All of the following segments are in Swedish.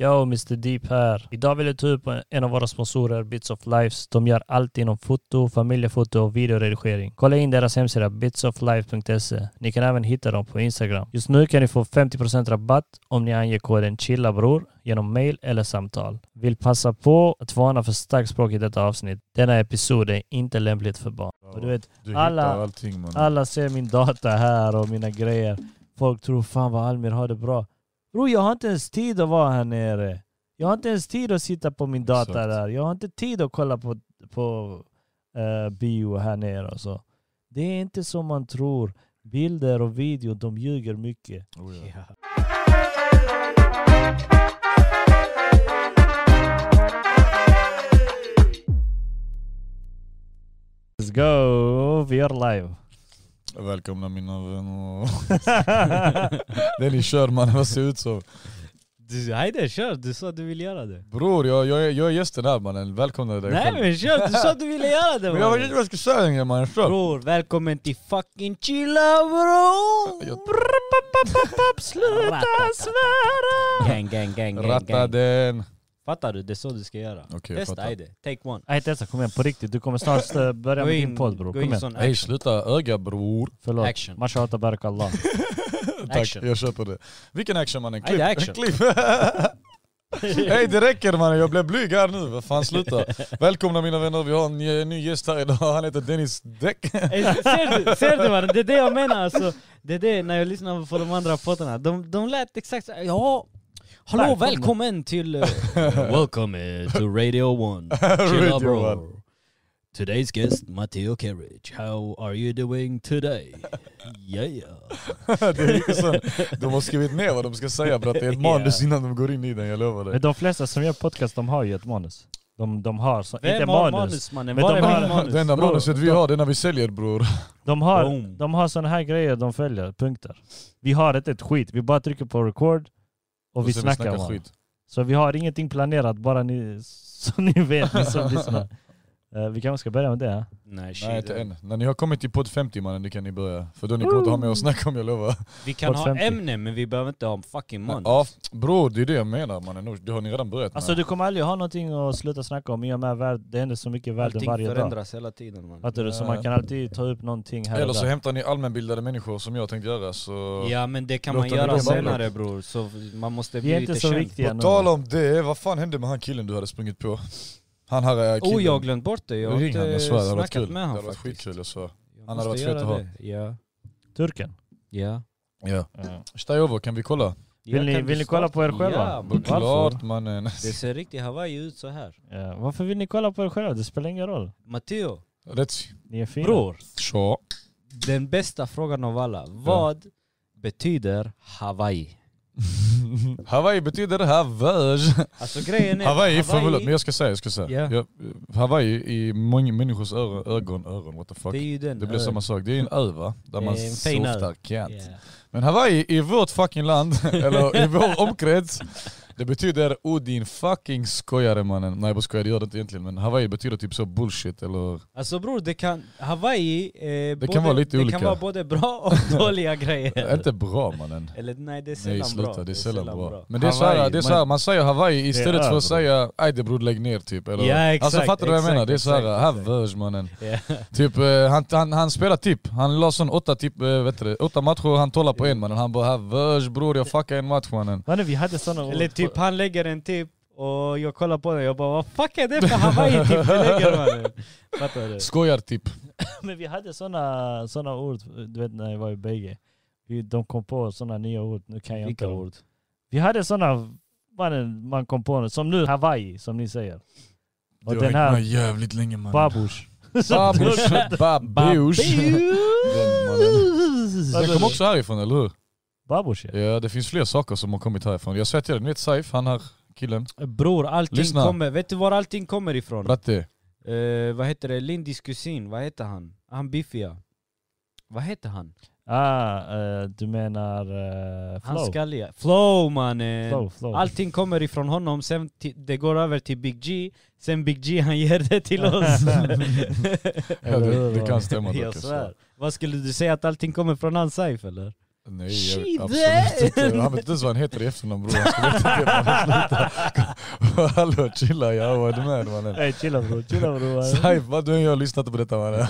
Yo, Mr Deep här. Idag vill jag ta upp en av våra sponsorer, Bits of Lives. De gör allt inom foto, familjefoto och videoredigering. Kolla in deras hemsida bitsoflife.se. Ni kan även hitta dem på Instagram. Just nu kan ni få 50% rabatt om ni anger koden CHILLABROR genom mail eller samtal. Vill passa på att varna för starkt språk i detta avsnitt. Denna episod är inte lämpligt för barn. Och du vet, Du alla- hittar allting man. alla ser min data här och mina grejer. Folk tror fan vad Almir har det bra. Bro, jag har inte ens tid att vara här nere. Jag har inte ens tid att sitta på min data Exakt. där. Jag har inte tid att kolla på, på eh, bio här nere och så. Det är inte som man tror. Bilder och video, de ljuger mycket. Oh, ja. Let's go! Vi är live. Välkomna mina vänner. det ni kör mannen, vad ser ut som? Du, hejde, kör! Du sa att du ville göra det. Bror, jag, jag, är- jag är gästen här mannen. Välkomna dig Nej själv. men kör! Du sa att du ville göra det Men jag vet mannen. inte vad jag ska säga längre mannen. Kör. Bror, välkommen till fucking chilla bro! Jag- Sluta svära! Gang, gang, gang, gang, Ratta gang. den. Fattar du? Det är så du ska göra. Okej, jag Testa fattar. hejde, take one. Nej Tessa, kom igen på riktigt. Du kommer snart eh, börja med din podd bror. gå Kom in igen. sån Hej, action. sluta öga bror. Förlåt. Action. Mashallah tabarakallah. Tack, Action. jag köper det. Vilken action mannen. Nej, Klipp. det är action. Klipp. Hej det räcker mannen, jag blev blyg här nu. Vad fan sluta. Välkomna mina vänner, vi har en eh, ny gäst här idag. Han heter Dennis Däck. Eh, Ser du, ser du mannen? Det är det jag menar alltså. Det är det, när jag lyssnar på de andra poddarna, de, de lät exakt så- ja Hallå, Välkomna. välkommen till... eh, Welcome eh, to Radio One. Radio Chilla bro. One. Today's guest, Matteo Kerridge. How are you doing today? Yeah, yeah. Det är mycket Alltså, sån, de har skrivit ner vad de ska säga för att det är ett manus innan de går in i den, jag lovar dig. Men de flesta som gör podcast de har ju ett manus. De, de har, så, inte Vem har manus. manus mannen? Men Var de är har- min manus? Det enda Bror, manuset vi de- har det är när vi säljer bror. De har, Boom. de har sådana här grejer de följer, punkter. Vi har inte ett skit, vi bara trycker på record och, vi sen snackar, bara. Så vi har ingenting planerat, bara ni, så ni vet, ni som lyssnar. Eh, vi kanske ska börja med det. ja? Nej, shit. Nej inte än. När ni har kommit till podd 50 mannen, det kan ni börja. För då ni kommer inte ha mer att snacka om, jag lovar. Vi kan Podd ha 50. ämne men vi behöver inte ha fucking manus. Ja bror, det är det jag menar mannen. Det har ni redan börjat med. Alltså du kommer aldrig ha någonting att sluta snacka om i och med värld, det händer så mycket i världen Allting varje dag. förändras hela tiden mannen. Fattar du? Så man kan alltid ta upp någonting här Eh. Eller och så där. hämtar ni allmänbildade människor som jag tänkte göra så... Ja men det kan Låt man den gå göra babbla. senare bror, så man måste Vi är bli inte lite så känd. viktiga På nu. tal om det, vad fan hände med han killen du hade sprungit på? Han här är killen. Oh jag har glömt bort det, jag har Ring han, inte jag svär. Det hade varit snackat kul. Det med hade honom varit faktiskt. skitkul jag svär. Jag hade måste varit göra fett att ha. det. Ja, Turken. ja. Ja. Ja. Stajovo, kan vi kolla? Vill ni- Jag kan vill ni starta- kolla på er själva? Ja, Varför? Klart mannen. det ser riktigt Hawaii ut så här. Ja, eh, varför vill ni kolla på er själva? Det spelar ingen roll. Matteo, Rätt. Ni är fina. bror. Tja. Den bästa frågan av alla. Vad betyder Hawaii? Hawaii betyder Hawaii. Alltså grejen är... Hawaii, förlåt men jag ska säga, jag ska säga. Ja. Jag, Hawaii i många människors öron, ögon, öron, what the fuck. det är Det, ju den... blir samma sak, det är en ö va? Där Det man är en fin ö. softar kant. Ja. Men Hawaii i vårt fucking land, eller i vår omkrets, det betyder oh din fucking skojare mannen. Nej jag bara skojar, det gör det inte egentligen men Hawaii betyder typ så bullshit eller... Alltså bror, det kan... Hawaii... Eh, det både, vara lite Det olika. kan vara både bra och dåliga Är grejer. inte bra mannen. Eller nej, det är sällan Nej sluta, bra. det är sällan bra. Men det är Hawaii, såhär, det man- är så här, man säger Hawaii istället för över. att säga aj det bror lägg ner typ. Eller, Ja, alltså exakt, fattar du vad jag exakt, menar? Det är såhär, exakt, exakt. havers mannen. Ja. Typ, eh, han, han, han spelar tipp, han la sån åtta, tipp, eh, vet du, det, åtta matcher han tollar på en mannen. Han bara havers bror jag fuckar en match mannen. Mannen vi hade sådana Eller typ han lägger en tip och jag kollar på den jag bara vad fuck är det för Hawaii-tip du lägger mannen? Fattar du? Skojar typ. tipp. Men vi hade sådana såna ord, du vet när jag var i BG. Vi- De kom på sådana nya ord, nu kan jag inte. dem. Vi hade sådana, mannen man kom på, nu, som nu Hawaii som ni säger. Och Du har den hängt med här jävligt länge mannen. babush. Babush. Babush. Den mannen. Den kom Babush. också härifrån eller hur? Babush ja. Ja det finns fler saker som har kommit härifrån. Jag säger till dig, ni vet Saif, han här killen. Bror allting Lyssna. kommer, vet du var allting kommer ifrån? Bratte. Eh, vad heter det, Lindys kusin, vad heter han? Han biffiga. Vad heter han? Ah, eh, du menar eh, Han flow. skalliga. Flow mannen! flow, flow. Allting kommer ifrån honom, sen ti- det går över till Big G, sen Big G han ger det till oss. Ja, Eller hur, det, det va? kan stämma dock. jag alltså. svär. Vad skulle du säga att allting kommer från hans Saif eller? Nej, jag, Shit. absolut inte. Han vet inte ens vad han heter i efternamn bror. Han skulle inte veta det. Hallå chilla, jag har varit med mannen. Ey chilla bror, chilla Eh, bror. Saif, vad du än gör, lyssna inte på detta mannen.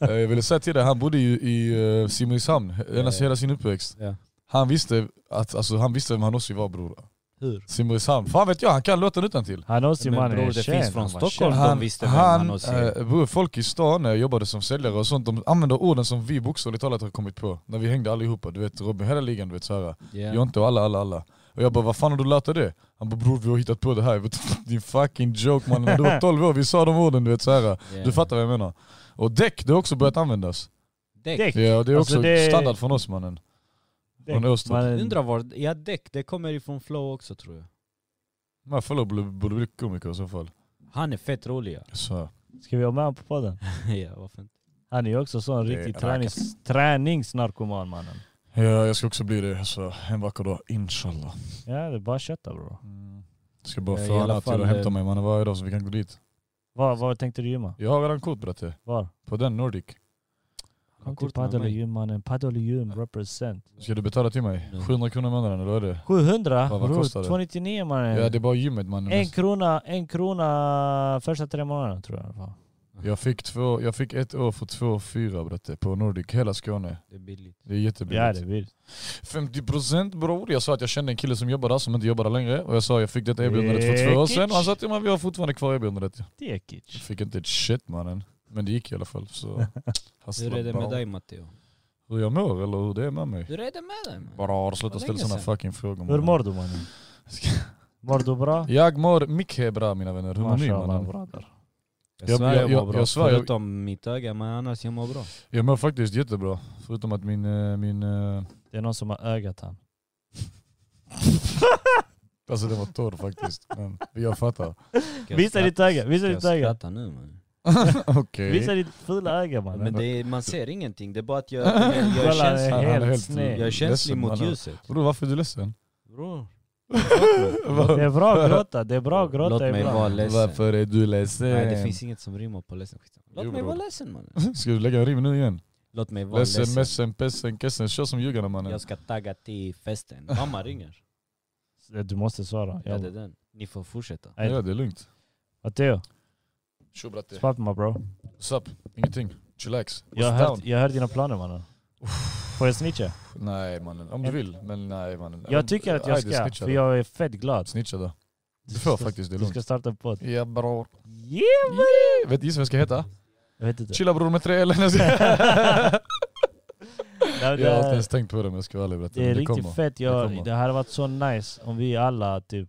Eh, Jag ville säga till dig, han bodde ju i eh, Simrishamn hela, Ja, ja. hela sin uppväxt. Ja. Han visste att, alltså, han visste vem Hanossi var bror. Hur? Simrishamn, fan vet jag, han kan låten utantill. Han Ossi Men mannen, bror, det finns från Stockholm de visste vem han han, och ser. eh, bror, folk i stan när jag jobbade som säljare och sånt, de använder orden som vi bokstavligt talat har kommit på. När vi hängde allihopa, du vet Robin, hela ligan, du vet såhär. Jonte och alla, alla, alla. Och jag bara, vad fan har du lärt dig det? Han bara, bror vi har hittat på det här. Jag bara, Din fucking joke mannen, när du var 12 år, vi sa de orden du vet såhär. Du fattar vad jag menar. Och däck, det har också börjat användas. Däck. Däck. Ja, det är Alltså, också det- standard från oss mannen. Från Öster. mannen. Undrar var, ja däck, det kommer ifrån Flow också tror jag. Men Follow borde borde bli komiker i så fall. Han är fett rolig ja. Så här. Ska vi ha med honom på podden? ja varför inte? Han är ju också sån Det är riktig rackare. tränings, träningsnarkoman mannen. Ja, jag ska också bli det så en vacker dag, inshallah. Ja, det är bara att kötta bror. Mm. Ska bara Ja, i få alla alla till fall, att hämta eh, mig mannen varje dag så vi kan gå dit. Var, var tänkte du gymma? Jag har redan kort bratte, Var? på den Nordic. typ Kom till korten med Padel och mig. gym mannen, Padel och gym represent. Ska du betala till mig? Nej. 700 kronor i månaden eller vad är det? 700? Vad- vad bror, kostar det? 299 mannen. Ja det är bara gymmet mannen. en krona, en krona första tre månaderna tror jag i alla fall. Jag fick, två, jag fick ett år för 2,4 bratte på Nordic, hela Skåne. Det är billigt. Det är jättebilligt. Ja det är vilt. 50% bror, jag sa att jag kände en kille som jobbar där som inte jobbar där längre. Och jag sa jag fick detta erbjudandet för två år sedan och han sa till mig vi har fortfarande kvar erbjudandet. Jag Dekic. fick inte ett shit mannen. Men det gick i alla fall så... Hustla, Hur är det bra. med dig Matteo? Hur jag mår eller hur det är med mig? Hur är det med dig? man? Bara sluta Vad ställa länge sådana sedan. fucking frågor Hur mannen. mår du mannen? Mår du bra? Jag mår mycket bra mina vänner, hur mår ni Mashallah, mannen? bra där. Jag Jag- svär jag- jag, jag- mår bra. jag svär, jag- Förutom mitt öga, men annars jag mår bra. Jag mår faktiskt jättebra. Förutom att min... eh, min eh, Det är någon som har ögat han. alltså den var torr faktiskt. Men jag fattar. Ska jag Visa skratta- ditt öga, visa ska ditt Jag öga. skratta nu man. Okej. Visa ditt fula öga mannen. Men det är, man ser ingenting, det är bara att jag, jag, jag, är Kolla, känslig. Han är helt, helt- sned. Jag är känslig Ledsen, mot mannen. ljuset. Bror varför är du ledsen? Bror. Det är bra att gråta, det är bra att gråta Låt mig ibland. vara ledsen. är du ledsen? Nej det finns inget som rimmar på ledsen. Skitsamma. Låt Jo, mig bror. vara ledsen mannen. Ska du lägga en rim nu igen? Låt mig vara Ledsen, ledsen. messen, pessen, kessen. Kör som ljugarna mannen. Jag ska tagga till festen. Mamma ringer. Eh, Du måste svara. Ja, Ja, det är den. Ni får fortsätta. Nej. Ja det är lugnt. Matteo, Tjo bratte. svara på mig bro. What's up? Ingenting. Chillax. What's Jag hör, down? jag hör dina planer mannen. Får jag snitcha? Nej mannen, om du vill. Men nej mannen. Jag tycker att jag Ajde, ska, snitcha för då. jag är fett glad. Snitcha då. Du får ska- faktiskt, det är Du ska lugnt. starta en podd. Ja bror. Yeah! Vet du gissa vad jag ska heta? Jag vet inte. Chilla bror med tre L. Jag ska- Nej, Jag har inte det, ens tänkt på det men jag ska vara ärlig och berätta. det är Men riktigt kommer. fett. Jag, Det det, kommer. hade varit så nice om vi alla typ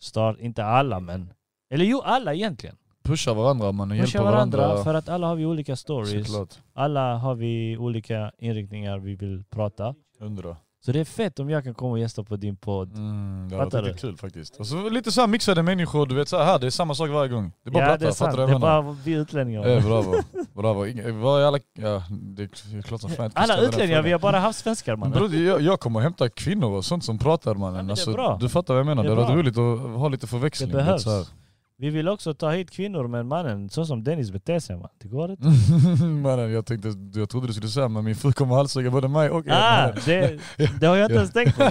start, inte alla men, eller jo alla egentligen. Pusha varandra mannen, Pusha hjälpa varandra, varandra. för att alla har vi olika stories. Såklart. Alla har vi olika inriktningar vi vill prata. Undra. Så det är fett om jag kan komma och gästa på din podd. Mm, det Fattar var du? riktigt kul faktiskt. Och så lite så här mixade människor, du vet så här, det är samma sak varje gång. Det är bara ja plattar, det är sant, fattar det du vad är jag menar? bara vi utlänningar. Eh, bravo, bravo. Inga, vad är alla... Ja, det är klart som fan jag inte kan Alla ställa den utlänningar, vi frågan. Mm. har bara haft svenskar mannen. Bror, jag, jag kommer hämta kvinnor och sånt som pratar Ja, mannen. men det är alltså, bra. Du fattar vad jag menar, Det det är hade varit bra. roligt att ha lite Det förväxling. du vet, behövs. så här. Vi vill också ta hit kvinnor men mannen, så som Dennis beter sig man. Det går inte. mannen, jag, tänkte, jag trodde du skulle säga men min fru kommer halshugga både mig och er. Ah, mannen. det, det har jag inte ens tänkt på.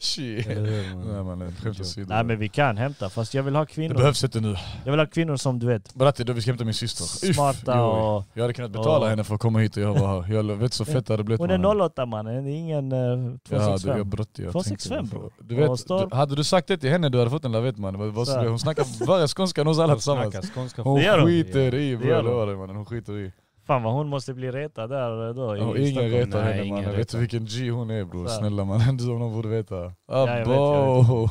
Shit. Eller hur Nej mannen? mannen, skämt åsido. Nej men vi kan hämta fast jag vill ha Det kvinnor. behövs inte nu. Jag vill ha kvinnor som du vet, Berätta då vi ska hämta min syster. Uff, smarta jo. och... Jag hade kunnat betala Ja. henne för att komma hit och jag var här. Jag vet så fett det hade blivit Hon mannen. är 08 mannen, det är ingen eh, Ja, du, 265. jag brötte, jag 265, tänkte- bror. Du Och vet, storm. du, hade du sagt det till henne du hade fått en lavett mannen. Vad- vad Så skulle- här. Hon snackar värre skånska än oss alla tillsammans. Snacka skånska. Hon Det gör hon. skiter i bror, gör jag hon. lovar dig mannen. Hon skiter i. Fan vad hon måste bli retad där eh, då. i Och ingen Stockholm. retar Nej, henne ingen mannen. Vet du retar. vilken G hon är bror? Så här. Snälla mannen, du som någon borde veta. jag vet, jag Abo!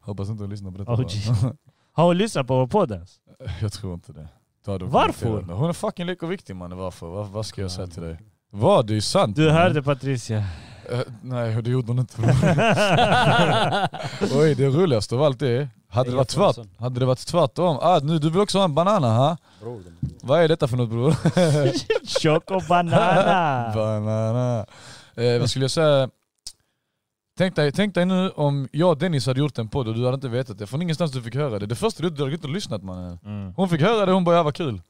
Hoppas inte hon lyssnar på detta. Oh, mannen. gee. Har hon lyssnat på vår podd ens? Jag tror inte det. Då hade hon Varför? kommenterat det. Hon är fucking lek och viktig mannen. Varför? Vad, vad ska jag säga till dig? Vad? Det är ju sant. Du mannen. hörde Patricia. Eh, nej, det gjorde hon inte. Oj, det roligaste av allt är, hade det varit, tvärt, hade det varit tvärtom, ah, nu, du vill också ha en banana ha? Bror, den- Vad är detta för något bror? Choco banana! banana. Eh, vad skulle jag säga? Tänk dig, tänk dig nu om jag och Dennis hade gjort en podd och du hade inte vetat det, från ingenstans du fick höra det. Det första du, du hade inte lyssnat mannen. Mm. Hon fick höra det, hon bara ja vad kul.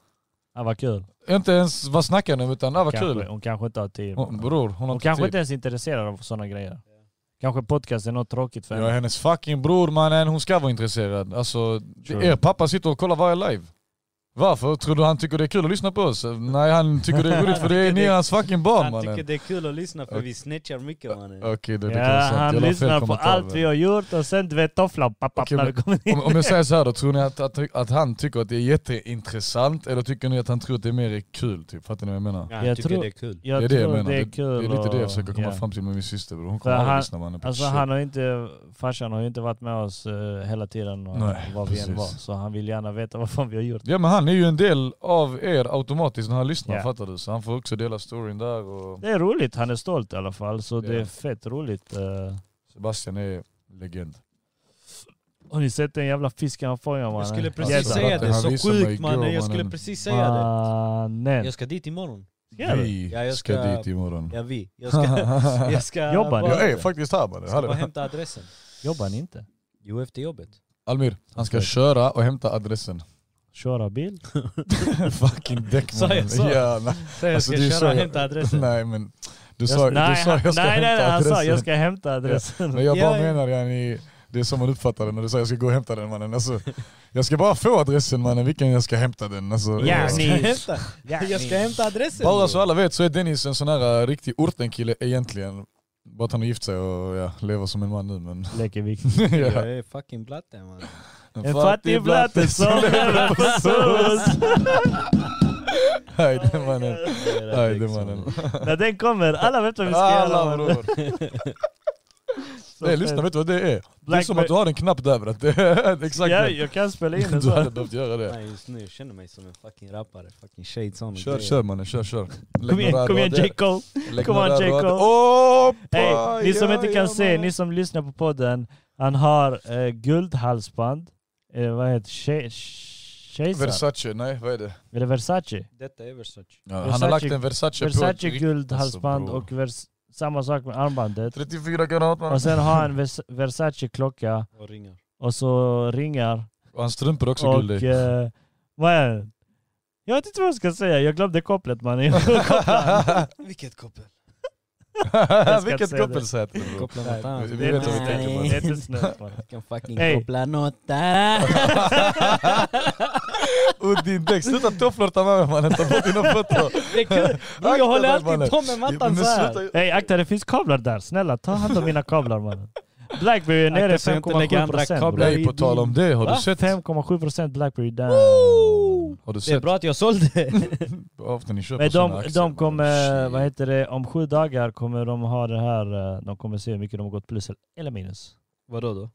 Ah, vad kul. Inte ens vad snackar ni om utan ah, vad kanske, kul. Hon kanske inte har tid. Hon, bror, hon har Hon inte typ- kanske tid. inte ens är intresserad av sådana grejer. Kanske podcast är något tråkigt för Jag är henne. hennes fucking bror mannen, hon ska vara intresserad. Alltså, Sure. er pappa sitter och kollar varje live. Varför? Tror du han tycker det är kul att lyssna på oss? Nej han tycker det är roligt för det är ni är hans fucking barn Han tycker mannen. det är kul att lyssna för Okej. vi snitchar mycket mannen. Okej det är Ja, klart sant. han Jag la fel lyssnar på kommentar, men- allt vi har gjort och sen du vet tofflan papp, papp, Okej, när men- vi kommer in. Om, om jag säger så här då, tror ni att, att, att han tycker att det är jätteintressant eller tycker ni att han tror att det är mer kul? Typ? Fattar ni vad jag menar? Ja, jag Jag tycker tror- det är kul. Jag det är det jag tror menar. det är kul. det är lite det jag och- försöker komma ja. fram till med min syster bror. Hon För kommer aldrig han- lyssna mannen. på Alltså shit. han har inte, farsan har ju inte varit med oss eh, hela tiden och Nej, vad vi än precis. var. Så han vill gärna veta vad fan vi har gjort. Ja men han är ju en del av er automatiskt när han lyssnar, Ja. fattar du? Så han får också dela storyn där och Det är roligt, han är stolt i alla fall. Så det Ja. är fett roligt. eh. Sebastian är legend. Har ni sett den jävla fisken han fångar mannen? Jag skulle Jävlar. precis säga det, Han så visade mig sjukt igår, mannen. Jag mannen. skulle precis säga det. Mannen. Jag ska dit imorgon. Ska du? Vi Ja, jag ska, ska- dit imorgon. Ja vi. Jag ska, jag ska Jobbar ni? bara, Jag är faktiskt här mannen, ska bara hallå. hämta adressen. Jobbar ni inte? Jo efter jobbet. Almir, han ska Okej. köra och hämta adressen. Köra bil? Fucking däck Sa jag mannen. så? Ja, nej. Så jag Alltså, ska det är så köra jag- och hämta adressen. Nej men du Jag- sa, nej, du sa jag ska nej, hämta nej, nej, han adressen. sa jag ska hämta adressen. Men jag bara Ja, ja. menar yani, det är som man uppfattar det när du säger jag ska gå och hämta den mannen. Alltså, jag ska bara få adressen mannen, vilken jag ska hämta den. Alltså, Ja, jag- ni- Jag ska hämta, Ja, jag ska ni- hämta adressen. Bara så alla vet så är Dennis en sån här äh, riktig ortenkille egentligen. Bara att han har gift sig och ja, lever som en man nu men... Leker vi. ja. Jag är fucking blatte man. En fattig blatte som lever på sås. Nej det mannen. Nej det mannen. När den kommer, Ah, alla vet vad vi ska Alla göra. bror. Nej lyssna, vet du vad det är? Det är Black som att du har en knapp där bror. Det är Exakt Ja, det. jag kan spela in det Du så. hade behövt göra det. Nej just nu, jag känner mig som en fucking rappare. Fucking shades on. och Kör, grejer. kör mannen, kör, kör. Lägg Kom igen, några kom igen rader. J. Cole. Lägg Come on, några J. rader. Cole. Oppa, Hey, ni som ja, inte ja, kan se, mannen. ni som lyssnar på podden. Han har eh, guldhalsband. Eh, vad heter det? Kejsar? Versace, nej vad är det? Är det Versace? Detta är Versace. han har Versace- lagt en Versace, på Versace ett guldhalsband alltså, och vers- samma sak med armbandet. 34 karat man. Och sen har han Vers- Versace-klocka Och ringar. och så ringar. Och hans strumpor är också Och guld i. eh, vad är det? Jag vet inte vad jag ska säga, jag glömde kopplet mannen. Jag kopplade. Vilket koppel? ska inte Vilket säga det. koppelsäte bro. Koppla något annat. Vi Det är vet vad vi inte- tänker på. Det är inte snällt mannen. Kan fucking Hey. koppla något annat. Och din däck, sluta tofflor ta med mig mannen, ta bort dina fötter. Det är kul. Bro, Akta jag håller dig, alltid mannen. tom med mattan Men såhär. sluta- Hej akta det finns kablar där, snälla ta hand om mina kablar mannen. Blackberry är nere Akta så jag inte lägger andra 5,7% kablar bro. Nej på tal om det, har Va? du sett? Eh, 5,7% Blackberry down. Har Det du är sett? bra att jag sålde. Ofta ni köper Men såna de, aktier, de mannen. kommer, Shit. vad heter det, om sju dagar kommer de ha det här, eh, de kommer se hur mycket de har gått plus eller minus. Vadå då?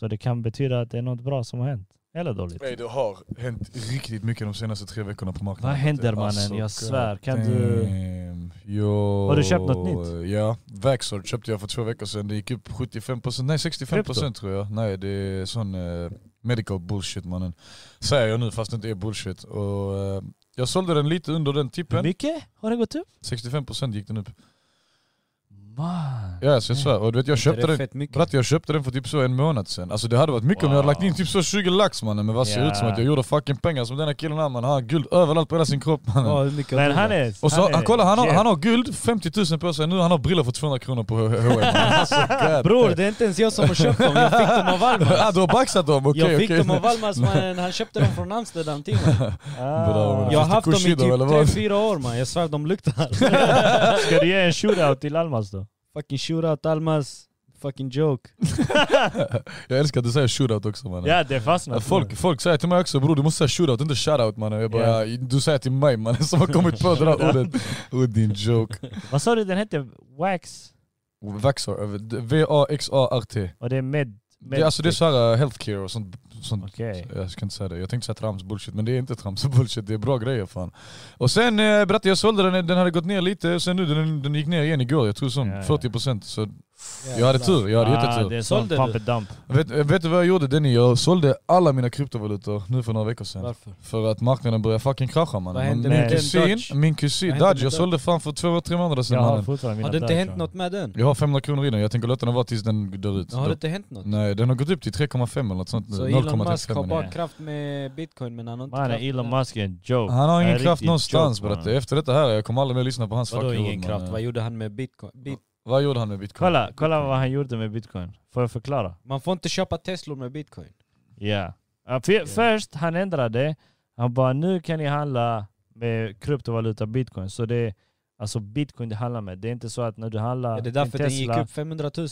Så det kan betyda att det är något bra som har hänt. Eller dåligt. Nej det har hänt riktigt mycket de senaste tre veckorna på marknaden. Alltså, Vad händer mannen? Jag svär. Kan du... Jo, Har du köpt något nytt? Ja, Vaxord köpte jag för två veckor sedan. Det gick upp 75%, nej 65% tror jag. Nej det är sån eh, medical bullshit mannen. Säger jag nu fast det inte är bullshit. Och, eh, jag sålde den lite under den Hur tippen. mycket har det gått upp? 65% gick den upp. Man. Ja så jag svär. Och du vet jag köpte det är den fett mycket. Bratt, jag köpte den för typ så en månad sen. Alltså det hade varit mycket om jag hade lagt in typ så 20 lax mannen. Men vad ser Ja. ut som att jag gjorde fucking pengar som den här killen här man. Han har guld överallt på hela sin kropp mannen. Ja, hur mycket har Men du han då? är... Och så, han, är kolla, han har, chef. han har guld 50 000 på sig nu, han har briller för 200 kronor på H&M. Alltså, god Bror, damn. det är inte ens jag som har köpt dem. Jag fick dem av Valmar. ah, du har baxat dem, okej jag fick okej. dem av Valmas mannen, han köpte dem från Amsterdam till mig. Bra, ah. Jag har haft Finns det dem i Kushida, eller typ vad? 3-4 år man, jag svär de luktar. Ska du ge en shootout till Almas då? fucking shootout Almas, fucking joke. Jag älskar att du säger shootout också mannen. Ja det fastnar. Folk, folk säger till mig också bror du måste säga shootout, inte shoutout mannen. Jag bara, Ja. ja, du säger till mig mannen som har kommit på det där ordet. Och din joke. Vad sa du den hette? Wax? Vaxar, V-A-X-A-R-T. Och det är med... med Det, alltså det är såhär healthcare och sånt. sånt. Okej. Jag ska inte säga det. Jag tänkte säga trams bullshit, men det är inte trams och bullshit. Det är bra grejer fan. Och sen eh, berättade jag sålde den, den hade gått ner lite. Sen nu den, den gick ner igen igår, jag tror som Ja, ja. 40%. Så Jag hade tur, jag hade Ah, det jättetur. är en sån Sålde pump du? and dump. Vet, vet du vad jag gjorde Denny? Jag sålde alla mina kryptovalutor nu för några veckor sedan. Varför? För att marknaden börjar fucking krascha mannen. Vad hände med min, den kusin, Dodge? min kusin, Vad hände Dodge, med jag sålde fan för två, tre månader Jag sedan har mannen. fortfarande mina Har det inte där, hänt tror jag. något med den? Jag har 500 kronor i den, jag tänker låta den vara tills den dör ut. Har det inte hänt något? Nej, den har gått upp till 3,5 eller något sånt nu. Så Elon Musk har 0,35 bara nej. kraft med bitcoin men han har inte Mannen kraft Elon med- Musk är en joke. Han har En ingen riktig kraft någonstans joke, mannen. bratte. Efter detta här, jag kommer aldrig mer lyssna på hans Vadå fucking ingen ord, kraft? mannen. Vad gjorde han med bitcoin? Bit Vad gjorde han med bitcoin? Kolla, kolla vad han gjorde med bitcoin. Får jag förklara? man får inte köpa Teslor med bitcoin. Ja. Ja, för, Först han ändrade. Han bara nu kan ni handla med kryptovaluta bitcoin. Så det är alltså bitcoin det handlar med. Det är inte så att när du handlar är det en därför den gick Tesla- upp 500 000?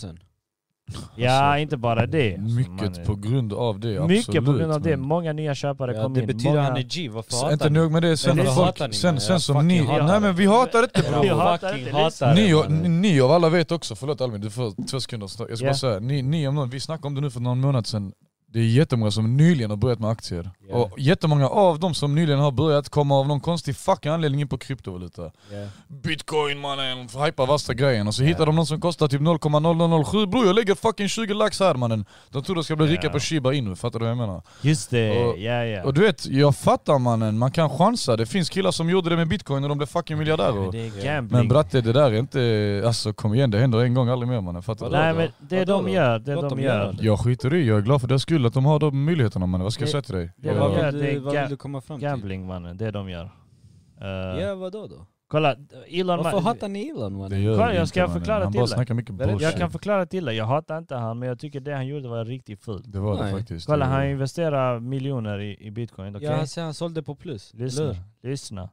Ja, inte bara det. Alltså, Mycket mannen. på grund av det, absolut. Mycket på grund av det. men- Många nya köpare Ja, kom det in. betyder Många... han är G, varför Så hatar Inte ni? nog med det, sen, Eller när hatar ni folk, mig? sen, sen Jag som fucking ni... hatar Nej det. men vi hatar inte Jag Vi bror. hatar fucking inte hatar lyssnare. Ni, och, mannen. ni- ni av alla vet också, förlåt Almin du får två sekunder, snart. jag ska Ja. bara säga, ni, ni om någon, vi snackade om det nu för någon månad sedan, det är jättemånga som nyligen har börjat med aktier. Ja. Och jättemånga av dem som nyligen har börjat kommer av någon konstig fucking anledning in på kryptovaluta. Ja. Bitcoin mannen, hypar värsta grejen. Och så hittar de någon som kostar typ 0,0007, bror jag lägger fucking 20 lax här mannen. De tror de ska bli rika Ja. på shiba inu, fattar du vad jag menar? Just det, Och- ja ja. Och du vet, jag fattar mannen, man kan chansa. Det finns killar som gjorde det med bitcoin och de blev fucking Men miljardärer. det är Ja. gambling. Men bratte, det där är inte... Alltså kom igen, det händer en gång, aldrig mer mannen. Fattar du? Nej men det Vadå de då? gör, det Låt de dem gör. göra det. Jag skiter i, jag är glad för deras skull att de har de möjligheterna mannen. Vad ska jag Det- säga till dig? det Jag- var- Vad Ja, vill det du, är vad ga- vill du komma fram till? Gambling mannen, det de gör. Eh, typ. Ja vadå då? Kolla, Elon Varför Musk... hatar ni Elon det mannen? gör Kolla, vi jag inte, ska mannen. förklara Han till bara dig. snackar mycket Berätta. bullshit. Jag kan förklara till dig, jag hatar inte han men jag tycker det han gjorde var riktigt fult. Det var det Nej. faktiskt. Kolla Det- han investerar miljoner i, i bitcoin, okej? Ja, alltså, han säger han sålde på plus. Lyssna, Lur. lyssna.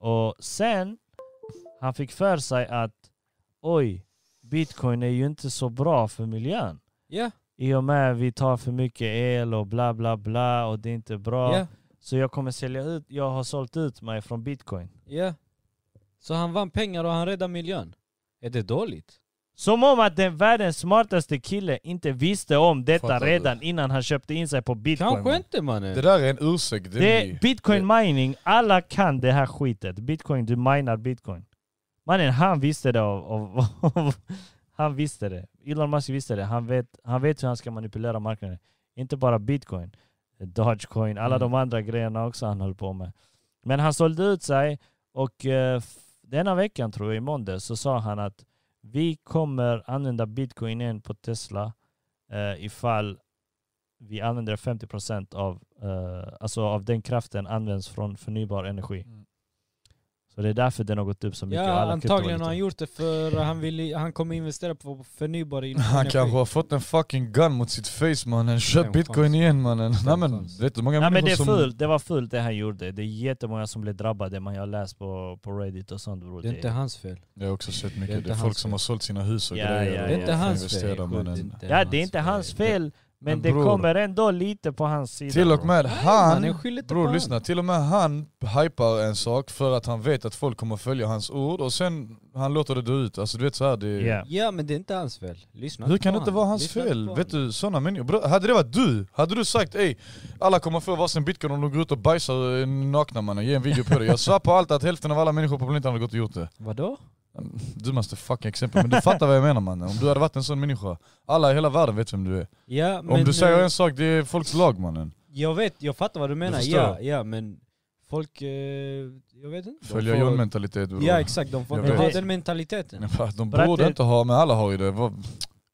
Och sen, han fick för sig att oj, bitcoin är ju inte så bra för miljön. Ja, I och med vi tar för mycket el och bla bla bla och det är inte bra. ja, Så jag kommer sälja ut, jag har sålt ut mig från bitcoin. ja. Så han vann pengar och han räddade miljön. Är det dåligt? Som om att den världens smartaste kille inte visste om detta Fattar du? redan innan han köpte in sig på bitcoin. Kanske inte mannen. Det där är en ursäkt. Det Det är är ni. bitcoin mining, alla kan det här skitet. Bitcoin, du minar bitcoin. Mannen, han visste det av, av, av Han visste det. Elon Musk visste det. Han vet, han vet hur han ska manipulera marknaden. Inte bara bitcoin, dogecoin, alla de andra grejerna också han höll på med. Men han sålde ut sig och eh, f- denna veckan tror jag, i måndag så sa han att vi kommer använda bitcoin igen på Tesla eh, ifall vi använder 50% av, eh, alltså av den kraften används från förnybar energi. Mm. Så det är därför den har gått upp så mycket. och Ja, alla antagligen kryptovalutor. har han gjort det för han, vill, han kommer investera på förnybar energi. Han kanske har fått en fucking gun mot sitt face mannen. Fem Köp bitcoin chans. igen mannen. Nej men chans. vet du hur många Nej men det människor är som... fult, det var fult det han gjorde. Det är jättemånga som blev drabbade, man jag har läst på, på Reddit och sånt bror. Det är inte hans fel. Jag har också sett Det är mycket. inte Det är folk hans som fel. har sålt sina hus och Ja, grejer. ja, och ja. Det är inte hans investerar, fel. mannen. ja, det är inte hans fel, men, Men det bror. kommer ändå lite på hans sida. Till och bror. med Han är han, skyldig till bror fan. lyssna, till och med han hypar en sak för att han vet att folk kommer följa hans ord och sen han låter det dö ut. Alltså du vet såhär, det... Ja. Ja men det är inte hans fel. Lyssna Hur inte kan på det inte han. vara hans Lyssna inte fel? på Vet han. du, sådana människor. Bror, hade det varit du, hade du sagt ey, alla kommer få varsin bitcoin om de går ut och bajsar eh, nakna mannen, ge en video på det. Jag svär på allt att hälften av alla människor på planeten hade gått och gjort det. Vadå? Du måste fucking exempel, men du fattar vad jag menar mannen. Om du hade varit en sån människa, alla i hela världen vet vem du är. Ja, Om men, du säger eh, en sak, det är folks lag mannen. Jag vet, jag fattar vad du menar. förstår. ja, ja men folk... Eh, jag vet inte. De Följa får- John-mentalitet bror. Ja exakt, de får Jag inte ha vet. den mentaliteten. Nej, fan, De Bratte- borde inte ha, men alla har ju det. Vad-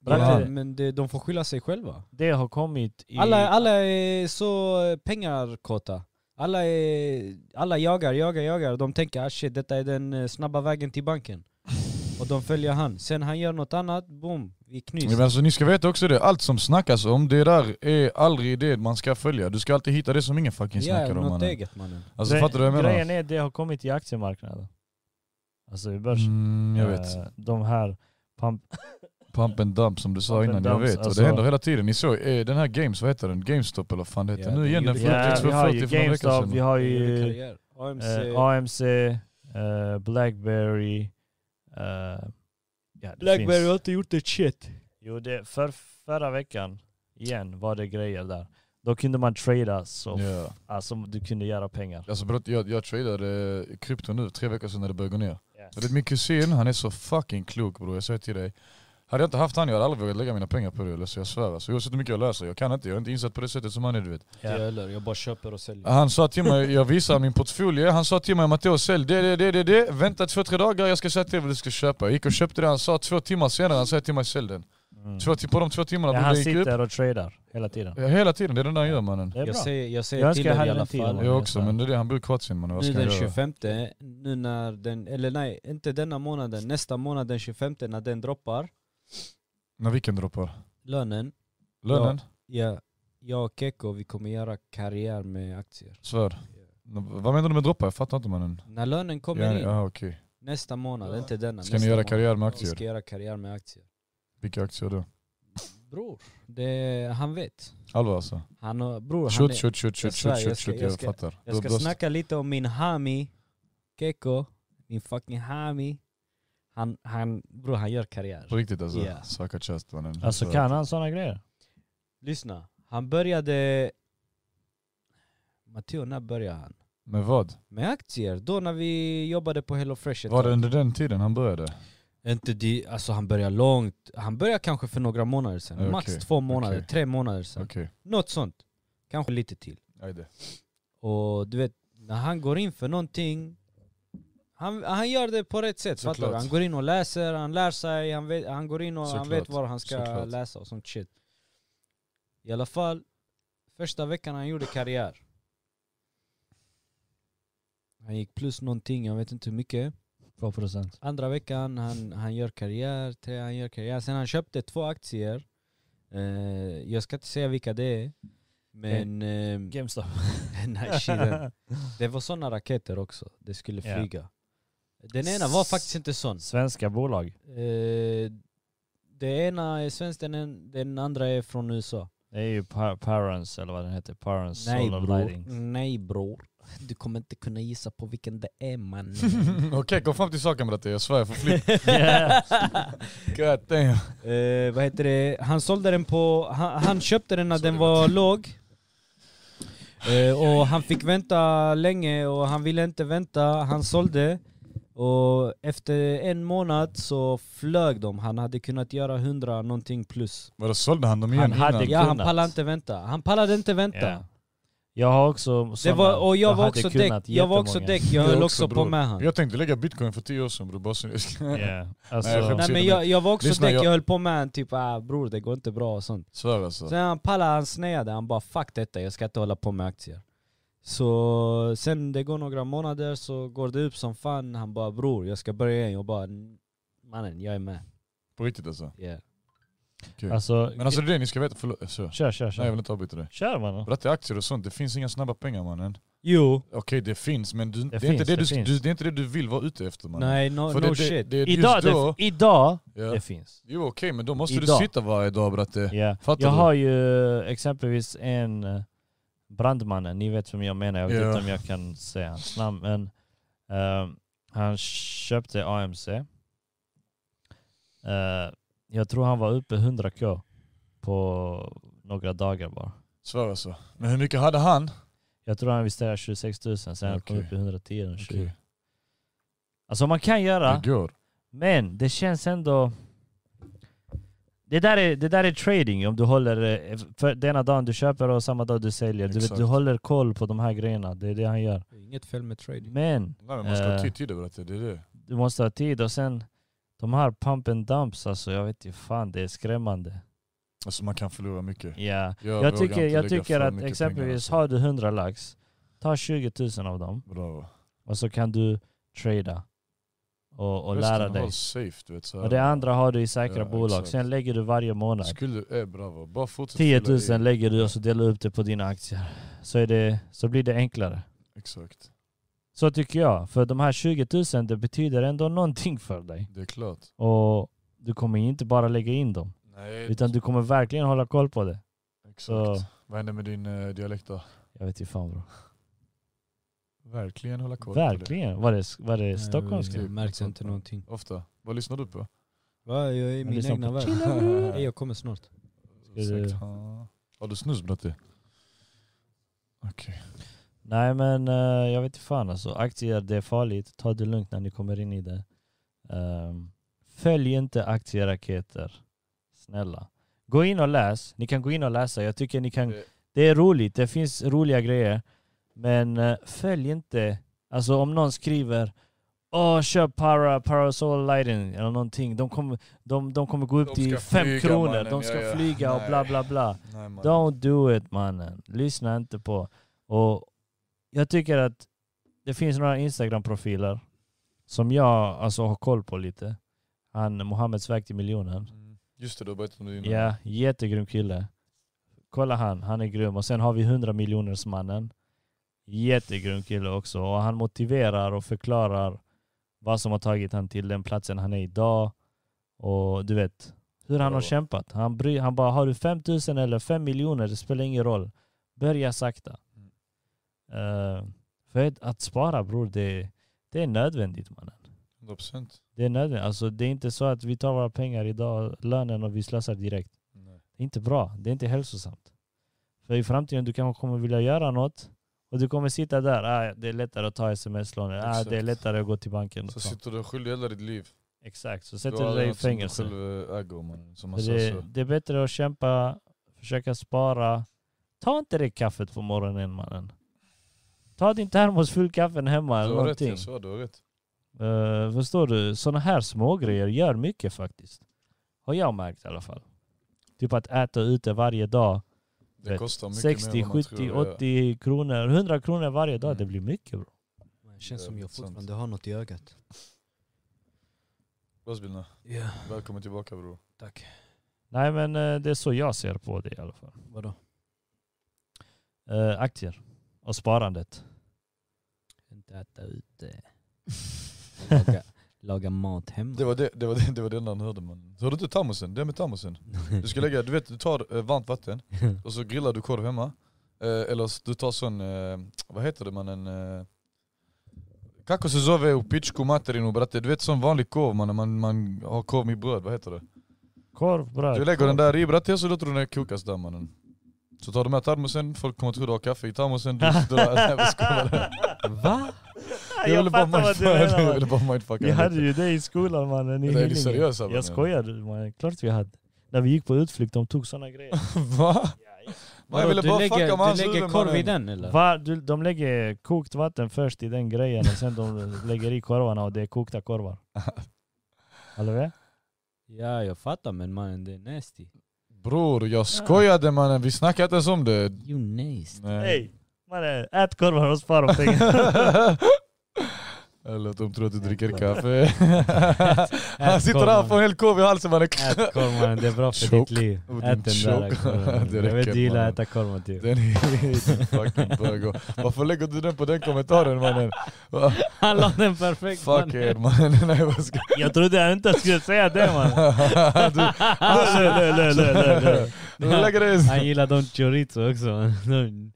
Bratte- Ja, men det, de får skylla sig själva. Det har kommit i... Alla, alla är så eh, pengarkåta. Alla, är, alla jagar, jagar, jagar. De tänker ah, shit, detta är den eh, snabba vägen till banken. Och de följer han. Sen han gör något annat, boom, vi knyts. Men alltså, ni ska veta också det, allt som snackas om det där är aldrig det man ska följa. Du ska alltid hitta det som ingen fucking Ja, snackar om något mannen. eget mannen. Alltså Gre- fattar du vad jag menar? Grejen är det har kommit i aktiemarknaden. Alltså i börsen. Mm, jag vet. Eh, De här... Pump... Pump and dump som du sa Pump innan, and jag dumps, vet. Och alltså. det händer hela tiden. Ni såg eh, den här Games, vad heter den? GameStop eller vad fan det heter? nu Ja, den igen den gjorde- Ja, 4240 vi har ju för några veckor GameStop, sedan. vi har Det gjorde ju karriär. AMC, eh, AMC, eh, Blackberry... eh, ja, det finns- inte gjort ett shit. Jo, det, för, förra veckan igen var det grejer där. Då kunde man trada så Ja. alltså, du kunde göra pengar. Alltså brott, jag, jag tradade eh, krypto nu, tre veckor sedan när det började gå ner. Ja. Jag vet, min kusin, han är så fucking klok bror, jag säger till dig. Hade jag inte haft han, jag hade aldrig vågat lägga mina pengar på det. Eller så jag svär alltså. Oavsett hur mycket jag löser, jag kan inte. Jag är inte insatt på det sättet som han är du vet. Ja. Eller jag bara köper och säljer. Han sa till mig, jag visar min portfolio, han sa till mig Matteo sälj det, det, det, det, det. Vänta två, tre dagar, jag ska säga till dig vad du ska köpa. Jag gick och köpte det, han sa två timmar senare, han sa till mig sälj den. Två, ti- på de två timmarna Mm. Ja, ja, han det gick upp. sitter och tradar hela tiden. Ja, hela tiden, det är det han gör mannen. Det är bra. Jag säger, jag säger Jag önskar till jag er i hade alla den tiden. fall. Jag också, men det är det, han bor i Kroatien mannen. Vad Nu ska den jag göra? 25, nu när den, eller nej, inte denna månaden, nästa månad den 25 när den droppar, När vilken droppar? lönen, Lönen? ja, jag och Keko vi kommer göra karriär med aktier. Svär. Vad menar du med droppar? Jag fattar inte mannen. När lönen kommer Ja, in, ja, okej. nästa månad, inte denna. Ska ni nästa göra månad. karriär med Vi ska aktier? göra karriär med aktier. Vilka aktier då? Bror, det, han vet. Allvar alltså? Han, har- bror, han Shoot, är, shoot, shoot, shoot, jag svär, shoot, jag shoot, ska- shoot, jag jag ska- fattar. jag ska Du- du- snacka lite om min hami, Keko, min fucking hami. Han, han, bror han gör karriär. På riktigt alltså? Ja. Svacka chest mannen. Alltså Så- kan han sådana grejer? Lyssna, han började... Matteo, när började han? Med vad? Med aktier, då när vi jobbade på HelloFresh ett Var det tag. under den tiden han började? Inte di- alltså han började långt, han började kanske för några månader sedan. Okej, Max två månader, okej. tre månader sedan. Okej. Något sånt. Kanske lite till. Ajde. Och du vet, när han går in för någonting, han, han gör det på rätt sätt. Fattar du? Såklart. Han går in och läser, han lär sig, han, vet, han går in och han vet Såklart, var han ska såklart. läsa och sånt shit. I alla fall, första veckan han gjorde karriär. Han gick plus någonting, jag vet inte hur mycket. 2%. Andra veckan han, han gör karriär, tre han gör karriär. Sen han köpte två aktier. Eh, jag ska inte säga vilka det är. Men... Eh, ehm, GameStop. nej, shiden. Det var sådana raketer också. Det skulle Ja. flyga. Den ena var faktiskt inte sån. Svenska bolag. Eh, det ena är svenskt, den, en- den andra är från USA. Det är ju par- Parents eller vad den heter. Parents Nej Solar Lighting. bror. Nej bror. Du kommer inte kunna gissa på vilken det är man. Mm, Okej, kom fram till saken bratte. Jag svär, jag får flipp. God damn. Eh, vad heter det? Han sålde den på... Han, han köpte den när den var låg. Eh, och han fick vänta länge och han ville inte vänta. Han sålde. Och efter en månad så flög de. Han hade kunnat göra 100 någonting plus. Vadå, sålde han dem igen Han hade- innan? Ja, han kunnat. pallade inte vänta. Han pallade inte vänta. Ja. Jag har också Det såna. var, och jag, var hade också däck. kunnat Jag var också jättemånga. däck. Jag Jag höll också, också på bror. med han. Jag tänkte lägga bitcoin för tio år sedan bror. Bara så- Ja, alltså, Nej, jag skämtar. Nej, men Sidan jag, jag var också Lyssna, däck. jag- Jag höll på med han. Typ ah, bror det går inte bra och sånt. Svär alltså. Sen han pallade, han sneade, han bara fuck detta, jag ska inte hålla på med aktier. Så sen det går några månader så går det upp som fan, han bara bror jag ska börja igen. Jag bara mannen jag är med. På riktigt alltså. Yeah. alltså, Men alltså det är det ni ska veta. Förlåt. Så. Nej kör, kör, kör. jag vill inte avbryta dig. Kör mannen. Bratte aktier och sånt, det finns inga snabba pengar mannen. Jo, Okej det finns men du, det, är finns, inte det, det du, finns. du, det är inte det du vill vara ute efter mannen. nej no, För no det, det, shit. Det, är just Idag, då, det, idag ja. det finns. Jo okej men då måste Idag. du sitta varje dag bratte. Ja. Fattar Jag du? har ju exempelvis en eh, brandmannen, ni vet vem jag menar, jag vet Ja. inte om jag kan säga hans namn. Men, ehm, han köpte AMC. Eh, jag tror han var uppe 100k på några dagar bara. Svär alltså. Men hur mycket hade han? Jag tror han investerade 26 000, sen han kom Okej. upp i 110 eller 20. Okej. Alltså man kan göra, Det går. men det känns ändå... Det där, är, det där är trading om du håller... eh, För den ena dagen du köper och samma dag du säljer. Du, vet, Exakt. du håller koll på de här grejerna, det är det han gör. Inget fel med trading. Men Nej, men man ska ha Eh. tid till det bratte, det är det. du måste ha tid och sen... De här pump and dumps, alltså jag vet inte fan, det är skrämmande. Alltså man kan förlora mycket. Ja. Jag, Jag vågar tycker, inte jag lägga tycker för att mycket exempelvis pengar, har du 100 lax, ta 20 000 av dem alltså. Bravo. och så kan du trada och, och Resten lära dig. håll safe, du vet. Så här. Och det andra har du i säkra Ja, bolag. exakt. Sen lägger du varje månad. Skulle, eh, bravo. Bara fortsätt 10 fylla 000 i. lägger du och så delar du upp det på dina aktier. Så, är det, så blir det enklare. Exakt. Så tycker jag. För de här 20 000 det betyder ändå någonting för dig. Det är klart. Och du kommer ju inte bara lägga in dem. Nej, Utan du kommer verkligen hålla koll på det. exakt. så- Vad hände med din eh, dialekt då? Jag vet inte fan bro. Verkligen hålla koll på det. Verkligen. Var det, var det stockholmska? typ- Jag märkte inte någonting. Ofta. Vad lyssnar du på? Va, jag är i min lyssnar egna på värld. Nej, jag kommer snart. du- Exakt. Ja. Har du snus bratte? Okej. Nej men eh, jag vet inte fan alltså. Aktier det är farligt. Ta det lugnt när ni kommer in i det. Ehm, Följ inte aktieraketer. Snälla. Gå in och läs. Ni kan gå in och läsa. Jag tycker ni kan... Det- Det är roligt. Det finns roliga grejer. Men eh, följ inte... Alltså om någon skriver Åh, köp para, parasol lighting eller någonting. De kommer, de, de kommer gå upp De till ska fem flyga, kronor. mannen. de ska Ja, ja. flyga och bla Nej. bla bla. Nej, man. Don't do it mannen. Lyssna inte på. Och jag tycker att det finns några Instagram-profiler som jag alltså har koll på lite. Han Mohammeds väg till miljonen. Mm. Just det, du har berättat om det innan. Ja, jättegrym kille. Kolla han, han är grym. Och sen har vi 100 miljoners mannen. Jättegrym kille också. Och han motiverar och förklarar vad som har tagit han till den platsen han är idag. Och du vet, hur han har Ja. kämpat. Han, bry, han bara, har du 5 000 eller 5 miljoner, det spelar ingen roll. Börja sakta. Mm. Eh, för att- att spara bror, det, det är nödvändigt mannen. 100%. Det är nödvändigt. Alltså, det är inte så att vi tar våra pengar idag, lönen, och vi slösar direkt. Nej. Det är inte bra. Det är inte hälsosamt. För i framtiden du kanske kommer vilja göra något och du kommer sitta där. Ah, det är lättare att ta sms-lån. Ah, det är Exakt. lättare att gå till banken. och Så ta." sitter du skyldig hela ditt liv. Exakt, så Du sätter har du dig i något som du fängelse. själv äger, man. Som man För säger Det, så. det är bättre att kämpa, försöka spara. Ta inte det kaffet på morgonen mannen. Ta din termos full kaffen hemma Du eller har rätt, någonting. jag svär, du har rätt. Eh, förstår du? Sådana här små grejer gör mycket faktiskt. Har jag märkt i alla fall. Typ att äta ute varje dag. Det Vet, kostar mycket 60, mer än man 70, tror. ja. 80 kronor, 100 kronor varje dag. Mm. Det blir mycket bro. Det känns som jag Jävligt sant. fortfarande har något i ögat. Lastbilarna, Ja, välkommen tillbaka bror. tack. Nej men eh, det är så jag ser på det i alla fall. Vadå? Eh, aktier och sparandet. Inte äta ute. laga, laga mat hemma. Det var det, det, var det, det, var det enda han hörde man. Hörde du termosen? Det med termosen. Du ska lägga, du vet du tar eh, varmt vatten och så grillar du korv hemma. Eh, eller s- du tar sån, eh, vad heter det mannen? Eh, kako se zove u pičku materinu brate? Du vet sån vanlig korv mannen, man, man har korv med bröd, vad heter det? Korv, bröd. Du lägger den där i bratte så låter du den kokas där mannen. Så tar du med termosen, folk kommer tro du har kaffe i termosen, du sitter där, nej jag skojar. Va? Jag ville bara vad du menar, mindfucka, jag man. ville bara mindfucka. Vi hade ju det i skolan mannen. i Det är ni Hyllinge. seriösa, mannen. Jag skojar mannen. Klart vi hade. När vi gick på utflykt, de tog sådana grejer. Va? Ja, Man, jag ville du bara fucka med lägger, hans du lägger huvud, korv i mannen. den eller? Va, du, de lägger kokt vatten först i den grejen och sen de lägger i korvarna och det är kokta korvar. Eller vad? Ja jag fattar men mannen det är nasty. Bror, jag skojade mannen, vi snackade inte ens om det. You nasty. Nej. Hej! Mannen, ät korvar och spara pengar. Eller att de tror att du dricker kaffe. Han ät sitter där korven. och får en hel korv i halsen mannen. Ät korv mannen, det är bra för Chock. ditt liv. Och Oh, din Ät den där chock. korven. Det Jag vet räcker, du gillar mannen. att äta korv Matteo. Den är fucking bög. Varför lägger du den på den kommentaren mannen? Han la den perfekt Fuck er mannen. Nej vad ska Jag trodde jag inte skulle säga det mannen. du? Lö, lö, lö, lö, lö, lö. Du lägger det i- Alltså, Han gillar de chorizo också. De-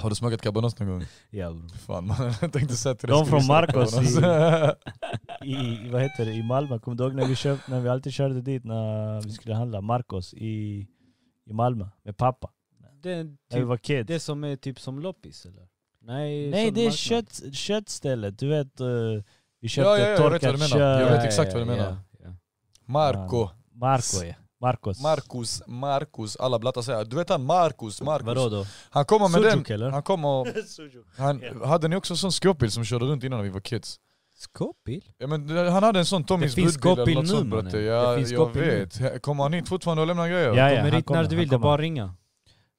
Har du smakat cabanos någon gång? ja, bro. Fan mannen, jag tänkte säga till De ska vi från snacka Marcos cabanos? I, vad heter det, i Malmö. Kommer du ihåg när vi, köpt, när vi alltid körde dit när vi skulle handla? Marcos i, i Malmö med pappa. Den När vi typ, var kids. det som är typ som loppis eller? Nej, Nej som det är marknad. kött, köttstället. Du vet, eh, vi köpte Ja, ja, ja, jag vet vad du torkat menar. Jag kött. vet exakt vad du menar. ja. Marco. Marco ja. Marcos. Marcus, Marcus, alla blattar säger Du vet han Marcus, Marcus. Vadå då? Han kommer med Sujuk den. eller? Han kommer och... Han, Hade ni också en sån skåpbil som körde runt innan när vi var kids? Skåpbil? Ja, men det- han hade en sån Tommys Det finns budbil eller skåpbil något nu, sånt mannen. bratte. Ja, Det finns jag skåpbil nu. vet. He- Kommer han hit fortfarande och lämnar grejer? Ja, ja, Kommer han hit när kommer, du vill, han det är kommer. bara att ringa.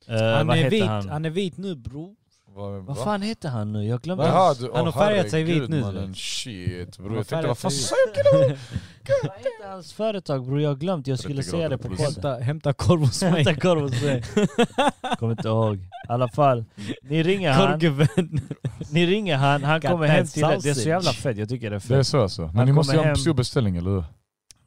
Eh, han, vad är heter vit, han? han? är vit nu bro. Va, va? Vad fan heter han nu? Jag glömde. hans- Jaha, du, Han har åh, färgat sig vit herregud, nu, du mannen. vet. Shit Han bror, har jag tänkte färgat vad fan sig vit. sa Vad heter hans företag bror? Jag har glömt. Jag skulle tycker säga jag det är på roligt. podden. Hämta, hämta korv hos mig. Hämta korv hos mig. Kommer inte ihåg. I alla fall, ni ringer han. Korvgubben. Ni ringer han. Han God kommer hem damn till er. Det är så sausage. jävla fett. Jag tycker det är Det är fett. så alltså. Men Han ni måste kommer ju ha en hem. stor beställning eller hur?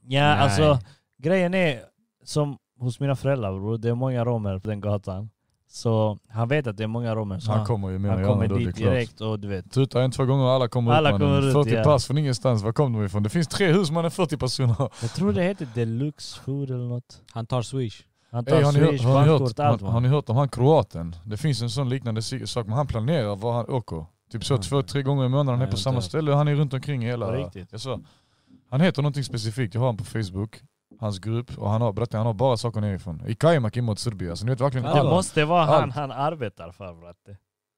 Ja, alltså grejen är som hos mina föräldrar bror. Det är många romer på den gatan. Så han vet att det är många romer. Så Han han, kommer ju han menar jag kommer när du är dit klart. direkt och du vet. Tuta en två gånger och alla kommer Alla ut kommer mannen. ut, 40 ja. pass från ingenstans, var kom de ifrån? Det finns tre hus mannen, 40 personer. Jag tror det heter deluxe food eller något. Han tar swish. Han tar Ey, har, ni hört, swish, har, ni hört, bankkort, har, allt har man. ni hört om han kroaten? Det finns en sån liknande si- sak, men han planerar var han åker. Typ så Mm. två, tre gånger i månaden, han Nej, är jag på har samma inte hört. ställe, han är runt omkring i På hela... riktigt? Jag sa, Han heter någonting specifikt, jag har honom på Facebook. Hans grupp, och han har, berättar, han har bara saker nerifrån. I Kajmak emot Serbien, alltså ni vet verkligen Det Det alla. måste vara han Allt. han arbetar för bratte.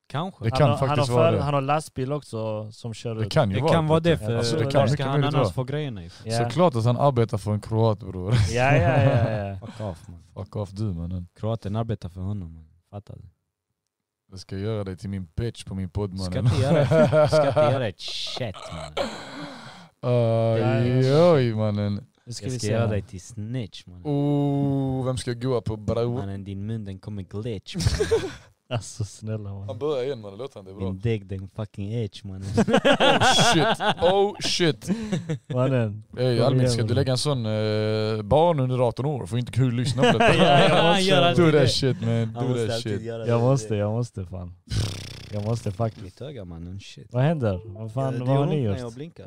Kanske. Det kan han, har- han, har faktiskt vara för- det. han har lastbil också som kör Det ut. kan ju Det vara kan vara det vet du. för... Alltså, det det kan ska mycket han möjligt annars vara. få grejerna ifrån? Ja. Såklart att han arbetar för en kroat bror. Ja, ja, ja, ja. Fuck off man. Fuck off du mannen. Kroaten arbetar för honom man. Fattar du? Jag ska göra dig till min bitch på min podd Ska mannen. inte göra ett, ska inte göra ett shit man. Aj, oj mannen. Nu ska Jag vi ska se. göra här. dig till snitch man. Oh, vem ska goa på bror? Mannen din mun den kommer glitch man. Alltså snälla man. Han börjar igen mannen, låt han det bra. Din däck den fucking edge man. Oh shit, oh shit. Mannen. Ey Almin, ska du lägga en sån eh, barn under 18 år? Får inte kul lyssna Ja, på det. jag Han gör måste. alltid Do det. that shit man, Han do måste that alltid shit. göra Jag det. måste, jag måste fan. Jag måste faktiskt. Mitt öga mannen, shit. Eh, Vad händer? Vad fan, det vad gör har ni ont när jag gjort? blinkar.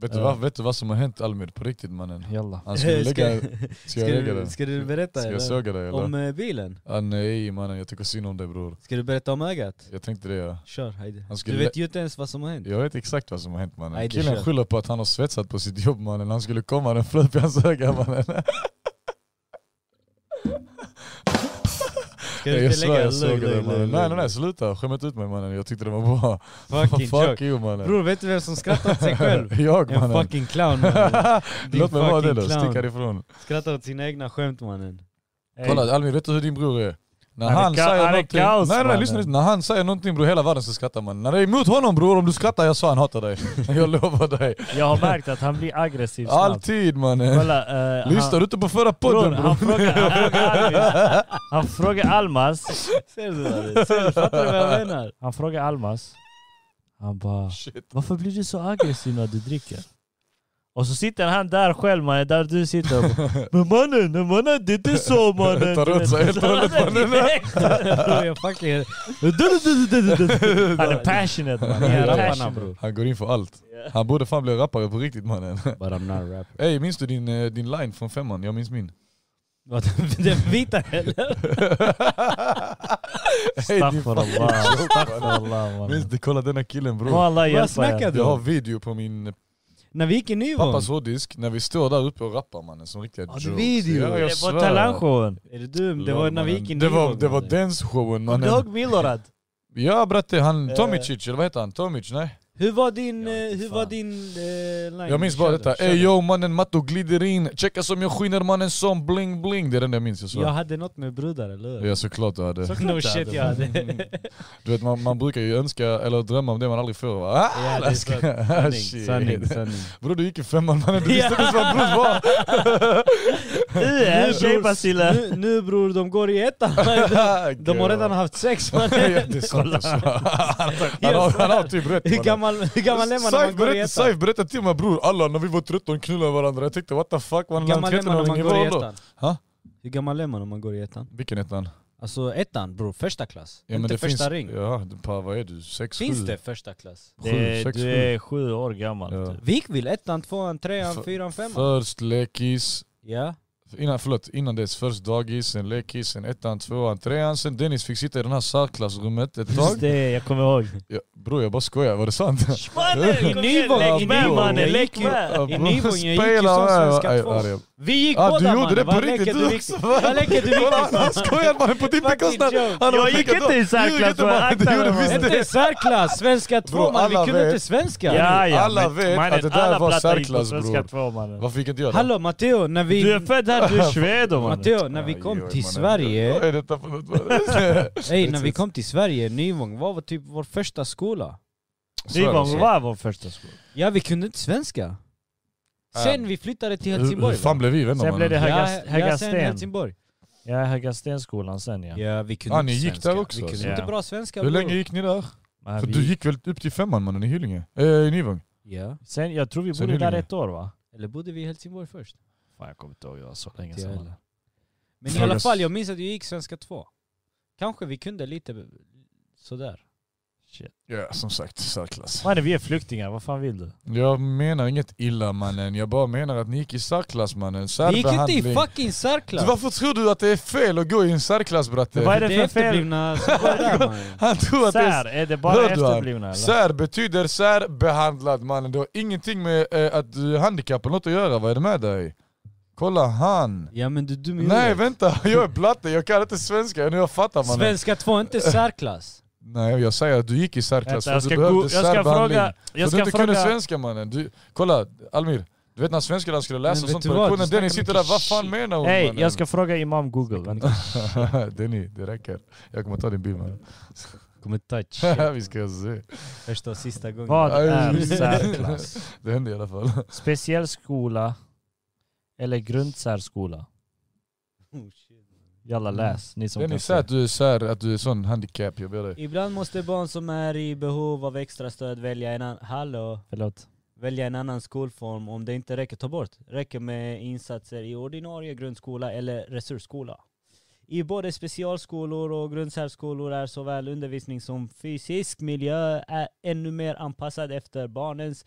Vet du, Ja. vad, vet du vad som har hänt Almir på riktigt mannen? Jalla. Han skulle lägga... Ska ska, jag lägga du, den? ska du berätta Ska jag eller? söga dig eller? om eh, bilen? Ah, nej mannen, jag tycker synd om dig bror. Ska du berätta om ögat? Jag tänkte det ja. Kör Heidi. Han skulle Du vet ju inte ens vad som har hänt. Jag vet exakt vad som har hänt mannen. Nej, det Killen kör. skyller på att han har svetsat på sitt jobb mannen. Han skulle komma, den flöt i hans öga mannen. Ska Nej, du jag inte svär lägga jag såg lugg, det lugg, mannen. lugg, Nej nej nej lugg. sluta, skämmat ut mig mannen. Jag tyckte det var bra. Fucking Fuck joke. you mannen. Bror vet du vem som skrattar åt sig själv? jag En mannen. fucking clown mannen. Din Låt mig vara det då, fucking clown. stick härifrån. Skrattar åt sina egna skämt mannen. Hey. Kolla Almir, vet du hur din bror är? När Han är han, ka- han säger är någonting, kaos, nej, nej, mannen. lyssna, lyssna. när han säger någonting bror, hela världen ska skratta mannen. När det är emot honom bror, om du skrattar jag sa han hatar dig. Jag lovar dig. Jag har märkt att han blir aggressiv snabbt. Alltid mannen. Kolla, eh, Lyssnar han, du inte på förra bror, podden han bror? frågar, han frågar Almas. Han frågar Almas. Ser du mannen? Ser du? Fattar du vad jag menar? Han frågar Almas. Han bara, Shit. varför blir du så aggressiv när du dricker? Och så sitter han där själv mannen, där du sitter. och bara, Men mannen, nej, mannen det är inte så mannen. Tar åt sig helt och hållet, mannen. Direkt. Bror jag fucking... Han är passionate mannen. Jag Han är är rapparna passionate. bror. Han går in för allt. Han borde fan bli rappare på riktigt mannen. But I'm not a rapper. Ey, minns du din, eh, din line från femman? Jag minns min. Vad, Den vita eller? Ey, din Astaghfirullah, astaghfirullah fan- mannen. minns du? Kolla denna killen bror. Wallah Vad hjälpa er. snackar Jag du har om? video på min När vi gick i Nyvång? pappas hårddisk när vi står där uppe och rappar mannen som riktiga Har jokes. du video? Ja, jag Det var svär. talangshowen. Är du dum? Det var när vi gick i Det Nyvång. var, det var mannen. dansshowen Kommer du ihåg mannen. Milorad? Ja bratte, han Eh. Tomic, eller vad heter han? Tomic? Nej. Hur var din, Ja, eh, hur fan. var din eh, line? Jag minns bara Kör detta. den, kör Ey den. yo mannen, Matto glider in. Checka som jag skiner mannen som bling bling. Det är den jag minns jag Jag sa. hade något med brudar, eller hur? Ja såklart du hade. No shit jag hade. Du vet man, man brukar ju önska eller drömma om det man aldrig får va? Ah, Ja, det är jag sant. ska- Sanning, Shit. sanning, sanning. Bror du gick i femman mannen, du visste inte ens vad bror var! Du är Nu, tjejbaciller. Nu, nu bror, de går i ettan. De har redan haft sex man. Ah, Ja, det är sant, jag svär. han, har, han har typ rätt Hur gammal, hur gammal är man när man går i berättade, ettan? Saif berättade till mig bror, alla när vi var 13 knullade varandra. Jag tänkte what the fuck, man Hur är en gammal är man när man 13-åring går i var då? ettan? Ha? Hur gammal är man när man går i ettan? Vilken ettan? Alltså ettan bror, första klass. Ja, men Inte det första finns, ring. Ja, du, pa, vad är du? Sex, Finns sju? det första klass? Sju, Det- sex, Du sju. är sju år gammal. Ja. typ. Vi gick väl ettan, tvåan, trean, För- fyran, femman? Först lekis, Ja. Innan, förlåt, innan dess, först dagis, sen lekis, sen ettan, tvåan, trean. Sen Dennis fick sitta i den här särklassrummet ett Just tag. det, jag kommer ihåg. Ja, bror jag bara skojar, var det sant? Mannen, Nyvång, lägg med bror. mannen, Jag lägg gick ju- med! Ja, I bror, Nivån, jag gick ju spela som med, va? svenska Aj, två. arg, jag- Vi gick Ah, du båda gjorde det på Vad riktigt, leker du du också, gick- Vad leker du Kolla, gick han skojar bara på din bekostnad! joke. Han har Jag gick skickat inte i upp. särklass, Ljug inte, men mannen, akta du gjorde dig, visst mannen. Inte i särklass, svenska Bro, två man, vi alla kunde vet. inte svenska. Ja, ja, Alla men- vet mannen, att det där alla var plattar gick på särklass, Svenska bror. två, mannen. Varför fick inte jag det? Hallå Matteo, när vi... Du är född här, du är sved mannen. Matteo, när vi Aj, kom oj, till mannen. Vad Sverige, är detta för något? mannen? ey, när vi kom till Sverige, Nyvång, vad var typ vår första skola? Nyvång var vår första skola. Ja, vi kunde inte svenska. Sen vi flyttade till Hur hur Helsingborg. fan va? blev vi vänner Sen blev det mannen? här- Ja, Höga- Höga ja, sen Sten. Helsingborg. Ja, Höga Stenskolan sen ja. Ja, vi kunde Ah, ni inte gick svenska. där också, Vi kunde alltså. inte Ja. bra svenska. Hur bror. länge gick ni där? Men För vi- du gick väl upp till femman mannen i Hyllinge? Eh, i Nyvång? Ja. Sen, jag tror vi Sen bodde där Hyllinge. ett år va? Eller bodde vi i Helsingborg först? Fan jag kommer inte ihåg, det var så länge Inte jag sedan. heller. Men i Fråga alla s- fall, jag minns att jag gick svenska 2. Kanske vi kunde lite b- sådär. Shit. Ja, som sagt, särklass. Mannen vi är flyktingar, vad fan vill du? Jag menar inget illa mannen, jag bara menar att ni gick i särklass mannen. Vi gick inte i Särbehandling. fucking Du, särklass! varför tror du att det är fel att gå i en särklass Vad är bratte? det Det är för fel? efterblivna sådär man. Han tror att det är Sär, är det bara Hör du han? efterblivna eller? Sär betyder särbehandlad mannen, det har ingenting med eh, att du är handikapp eller något att göra, vad är det med dig? Kolla han! Ja men du är dum i Nej huvudet. vänta, jag är blatte, jag kan inte svenska, nu jag fattar mannen. Svenska 2 är inte särklass. Nej jag säger att du gick i särklass Vänta, för jag att du ska, go- behövde jag ska särbehandling. fråga... För Jag att du ska inte kunde fråga... svenska mannen. Du, kolla Almir, du vet när svenskarna skulle läsa Men vet sånt du på vad? Du lektionen, Denny snackar sitter där, mycket vad fan shit." menar hon Hej, mannen? jag ska fråga Imam Google. Vänta. Denny, det räcker. Jag kommer ta din bil mannen. Kommer touch. Vi ska se. Första och sista gången. Vad Aj. är särklass? Det hände i alla fall. Speciell skola eller grundsärskola? Oh, shit. Jalla läs, ni som Denny, kan säg se. att du är sär, att du är sån handikapp, jag ber dig. Ibland måste barn som är i behov av extra stöd välja en annan... Hallå? Förlåt. välja en annan skolform om det inte räcker, ta bort. Räcker med insatser i ordinarie grundskola eller resursskola. I både specialskolor och grundsärskolor är såväl undervisning som fysisk miljö är ännu mer anpassad efter barnens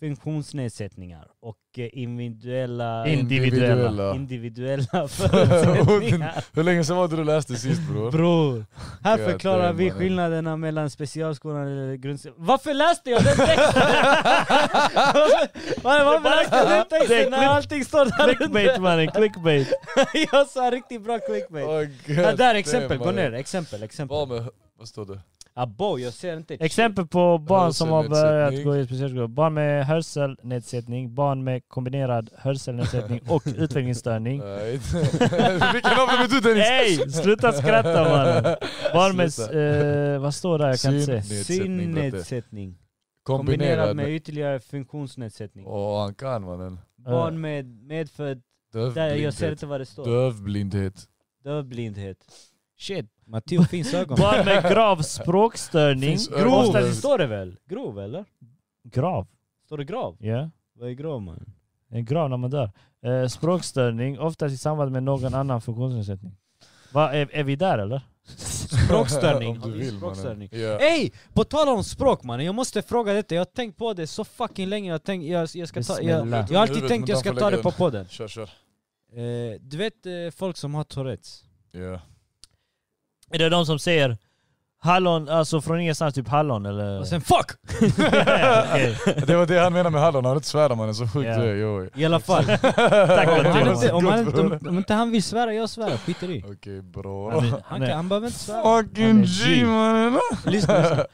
funktionsnedsättningar och eh, individuella, Individuella. individuella förutsättningar. Hur länge sedan var det du läste sist bror? Bror, här Jag förklarar vi dömer. skillnaderna mellan specialskolan eller grundskolan. Varför läste jag den texten? varför, varför läste jag den texten när allting står där Clickbait under? mannen, clickbait. jag sa riktigt bra clickbait. Oh, Ja, God, där, exempel, gå damn, ner, mannen. exempel, exempel. Vad med, vad står det? Abo, jag ser inte. Exempel på barn som har börjat Hörselnedsättning. gå i specialskola. Barn med hörselnedsättning, barn med kombinerad hörselnedsättning och utvecklingsstörning. Nej, inte. Vilken av dem är du Dennis? Hej! Sluta skratta mannen! Barn med... Eh, vad står där? Jag kan inte se. Synnedsättning, bratte. Synnedsättning. Kombinerad Kombinerad med med... ytterligare funktionsnedsättning. Åh, han kan mannen. Barn med medfödd... Där, jag ser Dövblindhet. inte vad det står. Dövblindhet. Dövblindhet. Shit, Matteo finns ögon. Barn med grav språkstörning. Finns Grov Ofta- står det väl? Grov eller? Grav? Står det grav? Ja. Vad är grav man? En grav när man dör. Eh, språkstörning, oftast i samband med någon annan funktionsnedsättning. Va, är, är vi där eller? Språkstörning. Om du vill mannen. Språkstörning. Ja. Eh. Ey! På tal om språk mannen, jag måste fråga detta. Jag har tänkt på det så fucking länge. Jag, tänk, jag, jag, ska ta, jag, Bismillah. jag har alltid tänkt jag ska ta det på podden. Kör kör. Eh, du vet eh, folk som har Tourettes? Ja. Är det de som säger hallon, alltså från ingenstans, typ hallon eller? Och sen FUCK! Okej. Det var det han menade med hallon, han inte svära mannen, så sjukt Ja. det är. jo. I alla fall. Tack om, han Matteo. inte, om, han, Gott, inte- om, om inte han vill svära, jag svär. Skiter i. Okej bra. Han är- Han, han kan, är- han behöver inte svära. Han Fucking är G. G mannen! Lyssna, lyssna.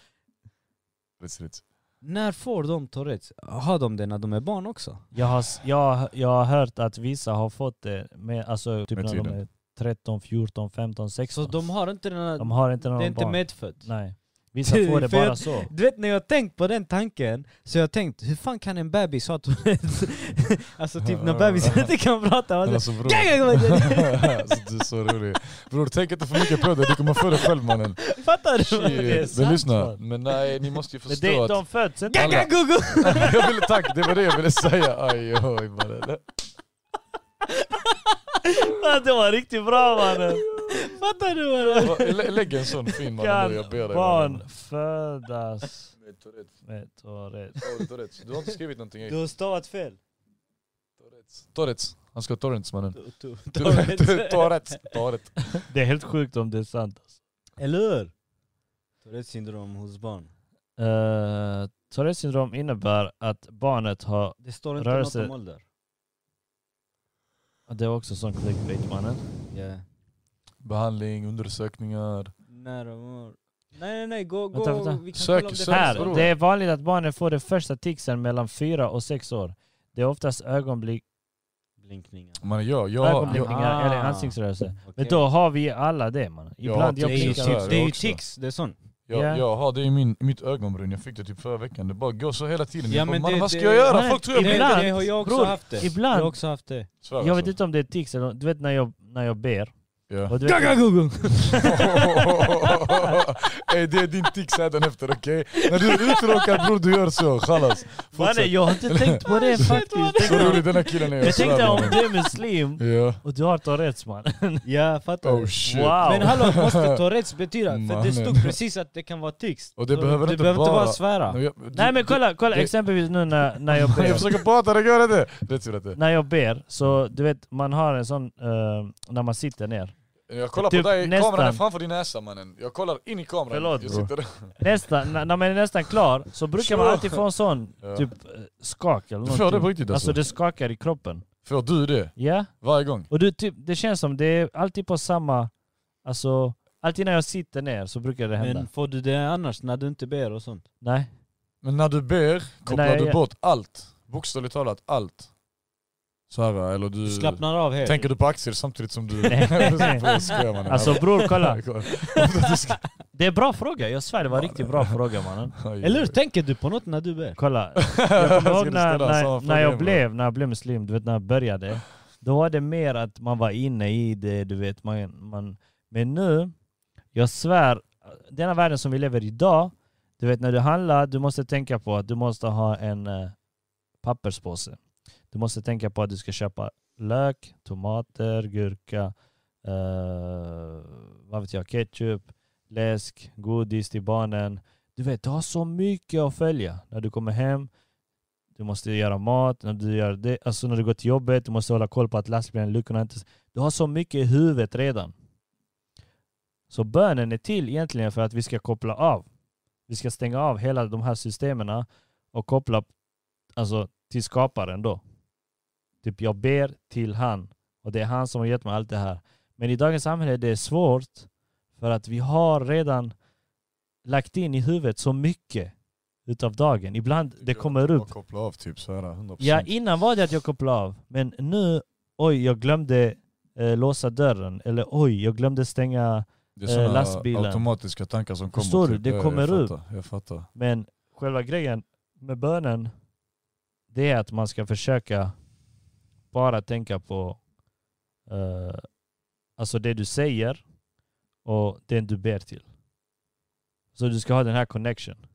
Rätt, rätt. När får de Tourettes? Har de det när de är barn också? Jag har, s- jag, jag har hört att vissa har fått det med, alltså, typ Med när de tiden. är 13, 14, 15, 16. Så de har inte den här, de har inte någon Det är inte barn. medfött? Nej. Vissa får det För jag- bara så. Du vet när jag tänkt på den tanken, så jag tänkt hur fan kan en bebis ha Tourettes? alltså typ när bebisen inte kan prata. Men Alltså, alltså bror. Gagagagag. alltså, du är så rolig. Bror tänk inte för mycket på det, du kommer få det själv mannen. Fattar du? Shit. Det är sant, Men lyssna, man. men nej ni måste ju Men förstå det, att... de föds inte. Gagagogo! jag ville, tack, det var det jag ville säga. Aj, oj, mannen. Det var riktigt bra mannen. Fattar du vad det är? Va, lä- Lägg en sån fin mannen, jag ber Kan dig. barn mannen. födas med Tourettes? Torrets. Du har inte skrivit någonting Du ej. har stavat fel. Torrets. Torrets. Han ska ha Torrents mannen. Du- du- Torrets. Torrets. Det är helt sjukt om det är sant. Alltså. Eller hur? Tourettes syndrom hos barn. Eh, Tourettes syndrom innebär att barnet har... Det står inte Rörelse. något om ålder. Det är också sån clickbait mannen. Yeah. Behandling, undersökningar. När de mår. Nej nej nej, gå, gå. Vänta, vänta. Vi kan Sök- kolla om det sök- finns Vadå Här, då? det är vanligt att barnen får de första ticsen mellan 4 och 6 år. Det är oftast ögonblick, Blinkningar. Mannen jag, jag, jag, ögonblickningar Ah. eller ansiktsrörelser. Men Okej. då har vi alla det man. Ja, Ibland det jag det är ju blinkar blinkar. här tics, det är ju också. tics, det är sånt. Ja. jag, jag har det i min, mitt ögonbryn. Jag fick det typ förra veckan. Det bara går så hela tiden. Ja, jag bara, men mannen, det- vad ska det- jag göra? Nej, Folk tror jag det- blir... Ibland, Nej, det har jag också bror, haft det. ibland- Jag har också haft det. Svär Jag vet alltså. inte om det är tics eller du vet när jag, när jag ber. Ja. Och du vet, Ey det är din tics hädan efter okej? När du är uttråkad bror du gör så, chalas. Mannen Fortsätt. jag har inte tänkt på det faktiskt. Så Tänk rolig om- den här killen är, Jag tänkte svär, om mannen. du är muslim Ja. och du har Tourettes man. Ja, fattar Oh du? shit. Wow. Men hallå, måste Tourettes betyda? För det Mannen. stod precis att det kan vara tics. Och det Så behöver du inte behöver inte vara- bara svära. Men jag- du- Nej men kolla, kolla det- exempelvis nu när, när jag Jag ber. försöker prata, det gör inte! Rätt sida till. När jag ber, så du vet man har en sån eh, när man sitter ner. Jag kollar Typ på dig, kameran är nästan. framför din näsa mannen. Jag kollar in i kameran. Förlåt, jag bror. sitter där. Nästan, när när man är nästan klar så brukar man alltid få en sån Ja. typ eh, skak eller Du får det på någonting. riktigt Alltså alltså? det skakar i kroppen. Får du det? Ja? Varje gång? Och du, typ, det känns som det är alltid på samma... Alltså, alltid när jag sitter ner så brukar det hända. Men får du det annars när du inte ber och sånt? Nej. Men när du ber kopplar Nej, du jag- bort allt. Bokstavligt talat allt. Så här, eller du... Du slappnar av helt. Tänker du på aktier samtidigt som du... Nej. Skojar mannen. Alltså bror, kolla. Du ska- Det är bra fråga, jag svär det var en riktigt bra fråga mannen. Oj, Eller hur? oj. Tänker du på något när du ber? Kolla, jag kommer Ska ihåg du när, ställa samma när, fråga när, jag igen, bror? blev, när jag blev muslim, du vet när jag började. Då var det mer att man var inne i det, du vet. Man, man, men nu, jag svär, denna världen som vi lever i idag, du vet när du handlar, du måste tänka på att du måste ha en eh, papperspåse. Du måste tänka på att du ska köpa lök, tomater, gurka, eh, vad vet jag, ketchup, läsk, godis till barnen. Du vet, du har så mycket att följa när du kommer hem. Du måste göra mat, när du, gör det, alltså när du går till jobbet, du måste hålla koll på att lastbilen, luckorna inte... Du har så mycket i huvudet redan. Så bönen är till egentligen för att vi ska koppla av. Vi ska stänga av hela de här systemen och koppla alltså, till skaparen då. Typ jag ber till han och det är han som har gett mig allt det här. Men i dagens samhälle är det svårt för att vi har redan lagt in i huvudet så mycket utav dagen. Ibland det kommer upp Bara Koppla av typ så här, 100%. Ja, innan var det att jag kopplade av. Men nu, oj, jag glömde eh, låsa dörren. Eller oj, jag glömde stänga. det är såna eh, lastbilar. automatiska tankar som kommer. typ. Förstår du? Det Ja, jag kommer upp. fattar, Jag fattar. Men själva grejen med bönen, det är att man ska försöka bara tänka på eh, alltså det du säger och den du ber till. Så du ska ha den här connection.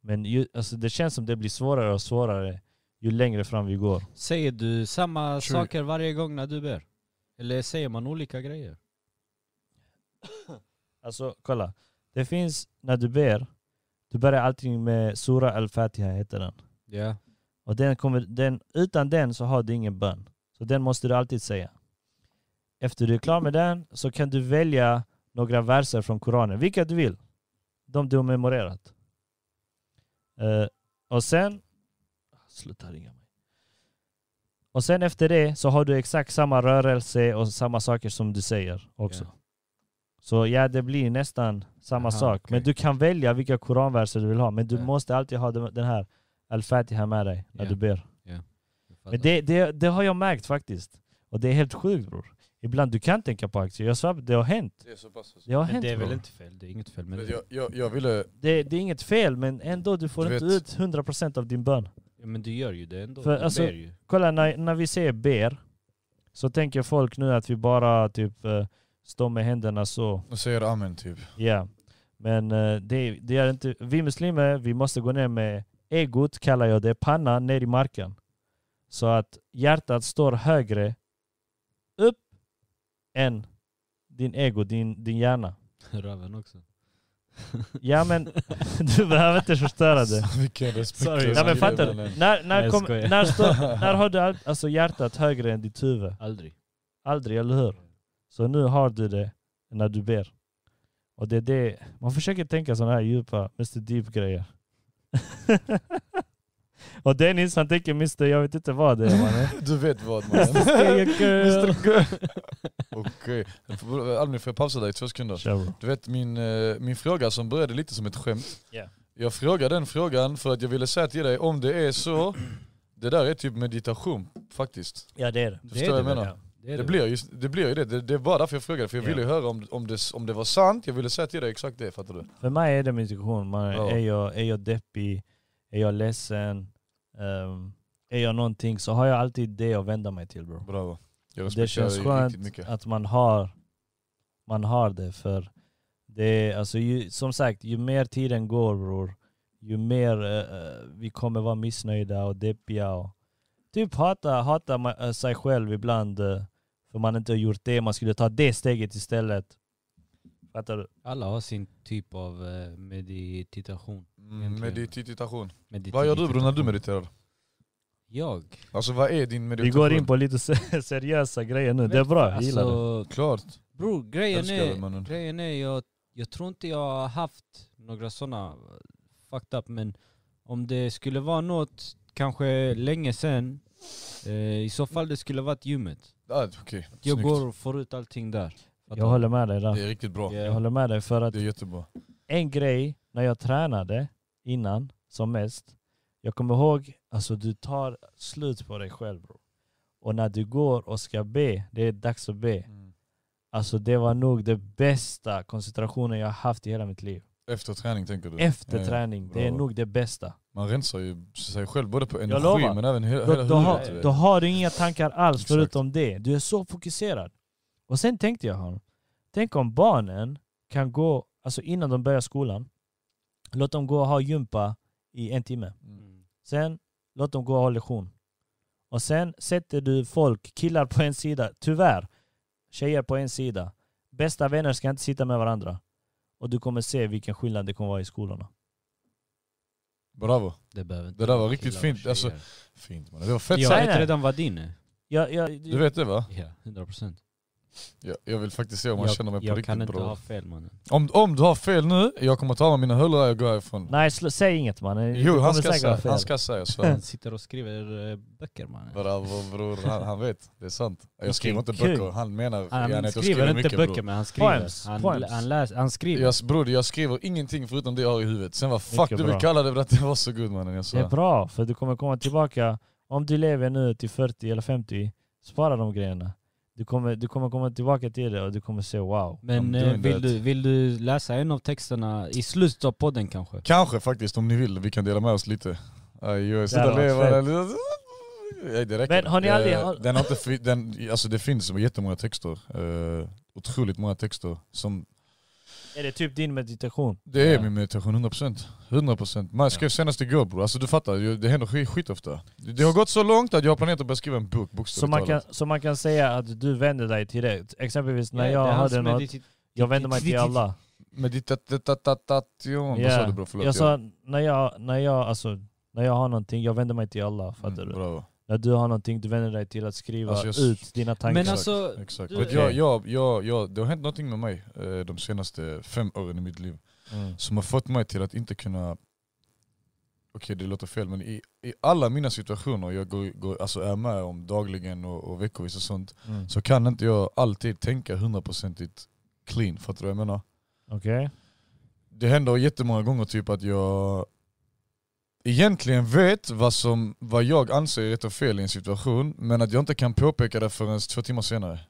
Men ju, alltså det känns som det blir svårare och svårare ju längre fram vi går. Säger du samma True. saker varje gång när du ber? Eller säger man olika grejer? Alltså kolla, det finns när du ber, du börjar alltid med Sura al-Fatiha heter den. Ja. Och den kommer, den, utan den så har du ingen bön. Så den måste du alltid säga. Efter du är klar med den så kan du välja några verser från Koranen, vilka du vill. De du har memorerat. Eh, och sen... Sluta ringa mig. Och sen efter det så har du exakt samma rörelse och samma saker som du säger också. Ja. Så ja, det blir nästan samma Aha, sak. Men okej. du kan välja vilka koranverser du vill ha. Men du Ja. måste alltid ha den den här al-Fatiha med dig när Ja. Alltså. du ber. Men det, det, det har jag märkt faktiskt. Och det är helt sjukt bror. Ibland du kan tänka på aktier. Jag svär, det har hänt. Det är så pass. alltså. Det har Men hänt det är väl bror. inte fel? Det är inget fel med det. Jag, jag, jag ville... Det, det är inget fel men ändå du får Du inte vet. ut 100% av din bön. Ja, men du gör ju det ändå. För du alltså- ber ju. Kolla när, när vi säger ber så tänker folk nu att vi bara typ eh, står med händerna så. Jag säger amen typ. Ja. Men eh, det, det är inte... Vi muslimer, vi måste gå ner med egot, kallar jag det, pannan ner i marken. Så att hjärtat står högre upp än din ego, din, din hjärna. Röven också. Ja men du behöver inte förstöra det. Vilken respekt. Alltså, Sorry. jag Nej men skulle fattar du? mannen. När, Nej, när, jag kom, skojar. när, stå, när har du all, alltså hjärtat högre än ditt huvud? Aldrig. Aldrig, eller hur? Så nu har du det när du ber. Och det är det, man försöker tänka sådana här djupa, Mr Deep grejer. och Dennis han tänker Mr, jag vet inte vad det är mannen. Du vet vad mannen. Okej. Okay. Albin får jag pausa dig i två sekunder? Kör bro. Du vet min, eh, min fråga som började lite som ett skämt. Ja. Jag frågade den frågan för att jag ville säga till dig om det är så, det där är typ meditation faktiskt. Ja det är det. Du förstår vad jag väl, menar? ja. är Det blir, just, det blir ju det, det, det var därför jag frågade, för jag Ja. ville höra om, om, det, om det var sant, jag ville säga till dig exakt det, fattar du? För mig är det meditation. Man, Ja. är, jag, är jag deppig, är jag ledsen, ehm, är jag någonting så har jag alltid det att vända mig till bro. Bravo. Jag Det respekterar känns dig riktigt skönt mycket. att man har, man har det för Det är, alltså, ju, som sagt, ju mer tiden går bror, ju mer eh, eh, vi kommer vara missnöjda och deppiga. Och, typ hata, hata ma- eh, sig själv ibland eh, för man inte har gjort det. Man skulle ta det steget istället. Fattar du? Alla har sin typ av eh, meditation. Mm, Egentligen. meditation. Medit- typ Vad gör du bror när du mediterar? Jag? Alltså vad är din Vi meditation? går in på lite se- seriösa grejer nu. Det är bra, jag gillar det. Alltså, Klart. Bror, grejen Älskar det, är, mannen. grejen är jag, jag tror inte jag har haft några sådana fucked up, men om det skulle vara något, kanske länge sen, eh, i så fall det skulle varit gymmet. Ah, Okej, Jag snyggt. går och får ut allting där. Jag håller med dig där. Det är riktigt bra. Jag håller med dig för att Det är jättebra. en grej när jag tränade innan som mest. Jag kommer ihåg, alltså du tar slut på dig själv bro. Och när du går och ska be, det är dags att be. Alltså det var nog det bästa koncentrationen jag haft i hela mitt liv. Efter träning tänker du? Efter Mm. Ja, ja. träning, det är Bra. nog det bästa. Man rensar ju sig själv både på energi lovar. men även hela, Då, hela då, huvudet. har, vet då du. har du inga tankar alls Exakt. förutom det. Du är så fokuserad. Och sen tänkte jag honom, tänk om barnen kan gå, alltså innan de börjar skolan, låt dem gå och ha gympa i en timme. Mm. Sen låt dem gå och ha lektion. Och sen sätter du folk, killar på en sida, tyvärr, tjejer på en sida. Bästa vänner ska inte sitta med varandra. Och du kommer se vilken skillnad det kommer vara i skolorna. Bravo. Det, behöver inte Det där vara var riktigt killar och fint, alltså. tjejer. Fint mannen. Det var fett Ja. Jag Nej, sagt. vet nej. redan vad din är. Jag, jag, Du vet det va? Ja, 100 procent. Jag, jag vill faktiskt se om man känner mig Jag, på jag riktigt kan inte bra. ha fel mannen. Om, om du har fel nu, jag kommer ta av mig mina hörlurar och gå härifrån. nej, sl- säg inget man. Jo, han ska, säga, han ska säga. jag Eh. svär. Han sitter och skriver eh, böcker mannen. Bravo bror, han, han vet. Det är sant. Jag Vilken skriver inte kung. böcker, han menar Han, gärna att jag skriver inte mycket, böcker bror. men han skriver. Poems, han, poems. Han, läs, han skriver. Jag, bror, jag skriver ingenting förutom det jag har i huvudet. Sen vad fuck Mycket du vill bra. kalla det för att det var så god mannen. Jag Det är svär. bra, för du kommer komma tillbaka. Om du lever nu till 40 eller 50, spara de grejerna. Du kommer, du kommer komma tillbaka till det och du kommer se wow. Men I'm eh, doing vill, that. du, vill du läsa en av texterna i slutet av podden kanske? Kanske faktiskt, om ni vill. Vi kan dela med oss lite. Aj, jag Det sitter hade varit leva. Nej, det räcker. Men har ni Eh, aldrig- har- Den har inte, fi- den, alltså det finns jättemånga texter. Uh, otroligt många texter. Som, Är det typ din meditation? det är Ja. min meditation, 100%. 100%. Man skrev senast igår bror. Alltså du fattar, ju- det händer skit, skit ofta. Det det har gått så långt att jag har planerat att börja skriva en bok, Så bokstavligt man, kan, talat. så man kan säga att du vänder dig till det. Exempelvis när jag hade något, jag vände mig till Allah. Meditation. Vad sa Ja. du bror? Förlåt. Mm, Jag sa, när jag, när jag, alltså, när jag har någonting, jag vänder mig till Allah. Fattar Mm, du? Bravo. När du har någonting, du vänder dig till att skriva Alltså, jag s- ut dina tankar. Men alltså, Exakt. Du- Vet du, Jag, jag, jag, jag, det har hänt någonting med mig eh, de senaste fem åren i mitt liv. mm. som har fått mig till att inte kunna, okej det låter fel men i, i alla mina situationer jag går, går, alltså är med om dagligen och, och veckovis och sånt, Mm. så kan inte jag alltid tänka hundraprocentigt clean, fattar du vad jag menar? Okej? Det händer jättemånga gånger typ att jag egentligen vet vad, som, vad jag anser är rätt och fel i en situation, men att jag inte kan påpeka det förrän två timmar senare.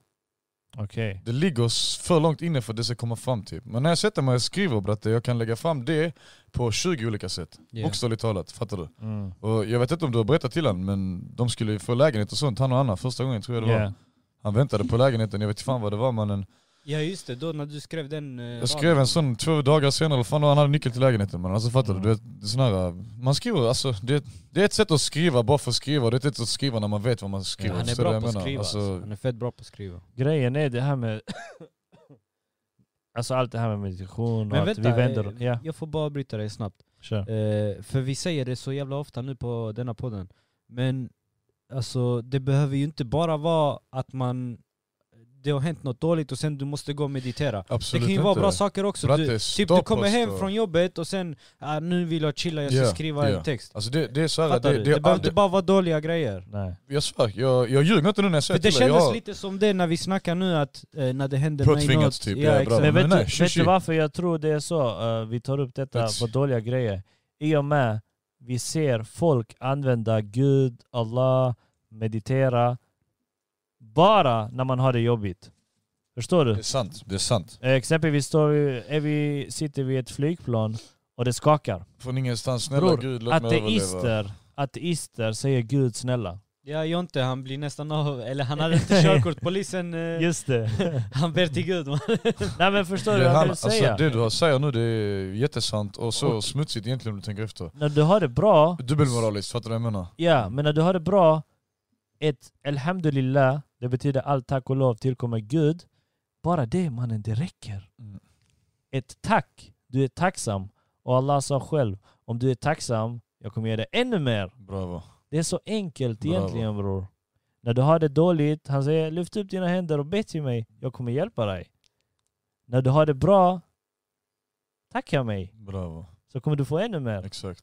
Okej. Det ligger s- för långt inne för att det ska komma fram typ. Men när jag sätter mig och skriver bratte, jag kan lägga fram det på 20 olika sätt. Bokstavligt talat, fattar du? Mm. Och jag vet inte om du har berättat till honom, men de skulle ju få lägenhet och sånt, han och Anna, första gången tror jag det Yeah. var. Han väntade på lägenheten, jag vet inte fan vad det var mannen. Ja just det, då när du skrev den... eh, raden. Jag skrev en sån två dagar senare, fan han hade nyckel till lägenheten mannen. Alltså fattar du? Mm. du? vet, det är sån här, man skriver, alltså det, det är ett sätt att skriva bara för att skriva, och det är ett sätt att skriva när man vet vad man skriver. Ja, han är Förstår du bra vad på jag att menar? skriva Alltså, alltså. Han är fett bra på att skriva. Grejen är det här med... alltså allt det här med meditation och Men att vänta, vi vänder... eh, Ja, jag får bara bryta dig snabbt. kör. Eh, för vi säger det så jävla ofta nu på denna podden. Men alltså det behöver ju inte bara vara att man... Det har hänt något dåligt och sen du måste gå och meditera. Det Absolut kan ju vara inte. bra saker också. Bratte, Du, typ du stopp kommer oss hem då. från jobbet och sen ah, nu vill jag chilla, jag ska Ja, skriva ja. en text. Alltså det, det är såhär, Fattar det, du? det, Det behöver inte det, bara vara dåliga grejer. Nej. jag svär, jag, jag ljuger inte nu när jag För säger det till dig, kändes jag- lite som det när vi snackar nu att eh, när det händer mig Påtvingat något... typ, ja, ja, bra. exakt. Men vet, nej, du, vet shishi. du varför jag tror det är så? Eh, vi tar upp detta That's- på dåliga grejer. I och med vi ser folk använda Gud, Allah, meditera bara när man har det jobbigt. Förstår du? Det är sant, det är sant. Eh, Exempelvis står vi, är vi, sitter vi i ett flygplan och det skakar. Från ingenstans, snälla Bror, gud låt mig överleva. Ateister, ateister säger Gud snälla. Ja Jonte, han blir nästan av, eller han hade inte körkort, polisen, eh, Just det. han ber till gud. man. Nej men förstår du Det, vad jag han, vill alltså, säga? det du säger nu det är jättesant och så smutsigt egentligen om du tänker efter. När du har det bra, Dubbelmoraliskt, fattar du vad jag menar? ja, men när du har det bra, ett alhamdulillah, det betyder allt tack och lov tillkommer Gud. Bara det mannen, det räcker. Mm. Ett tack, du är tacksam. Och Allah sa själv, om du är tacksam, jag kommer ge dig ännu mer. Bravo. Det är så enkelt Bravo. egentligen bror. När du har det dåligt, han säger lyft upp dina händer och be till mig. Jag kommer hjälpa dig. När du har det bra, tacka mig. Bravo. Så kommer du få ännu mer. Exakt.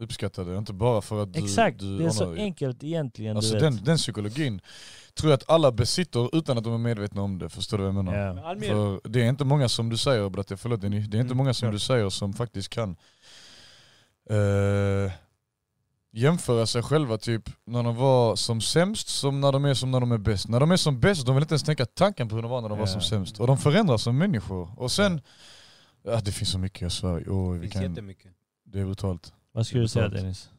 Uppskatta det, inte bara för att du... Exakt, du det är så honorar- enkelt egentligen. Alltså du vet. den, den psykologin tror jag att alla besitter utan att de är medvetna om det, förstår du vad jag menar? Ja. Almir, För det är inte många som du säger, Bratte, förlåt Denny, det är inte Mm, många som kör. du säger som faktiskt kan eh, jämföra sig själva typ när de var som sämst, som när de är som när de är bäst. När de är som bäst, de vill inte ens tänka tanken på hur de var när de var Ja. som sämst. Och de förändras som människor. Och sen, ja, det finns så mycket, jag svär. Oj, det vi finns kan, jättemycket. det är brutalt. Vad skulle du säga Dennis?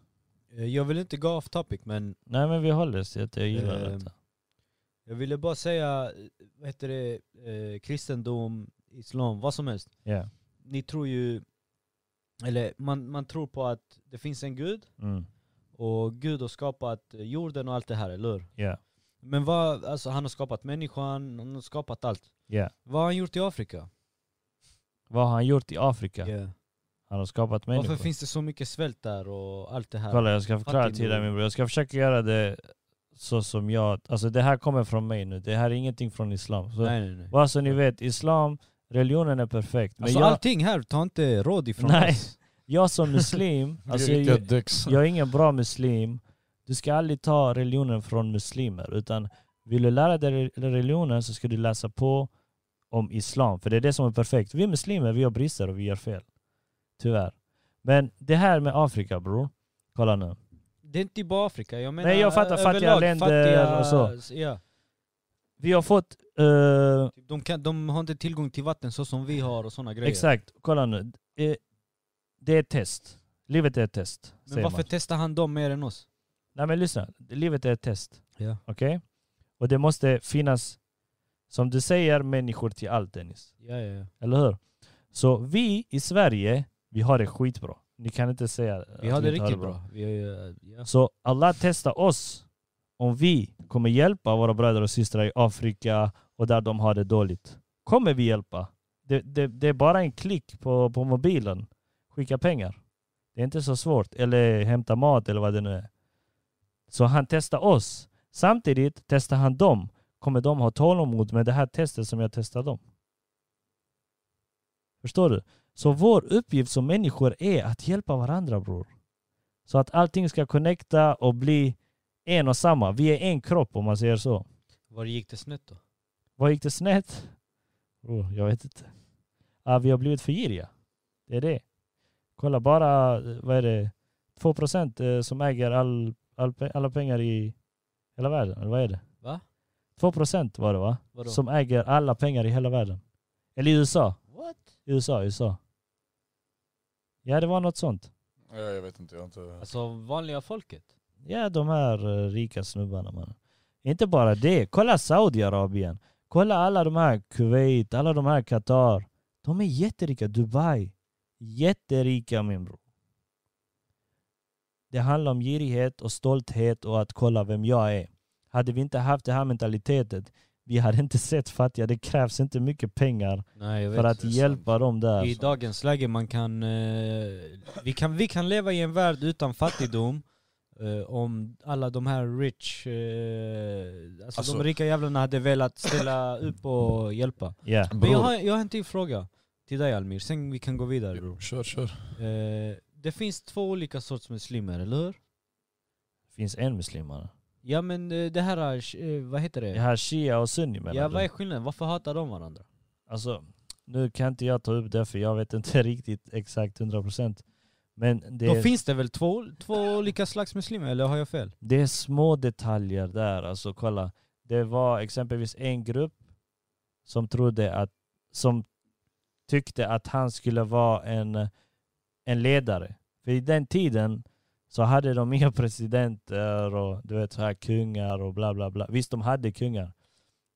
Eh, Jag vill inte gå off topic men Nej men vi håller oss till att jag gillar Ehm, detta. jag ville bara säga, eh, vad heter det, eh, kristendom, islam, vad som helst. Ja. Ni tror ju, eller man, man tror på att det finns en gud Mm. och gud har skapat jorden och allt det här, eller hur? Ja. Men vad, alltså han har skapat människan, han har skapat allt. Ja. Vad har han gjort i Afrika? Vad har han gjort i Afrika? Yeah. Han har skapat människor. Varför finns det så mycket svält där och allt det här? Kolla jag ska förklara Fattig till dig bror. min bror. Jag ska försöka göra det så som jag... Alltså det här kommer från mig nu. Det här är ingenting från islam. Så Nej nej nej. Bara så ni vet, islam, religionen är perfekt. Men Alltså jag, allting här, ta inte råd ifrån Nej. oss. jag som muslim, alltså, vi är riktiga jag, däcks. jag är ingen bra muslim. Du ska aldrig ta religionen från muslimer. Utan vill du lära dig re- religionen så ska du läsa på om islam. För det är det som är perfekt. Vi är muslimer, vi har brister och vi gör fel. Tyvärr. Men det här med Afrika bror. Kolla nu. Det är inte bara Afrika, jag menar Nej, jag fattar, fattiga länder och så. s- Ja. Vi har fått eh, Typ De, kan, de har inte tillgång till vatten så som vi har och sådana grejer. Exakt, kolla nu. Eh, Det är ett test. Livet är ett test. Men säger varför man. testar han dem mer än oss? Nej men lyssna, livet är ett test. Ja. Okej? Och det måste finnas, som du säger, människor till allt Dennis. Ja, ja, ja. Eller hur? Så vi i Sverige, vi har det skitbra. Ni kan inte säga att Vi har det inte riktigt bra. Vi har, ja. Så Allah testar oss om vi kommer hjälpa våra bröder och systrar i Afrika och där de har det dåligt. Kommer vi hjälpa? Det, det, det är bara en klick på, på mobilen. Skicka pengar. Det är inte så svårt. Eller hämta mat eller vad det nu är. Så han testar oss. Samtidigt testar han dem. Kommer de ha tålamod med det här testet som jag testar dem? Förstår du? Så vår uppgift som människor är att hjälpa varandra bror. Så att allting ska connecta och bli en och samma. Vi är en kropp om man säger så. Var gick det snett då? Vad gick det snett? Oh, jag vet inte. Ah, vi har blivit för giriga. Det är det. Kolla bara, eh, vad är det? 2% eh, som äger all, all, pe- alla pengar i hela världen. Eller vad är det? Va? 2% var det va? Vadå? Som äger alla pengar i hela världen. Eller i USA. What? USA, USA. Ja, det var något sånt. Ja, jag vet inte, jag har inte... Alltså vanliga folket? Ja, de här eh, rika snubbarna man. Inte bara det. Kolla Saudiarabien. Kolla alla de här Kuwait, alla de här Qatar. De är jätterika. Dubai. Jätterika min bror. Det handlar om girighet och stolthet och att kolla vem jag är. Hade vi inte haft det här mentaliteten, vi hade inte sett fattiga. Det krävs inte mycket pengar Nej, jag vet. för att det är hjälpa dem där. I dagens läge man kan, eh, vi kan... Vi kan leva i en värld utan fattigdom eh, om alla de här rich... Eh, alltså, Alltså- de rika jävlarna hade velat ställa upp och hjälpa. Ja. Men jag Bror, har, jag har en till fråga till dig Almir, sen vi kan gå vidare bror. kör kör. Eh, det finns två olika sorts muslimer, eller hur? finns en muslim man. Ja men eh, det här, är, eh, vad heter Det det? här shia och sunni menar Ja du? vad är skillnaden? Varför hatar de varandra? Alltså, nu kan inte jag ta upp det för jag vet inte riktigt exakt 100%. Men det Då är, finns det väl två, två olika slags muslimer, eller har jag fel? det är små detaljer där. Alltså kolla, det var exempelvis en grupp som trodde att, som tyckte att han skulle vara en, en ledare. För i den tiden så hade de inga presidenter och du vet så här kungar och bla bla bla. Visst de hade kungar.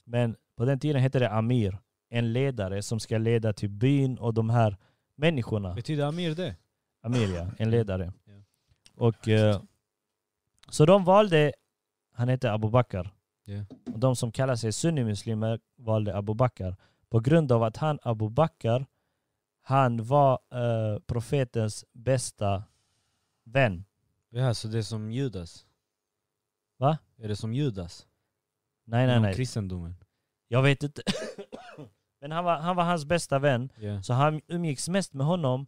Men på den tiden hette det Amir. En ledare som ska leda till byn och de här människorna. Betyder Amir det? Amir ja, en ledare. Ja. Och, eh, så de valde, han hette Abu Bakr. Ja. Och de som kallar sig sunnimuslimer valde Abu Bakr. På grund av att han, Abu Bakr, han var eh, profetens bästa vän. Ja, så det är som Judas? Va? Är det som Judas? Nej, nej, Inom nej. kristendomen? Jag vet inte. Men han var, han var hans bästa vän. Ja. Så han umgicks mest med honom.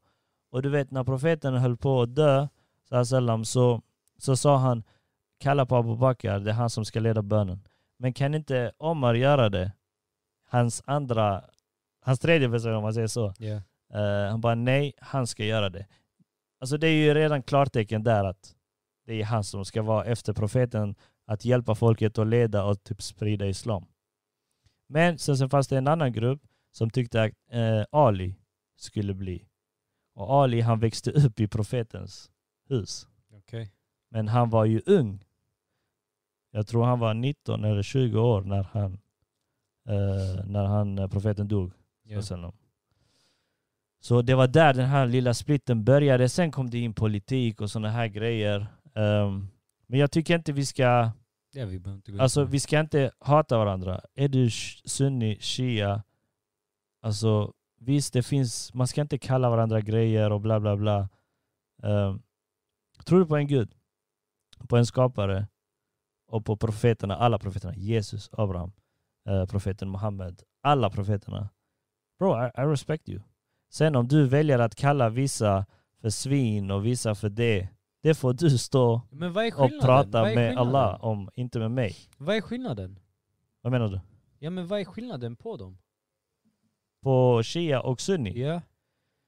Och du vet när profeten höll på att dö, så, här sällan, så, så sa han kalla på Abu Bakr, det är han som ska leda bönen. Men kan inte Omar göra det? Hans andra, hans tredje person om man säger så. Ja. Eh, han bara nej, han ska göra det. Alltså det är ju redan klartecken där att det är han som ska vara efter profeten att hjälpa folket och leda och typ sprida islam. Men sen, sen fanns det en annan grupp som tyckte att eh, Ali skulle bli. Och Ali han växte upp i profetens hus. Okej. Men han var ju ung. Jag tror han var 19 eller 20 år när han, eh, när han eh, profeten dog. Ja. Sallam. Så det var där den här lilla splitten började. Sen kom det in politik och sådana här grejer. Ehm, men jag tycker inte vi ska, Ja, vi behöver inte gå in alltså på det. vi ska inte hata varandra. Är du sh- sunni, shia, alltså visst det finns, man ska inte kalla varandra grejer och bla bla bla. Ehm, tror du på en gud? På en skapare? Och på profeterna, alla profeterna. Jesus, Abraham, eh, profeten Muhammed. Alla profeterna. Bro, I, I respect you. Sen om du väljer att kalla vissa för svin och vissa för det, det får du stå Men vad är och skillnaden? prata Vad är med skillnaden? Allah om, inte med mig. Vad är skillnaden? Vad menar du? Ja men vad är skillnaden på dem? På shia och sunni? Ja.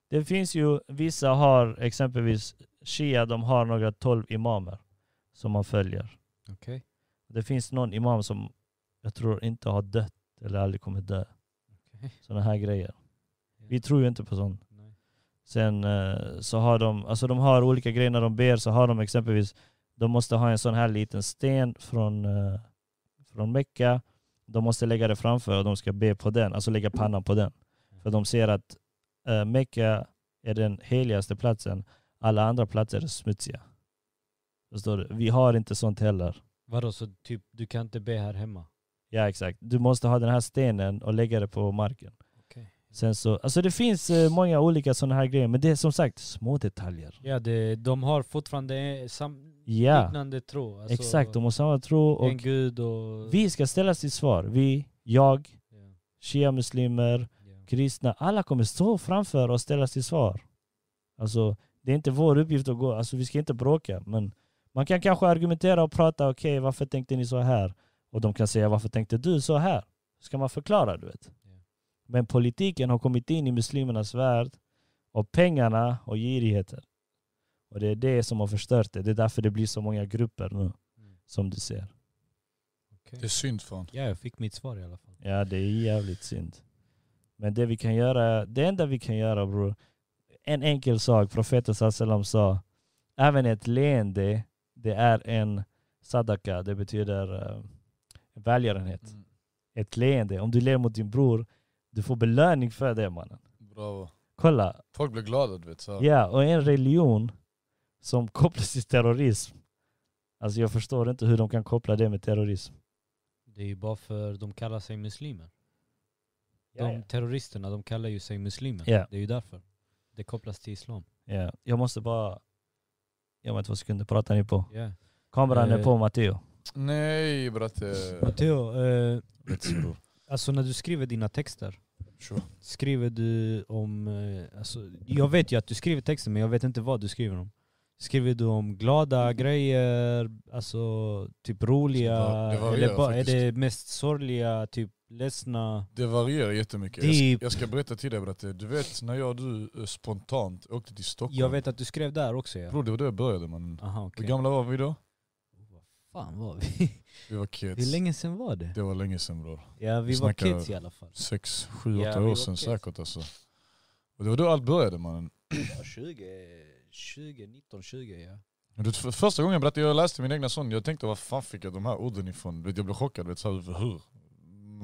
Det finns ju, vissa har exempelvis Shia, de har några tolv imamer som man följer. Okej. Det finns någon imam som jag tror inte har dött eller aldrig kommer dö. Okej. Sådana här grejer. Ja. Vi tror ju inte på sånt. Nej. Sen eh, så har de, alltså de har olika grejer när de ber, så har de exempelvis, de måste ha en sån här liten sten från, eh, från Mecka, de måste lägga det framför och de ska be på den, alltså lägga pannan på den. För de ser att eh, Mecka är den heligaste platsen, alla andra platser är smutsiga. Förstår du? Vi har inte sånt heller. Vadå så typ du kan inte be här hemma? Ja exakt. Du måste ha den här stenen och lägga det på marken. Okej. Sen så, alltså det finns eh, många olika sådana här grejer, men det är som sagt små detaljer. Ja det, de har fortfarande eh, sam- Ja, liknande tro. Alltså, exakt. De måste ha tro och En gud och... vi ska ställas till svar. Vi, jag, Ja, shia-muslimer, ja. kristna, alla kommer stå framför och ställas till svar. Alltså, det är inte vår uppgift att gå, alltså vi ska inte bråka, men man kan kanske argumentera och prata, okej varför tänkte ni så här? Och de kan säga, varför tänkte du så här? Ska man förklara, du vet. Ja. Men politiken har kommit in i muslimernas värld, och pengarna och girigheten. Och det är det som har förstört det. Det är därför det blir så många grupper nu, Mm. som du ser. Det är synd fan. ja jag fick mitt svar i alla fall. Ja, det är jävligt synd. Men det vi kan göra, det enda vi kan göra bror, en enkel sak. Profeten sallam sa, även ett leende, det är en sadaka, det betyder uh, välgörenhet. Mm. Ett leende, om du ler mot din bror, du får belöning för det mannen. Bravo. Kolla, Folk blir glada du vet. Så. här. Ja, och en religion som kopplas till terrorism. Alltså jag förstår inte hur de kan koppla det med terrorism. Det är ju bara för de kallar sig muslimer. Ja, De terroristerna, de kallar ju sig muslimer. Ja. Det är ju därför. Det kopplas till islam. ja. Jag måste bara... Jag vet inte vad sekunder pratar ni på. Ja. Kameran är Eh. på Matteo. Nej bratte. Matteo, eh, Lättsbror. alltså när du skriver dina texter, Tjo. skriver du om... eh, Alltså, jag vet ju att du skriver texter men jag vet inte vad du skriver om. Skriver du om glada grejer, alltså typ roliga, Det var- det varierar eller bara, är faktiskt. det mest sorgliga, typ ledsna? Det varierar jättemycket. Jag ska, Deep. jag ska berätta till dig bratte. Du vet när jag och du eh, spontant åkte till Stockholm. Jag vet att du skrev där också ja. Bror det var då jag började man. Aha, Hur okej. gamla var vi då? Fan vad vi... Vi var kids. Hur länge sedan var det? Det var länge sedan bror. Ja vi var snackar- kids i alla fall. Sex, sju, Ja, åtta vi år var sedan kids. säkert alltså. Och det var då allt började mannen. 20, 20, 19, 20 ja. Men du, vet, för, första gången jag berättade, jag läste min egna sån, jag tänkte vad fan fick jag de här orden ifrån? Du vet, jag blev chockad, du vet, så här, hur?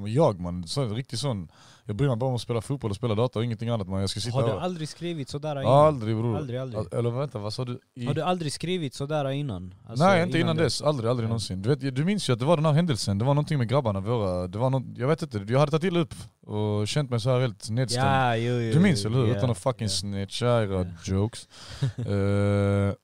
Men Jag man, så här, riktigt sån. Jag bryr mig bara om att spela fotboll och spela data och ingenting annat man. Jag ska sitta Har du här. aldrig skrivit sådär innan? Aldrig bror. Aldrig, aldrig. Al- Eller vänta, vad sa du? Alltså, I... Har du aldrig skrivit sådär innan? Alltså, Nej inte innan det. dess, aldrig, aldrig Nej. någonsin. Du, vet, du minns ju att det var den här händelsen, det var någonting med grabbarna, våra, det var något, jag vet inte, jag hade tagit illa upp och känt mig så här helt nedstämd. Ja, jo, jo, Du minns jo, eller hur? ja, Utan att fucking ja. snitcha era Ja. jokes. Eh,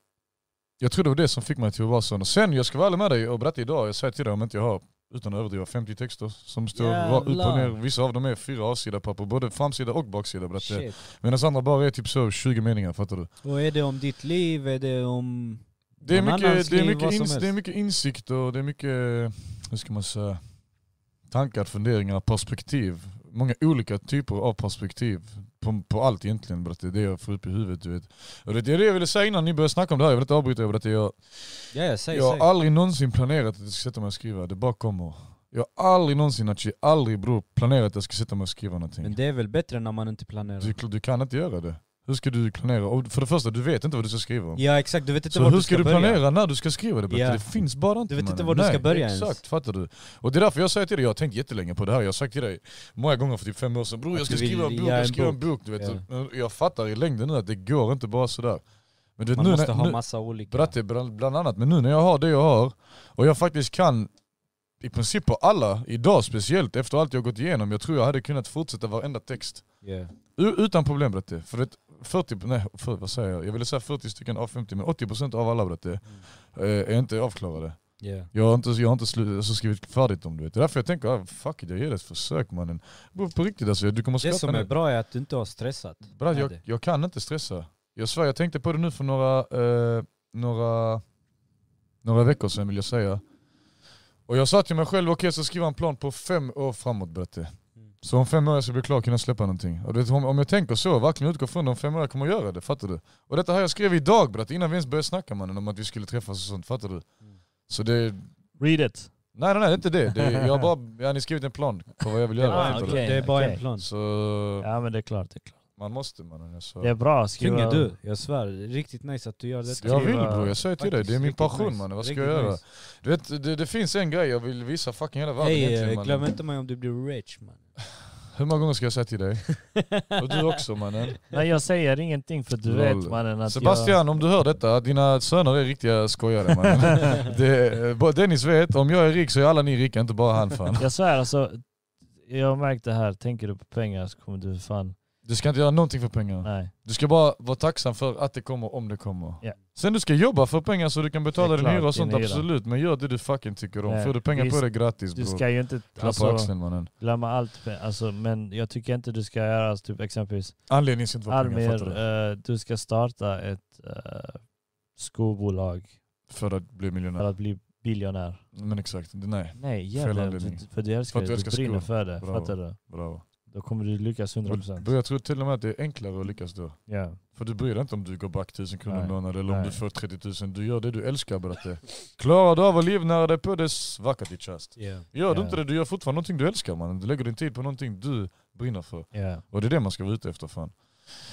jag tror det var det som fick mig till att vara sån. Och sen, jag ska vara ärlig med dig och berätta idag, jag säger till dig om inte jag har, utan att överdriva, 50 texter som står ra- upp och ner. Jävlar. Vissa av dem är fyra avsida papper, både framsida och baksida. berättar jag. Shit. Medan andra bara är typ så 20 meningar, fattar du? Och är det om ditt liv? Är det om... Det är, Någon annan mycket, det, är skriver mycket vad som ins- helst. det är mycket insikt och det är mycket, hur ska man säga, tankar, funderingar, perspektiv. Många olika typer av perspektiv på, på allt egentligen. berättar jag. Det är det jag får upp i huvudet du vet. Och det är det jag ville säga innan ni började snacka om det här. Jag vill inte avbryta er. berättar Jag, Ja, ja, säg, jag säg. har aldrig någonsin planerat att jag ska sätta mig och skriva. Det bara kommer. Jag har aldrig någonsin, att jag aldrig bror, planerat att jag ska sätta mig och skriva någonting. Men det är väl bättre när man inte planerar? Du, du kan inte göra det. Hur ska du planera? Och för det första, du vet inte vad du ska skriva om. Ja exakt, du vet inte Så var hur du ska du börja. planera när du ska skriva det? Ja. Yeah. Det finns bara inte Du vet mannen. inte var du ska börja ens. exakt, fattar du? Och det är därför jag säger till dig, jag har tänkt jättelänge på det här. Jag har sagt till dig många gånger för typ fem år sedan, bror jag Att ska du vill skriva en bok, göra jag en ska skriva en bok." bok. Du vet. Och Jag fattar i längden nu att det går inte bara sådär. Men du vet, Man nu, måste när, ha nu, massa olika... berätta bland bland annat, men nu när jag har det jag har och jag faktiskt kan i princip på alla, idag speciellt efter allt jag gått igenom, jag tror jag hade kunnat fortsätta varenda text. Ja. U- Utan problem Bratte. För det, 40, nej för, vad säger jag? Jag ville säga 40 stycken av 50 men 80% av alla Mm. Bratte eh, är inte avklarade. Ja. Jag har inte, jag har inte slu, alltså skrivit färdigt om det. Det är därför jag tänker, ah, fuck it, jag ger det ett försök mannen. På, på riktigt alltså, du kommer Det skratta som nu. är bra är att du inte har stressat. Brad, med jag, det. jag kan inte stressa. Jag svär, jag tänkte på det nu för några, eh, några, några veckor sedan vill jag säga. Och jag sa till mig själv, okej jag ska skriva en plan på fem år framåt Bratte. Mm. Så om fem år jag ska bli klar och kunna släppa någonting. Och du vet, om, om jag tänker så, verkligen utgår från det, om fem år jag kommer göra det, fattar du? Och detta här jag skrev idag Bratte, innan vi ens började snacka mannen om att vi skulle träffas och sånt, fattar du? Mm. Så det, Read it. nej nej nej det är inte det. det är, jag har bara, jag har skrivit en plan på vad jag vill göra. Ah, fattar du? okej, det är bara okej. en plan. Så Ja men det är klart, det är klart. man måste mannen. alltså. Jag svär. Det är bra. Skriva. Kungen du, jag svär. det är Riktigt nice att du gör detta. Jag vill Skriva- bror, jag säger till dig, Faktiskt, det är min riktigt passion nice. mannen, vad ska Riktigt jag göra? nice. Du vet, det, det finns en grej jag vill visa fucking hela världen Ey, egentligen, eh, mannen. glöm inte mig om du blir rich man. Hur många gånger ska jag säga till dig? Och du också mannen. Nej jag säger ingenting för du Lol. vet mannen att Sebastian, om du hör detta, dina söner är riktiga skojare mannen. det, bara Dennis vet, om jag är rik så är alla ni rika, inte bara han fan. jag... Jag svär alltså. Jag har märkt det här, tänker du på pengar så kommer du fan... Du ska inte göra någonting för pengar. Nej. Du ska bara vara tacksam för att det kommer om det kommer. Ja. Sen du ska jobba för pengar så du kan Det betala är din klart, hyra och sånt, din hyra. absolut. Men gör det du fucking tycker om. Nej, Får du pengar på visst. det, gratis Du bror. ska ju inte Klappa alltså, axeln mannen. glömma allt. Alltså, men jag tycker inte du ska göra alltså, typ exempelvis Anledningen ska inte vara pengar, fattar Almir, du? eh, du ska starta ett eh, skobolag För att bli för miljonär. att bli biljonär. Men exakt, Det- nej. Nej, Fel jävlar. anledning. Du, för du älskar För att det, du du älskar brinner skor. för det. Bravo. Fattar du? Bravo. Då kommer du lyckas 100%. Och Jag tror till och med att det är enklare att lyckas då. Ja. För du bryr dig inte om du går back 1000 kronor i Nej. månaden eller om Nej. du får 30 000. Du gör det du älskar berätta. Klarar du av att livnära dig på det, svacka ditt chest. Gör du Ja. inte det, du gör fortfarande någonting du älskar mannen. Du lägger din tid på någonting du brinner för. ja, Och det är det man ska vara ute efter fan.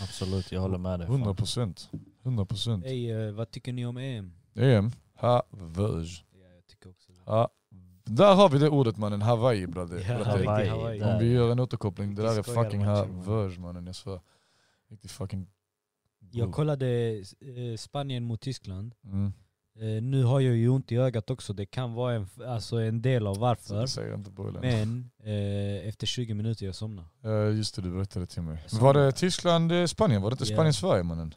absolut. Jag håller med dig. fan. 100 procent. 100 procent. Ey, eh, vad tycker ni om EM? EM, Hawaii. Ja, jag tycker också det. Ha- Där har vi det ordet mannen, Hawaii brother. Ja, Brother. Hawaii, Hawaii. där. Om vi gör en återkoppling, det där är Riktigt skojar fucking matcher, havers mannen, jag svär. Riktigt fucking... Jag kollade eh, Spanien mot Tyskland. Mm. Eh, nu har jag ju ont i ögat också, det kan vara en, f- alltså en del av Så det varför. säger jag inte på Irland. Men eh, efter 20 minuter jag somnade. Eh, just det, du berättade till mig. Jag Men sa var det. det Tyskland, eh, Spanien? Var det inte Ja. Spanien-Sverige mannen?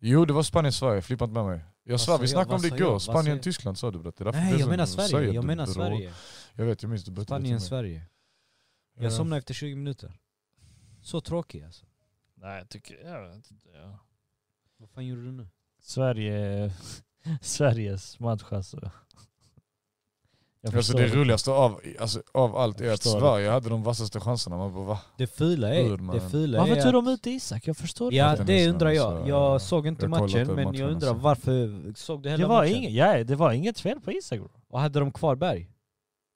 Jo det var Spanien-Sverige, flippa inte med mig. Jag Vad svär, vi sa jag? snackade om det Vad sa jag? igår. Vad sa jag? Spanien-Tyskland sa du berättade. Därför det är Nej jag så- du menar säger Sverige, att jag du menar drar. Sverige. Jag vet, jag minns du berättade till mig. Spanien-Sverige. Jag Eh, somnade efter 20 minuter. Så tråkig alltså. Nej, jag tycker... Jag vet inte, ja. Vad fan gjorde du nu? Sverige... Sveriges match alltså. Jag Alltså förstår det inte. roligaste av, alltså, av allt Jag är att förstår det. Sverige hade de vassaste chanserna. Man bara va? Det fula är... Urman. Det fula Varför är tog de ut Isak? Jag förstår Ja inte. den det nästan, undrar jag. alltså. Jag såg inte Jag kollar matchen inte men matchen, jag undrar alltså. varför... Såg du hela Det var, matchen? inget, ja, det var inget fel på Isak bro. Och hade de kvar Berg?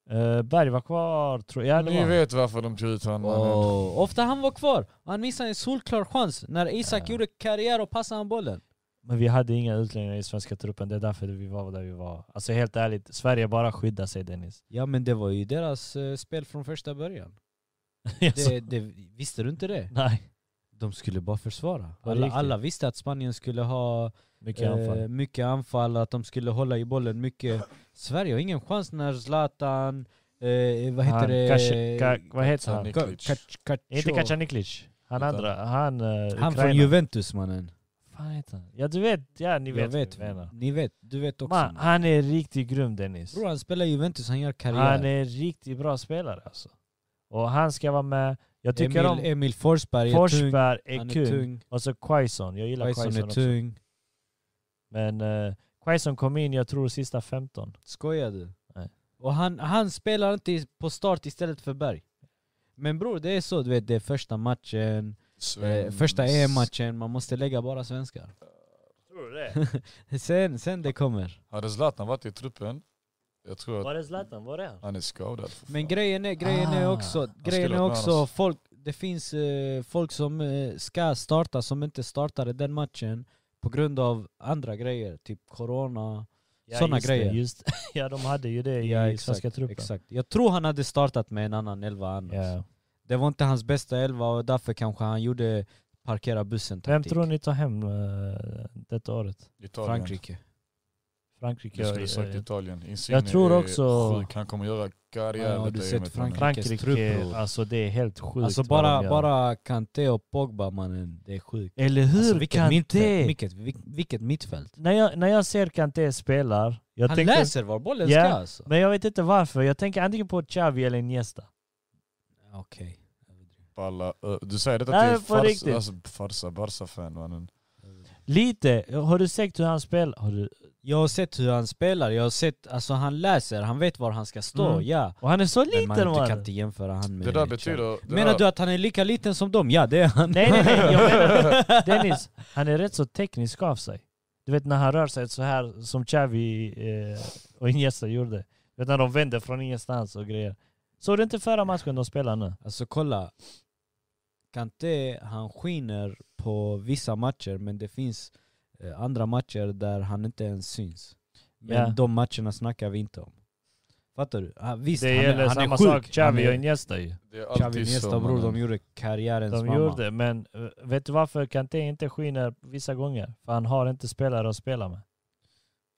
Eh, Berg var kvar tror jag. Ja, det var Ni han. vet varför de tog ut honom. mannen. Åh, Ofta han var kvar. Han missade en solklar chans när Isak Ja. gjorde karriär och passade han bollen. Men vi hade inga utlänningar i svenska truppen, det är därför vi var där vi var. Alltså helt ärligt, Sverige bara skyddar sig Dennis. Ja men det var ju deras eh, spel från första början. Alltså, Det, det, visste du inte det? Nej, De skulle bara försvara. På Alla, riktigt. alla visste att Spanien skulle ha mycket eh, anfall. mycket anfall, att de skulle hålla i bollen mycket. Sverige har ingen chans när Zlatan, eh, vad heter Han, det? Kac- Ka- vad heter han? Kacanik. Ka- Niklic. Kac- Kac- Inte Kac- Kacaniklic. Han Utan- andra, han eh, Han från Ukraina. Juventus mannen. Fan heter han? Ja du vet, ja ni Jag vet, vet, vad jag menar. ni vet, du vet också. Man, Man, han är riktigt grym Dennis. Bror han spelar i Juventus, han gör karriär. Han är en riktigt bra spelare alltså. Och han ska vara med. Jag tycker Emil, om Emil Forsberg är tung. Forsberg är Han kung. är tung. Och så Quaison. Jag gillar Quaison, Quaison är också. tung. Men eh, Quaison kom in, jag tror, sista 15. Skojar du? Nej. Och han, han spelar inte i- på start istället för Berg. Men bror, det är så, du vet, det är första matchen, eh, Sven- första EM-matchen, man måste lägga bara svenskar. Tror du det? Sen, sen det kommer. Hade Zlatan varit i truppen, jag tror att Var är Zlatan? Var är han? han är skadad. för Men fan. grejen är, grejen är Ah. också, grejen skulle är varit med också annars. folk, det finns eh, folk som eh, ska starta som inte startade den matchen på grund av andra grejer, typ corona. Såna just grejer. Det, just, ja, de hade ju det i svenska truppen. exakt. Jag tror han hade startat med en annan elva annars. Ja. Det var inte hans bästa elva och därför kanske han gjorde parkera bussen Vem taktik. tror ni tar hem eh, detta året? Italien. Frankrike. Frankrike? Jag skulle eh, sagt Italien. Insigne Jag tror är också- sjuk, han kommer göra karriär. Ja, har du detta sett EMet. Frankrike? Frankrikes trupp, Frankrike, bror. alltså det är helt sjukt. Alltså vad de bara, gör. bara Kanté och Pogba mannen, det är sjukt. Eller hur alltså, kan mittfält? det? Vilket, vil- vilket mittfält? När jag, när jag ser Kanté spela, jag han tänker, läser var bollen Ja. ska alltså. men jag vet inte varför. Jag tänker antingen på Xavi eller Iniesta. Okej. Balla. Ö, Du säger detta Nej, till på riktigt. farsa, alltså, farsa Barca-fan mannen. Lite. Har du sett hur han spelar? Har du... Jag har sett hur han spelar, jag har sett, alltså han läser, han vet var han ska stå, Mm. ja. Och han är så Men man liten inte, kan man. inte jämföra han med... Det där betyder... Det Menar där, du att han är lika liten som dem? Ja det är han. Nej nej nej, jag menar Dennis, han är rätt så teknisk av sig. Du vet när han rör sig så här som Xavi eh, och Iniesta gjorde. Du vet när de vände från ingenstans och grejer. Såg du inte förra matchen de spelade nu? Alltså kolla, Kanté han skiner på vissa matcher men det finns eh, andra matcher där han inte ens syns. Men Ja. de matcherna snackar vi inte om. Fattar du? Ah, visst, Det han, gäller är- han samma är sjuk. sak Han Xavi och är, Iniesta ju. det är Xavi alltid så, nästa bror, de mannen. gjorde karriärens De mamma. gjorde det, men eh, vet du varför Kanté inte skiner vissa gånger? För han har inte spelare att spela med.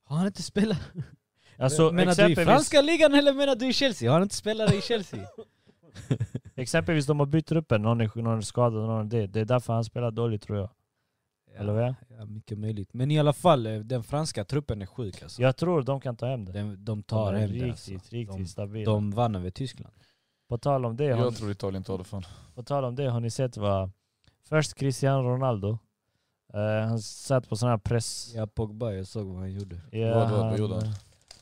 Har han inte spelat? Alltså, menar du i exempelvis, franska ligan eller menar du i Chelsea? Har han inte spelare i Chelsea? exempelvis de har bytt truppen, någon är, någon är skadad, någon är det. Det är därför han spelar dåligt tror jag. Eller vad? ja, mycket möjligt. Men i alla fall, eh, den franska truppen är sjuk alltså. Jag tror de kan ta hem det. De, de tar de är hem det riktigt, alltså. riktigt De- stabila. De vann över Tyskland. På, tal om det, har, Jag tror Italien tar det fan. på tal om det har ni sett vad... Först Cristiano Ronaldo. Eh, han satt på sån här press... Ja Pogba, jag såg vad han gjorde. Ja, Vad- vad han- gjorde han?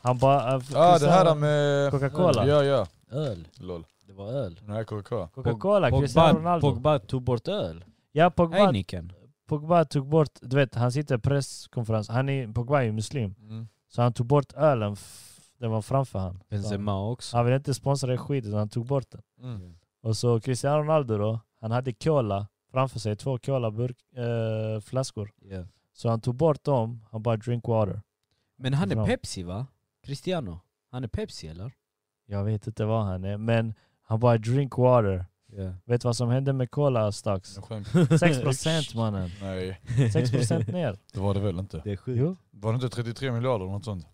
Han bara... eh, Ja ah, det här Cristiano- med... Coca-Cola. Ja ja. Öl. Lol. Det var öl. Nej Coca-Cola. Coca-Cola, Cristiano Pogba, Ronaldo. Pogba tog bort öl. Ja, Pogba, Heineken. Pogba tog bort... Du vet, han sitter i presskonferens. Han är, Pogba är ju muslim. Mm. Så han tog bort ölen. f- Den var framför han. Benzema också. Han ville inte sponsra det skiten, utan han tog bort den. Mm. Och så Cristiano Ronaldo då, han hade cola framför sig, två colaflaskor. Eh, flaskor. Ja. så han tog bort dem, han bara drink water. Men han Bra. är Pepsi va? Cristiano? Han är Pepsi eller? Jag vet inte vad han är, men han bara drink water. Ja. Vet du vad som hände med cola Stax? Jag sjönk. 6% mannen. Nej 6% ner. det var det väl inte. Det är sjukt. Jo. Var det inte 33 miljarder eller något sånt?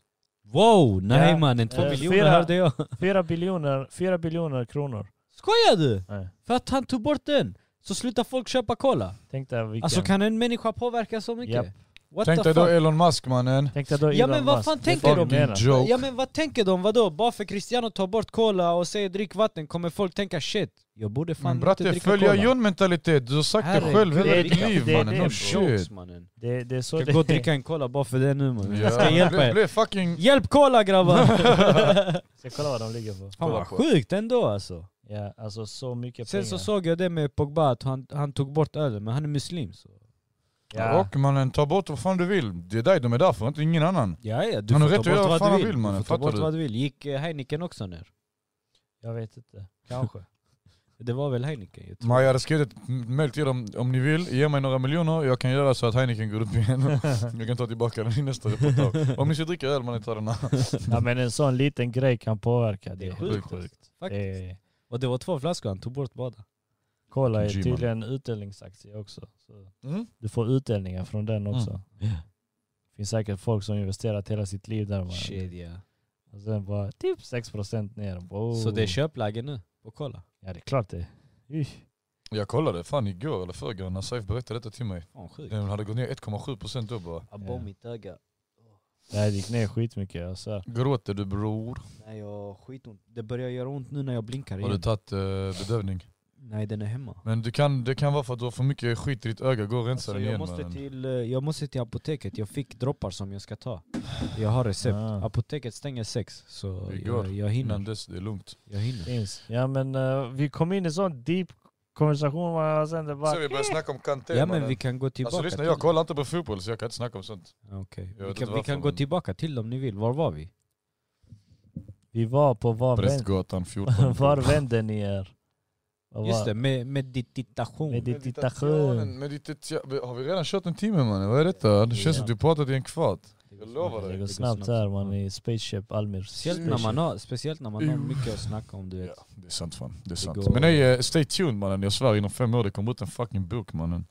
Wow! Nej Ja. mannen, två Eh, miljoner fyra. hörde jag. 4 biljoner, 4 biljoner kronor. Skojar du? Nej. För att han tog bort den, så slutar folk köpa cola. Tänk dig vilken... Alltså kan en människa påverka så mycket? Japp. What Tänk the dig då fuck? Elon Musk mannen. Tänk dig då Ja, Elon men vad Musk. fan Det är tänker vad de? menar. joke. Ja men vad tänker de? Vadå? Bara för Cristiano tar bort cola och säger drick vatten kommer folk tänka shit, jag borde fan Men inte bratte, dricka cola. Mm, följa John mentalitet. Du har sagt det Herregud, själv det är hela ditt det- liv det är mannen. det, No bro. shit. mannen. Det, det är så Ska gå och dricka en cola bara för det nu mannen. Jag Ja, ska hjälpa blev- er. blev fucking... Hjälp cola grabbar! Ska kolla vad de ligger på. Fan Kolla vad på. sjukt ändå alltså. Ja, alltså så mycket Sen pengar. så såg jag det med Pogba att han, han tog bort ölen, men han är muslim så. ja. Och mannen, ta bort vad fan du vill. Det är dig de är där för, inte ingen annan. Ja, ja, du Han har får rätt att ta göra bort vad vad fan du han vill. vill, mannen. du får ta Fattar bort du? vad du vill. Gick eh, Heineken också ner? Jag vet inte. Kanske. Det var väl Heineken? Jag tror. Men jag hade skrivit ett mail till dem, om ni vill, ge mig några miljoner, jag kan göra så att Heineken går upp igen. jag kan ta tillbaka den i nästa reportage. Om ni ska dricka öl mannen, ta den här. Ja, men en sån liten grej kan påverka. Det är sjukt. Sjukt. sjukt. Faktiskt. Eh, Det är, Och det var två flaskor, han tog bort båda. cola är G-man. tydligen utdelningsaktie också. Så Mm. du får utdelningar från Mm. den också. finns säkert folk som investerat hela sitt liv där. Man. Kedja. Och sen bara typ 6% ner. Wow. Så det är köpläge nu på Cola? Ja det är klart det. Usch. Jag kollade fan igår eller förrgår när Saif berättade detta till mig. Fan sjukt. Den hade gått ner 1,7% då bara. Ja. bom mitt öga. Det här gick ner skitmycket. Jag svär. Gråter du bror? Nej jag har skitont. Det börjar göra ont nu när jag blinkar Har du igen. tagit eh, bedövning? Nej den är hemma. Men du kan, det kan vara för att du har för mycket skit i ditt öga, gå och rensa Alltså, den jag, igen måste mannen. till, eh, jag måste till apoteket, jag fick droppar som jag ska ta. Jag har recept. Ah. Apoteket stänger sex, så Det går. jag, jag Innan hinner. dess, det är lugnt. Jag hinner. Finns. Ja men eh, vi kom in i sån deep konversation och sen det bara... vi börjar snacka om Kanté Ja men vi kan gå tillbaka Alltså lyssna, till jag kollar inte på fotboll så jag kan inte snacka om sånt. Okej. Jag Vi vet kan, inte vi varför, kan gå men- tillbaka till dem ni vill, var var vi? Vi var på var, vänd, Prästgatan 14. var vände ni er? Vad Just var- det, med, med meditation. Med ditt- Meditationen, meditita- Har vi redan kört en timme mannen? Vad är detta? Det känns som att du pratat i en kvart. Jag lovar Det dig. går snabbt här man i Spaceship Almir. Speciellt när man har, speciellt när man har mycket att snacka om du vet. Mm. Ja, det är sant fan. Det är sant. går- Men nej, eh, stay tuned mannen. Jag svär inom fem år det kommer ut en fucking bok mannen.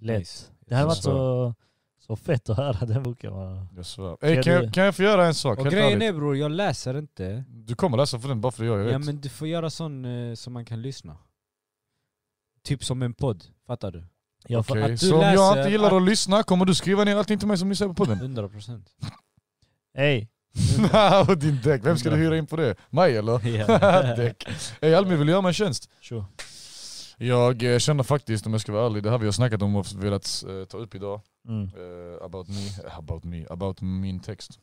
Lätt. Det här var så, så fett att höra den boken. Man. Jag svär. Ey, Ska kan, du- jag, kan jag få göra en sak? Och Helt grejen ärligt. är bror, jag läser inte. Du kommer läsa för den bara för att jag är Ja rätt. men du får göra sån eh, som man kan lyssna. Typ som en podd, fattar du? Jag, fa- Okej, att du Så om jag läser inte gillar att- att lyssna, kommer du skriva ner allting till mig som ni säger på podden? 100 procent. Ey, Och din däck, vem ska du hyra in på det? Mig eller? däck. Ey Almi, vill du göra mig en tjänst? tjo. Jag eh, känner faktiskt, om jag ska vara ärlig, det här vi har snackat om och velat eh, ta upp idag. Mm. Eh, about me, eh, about me, about min text.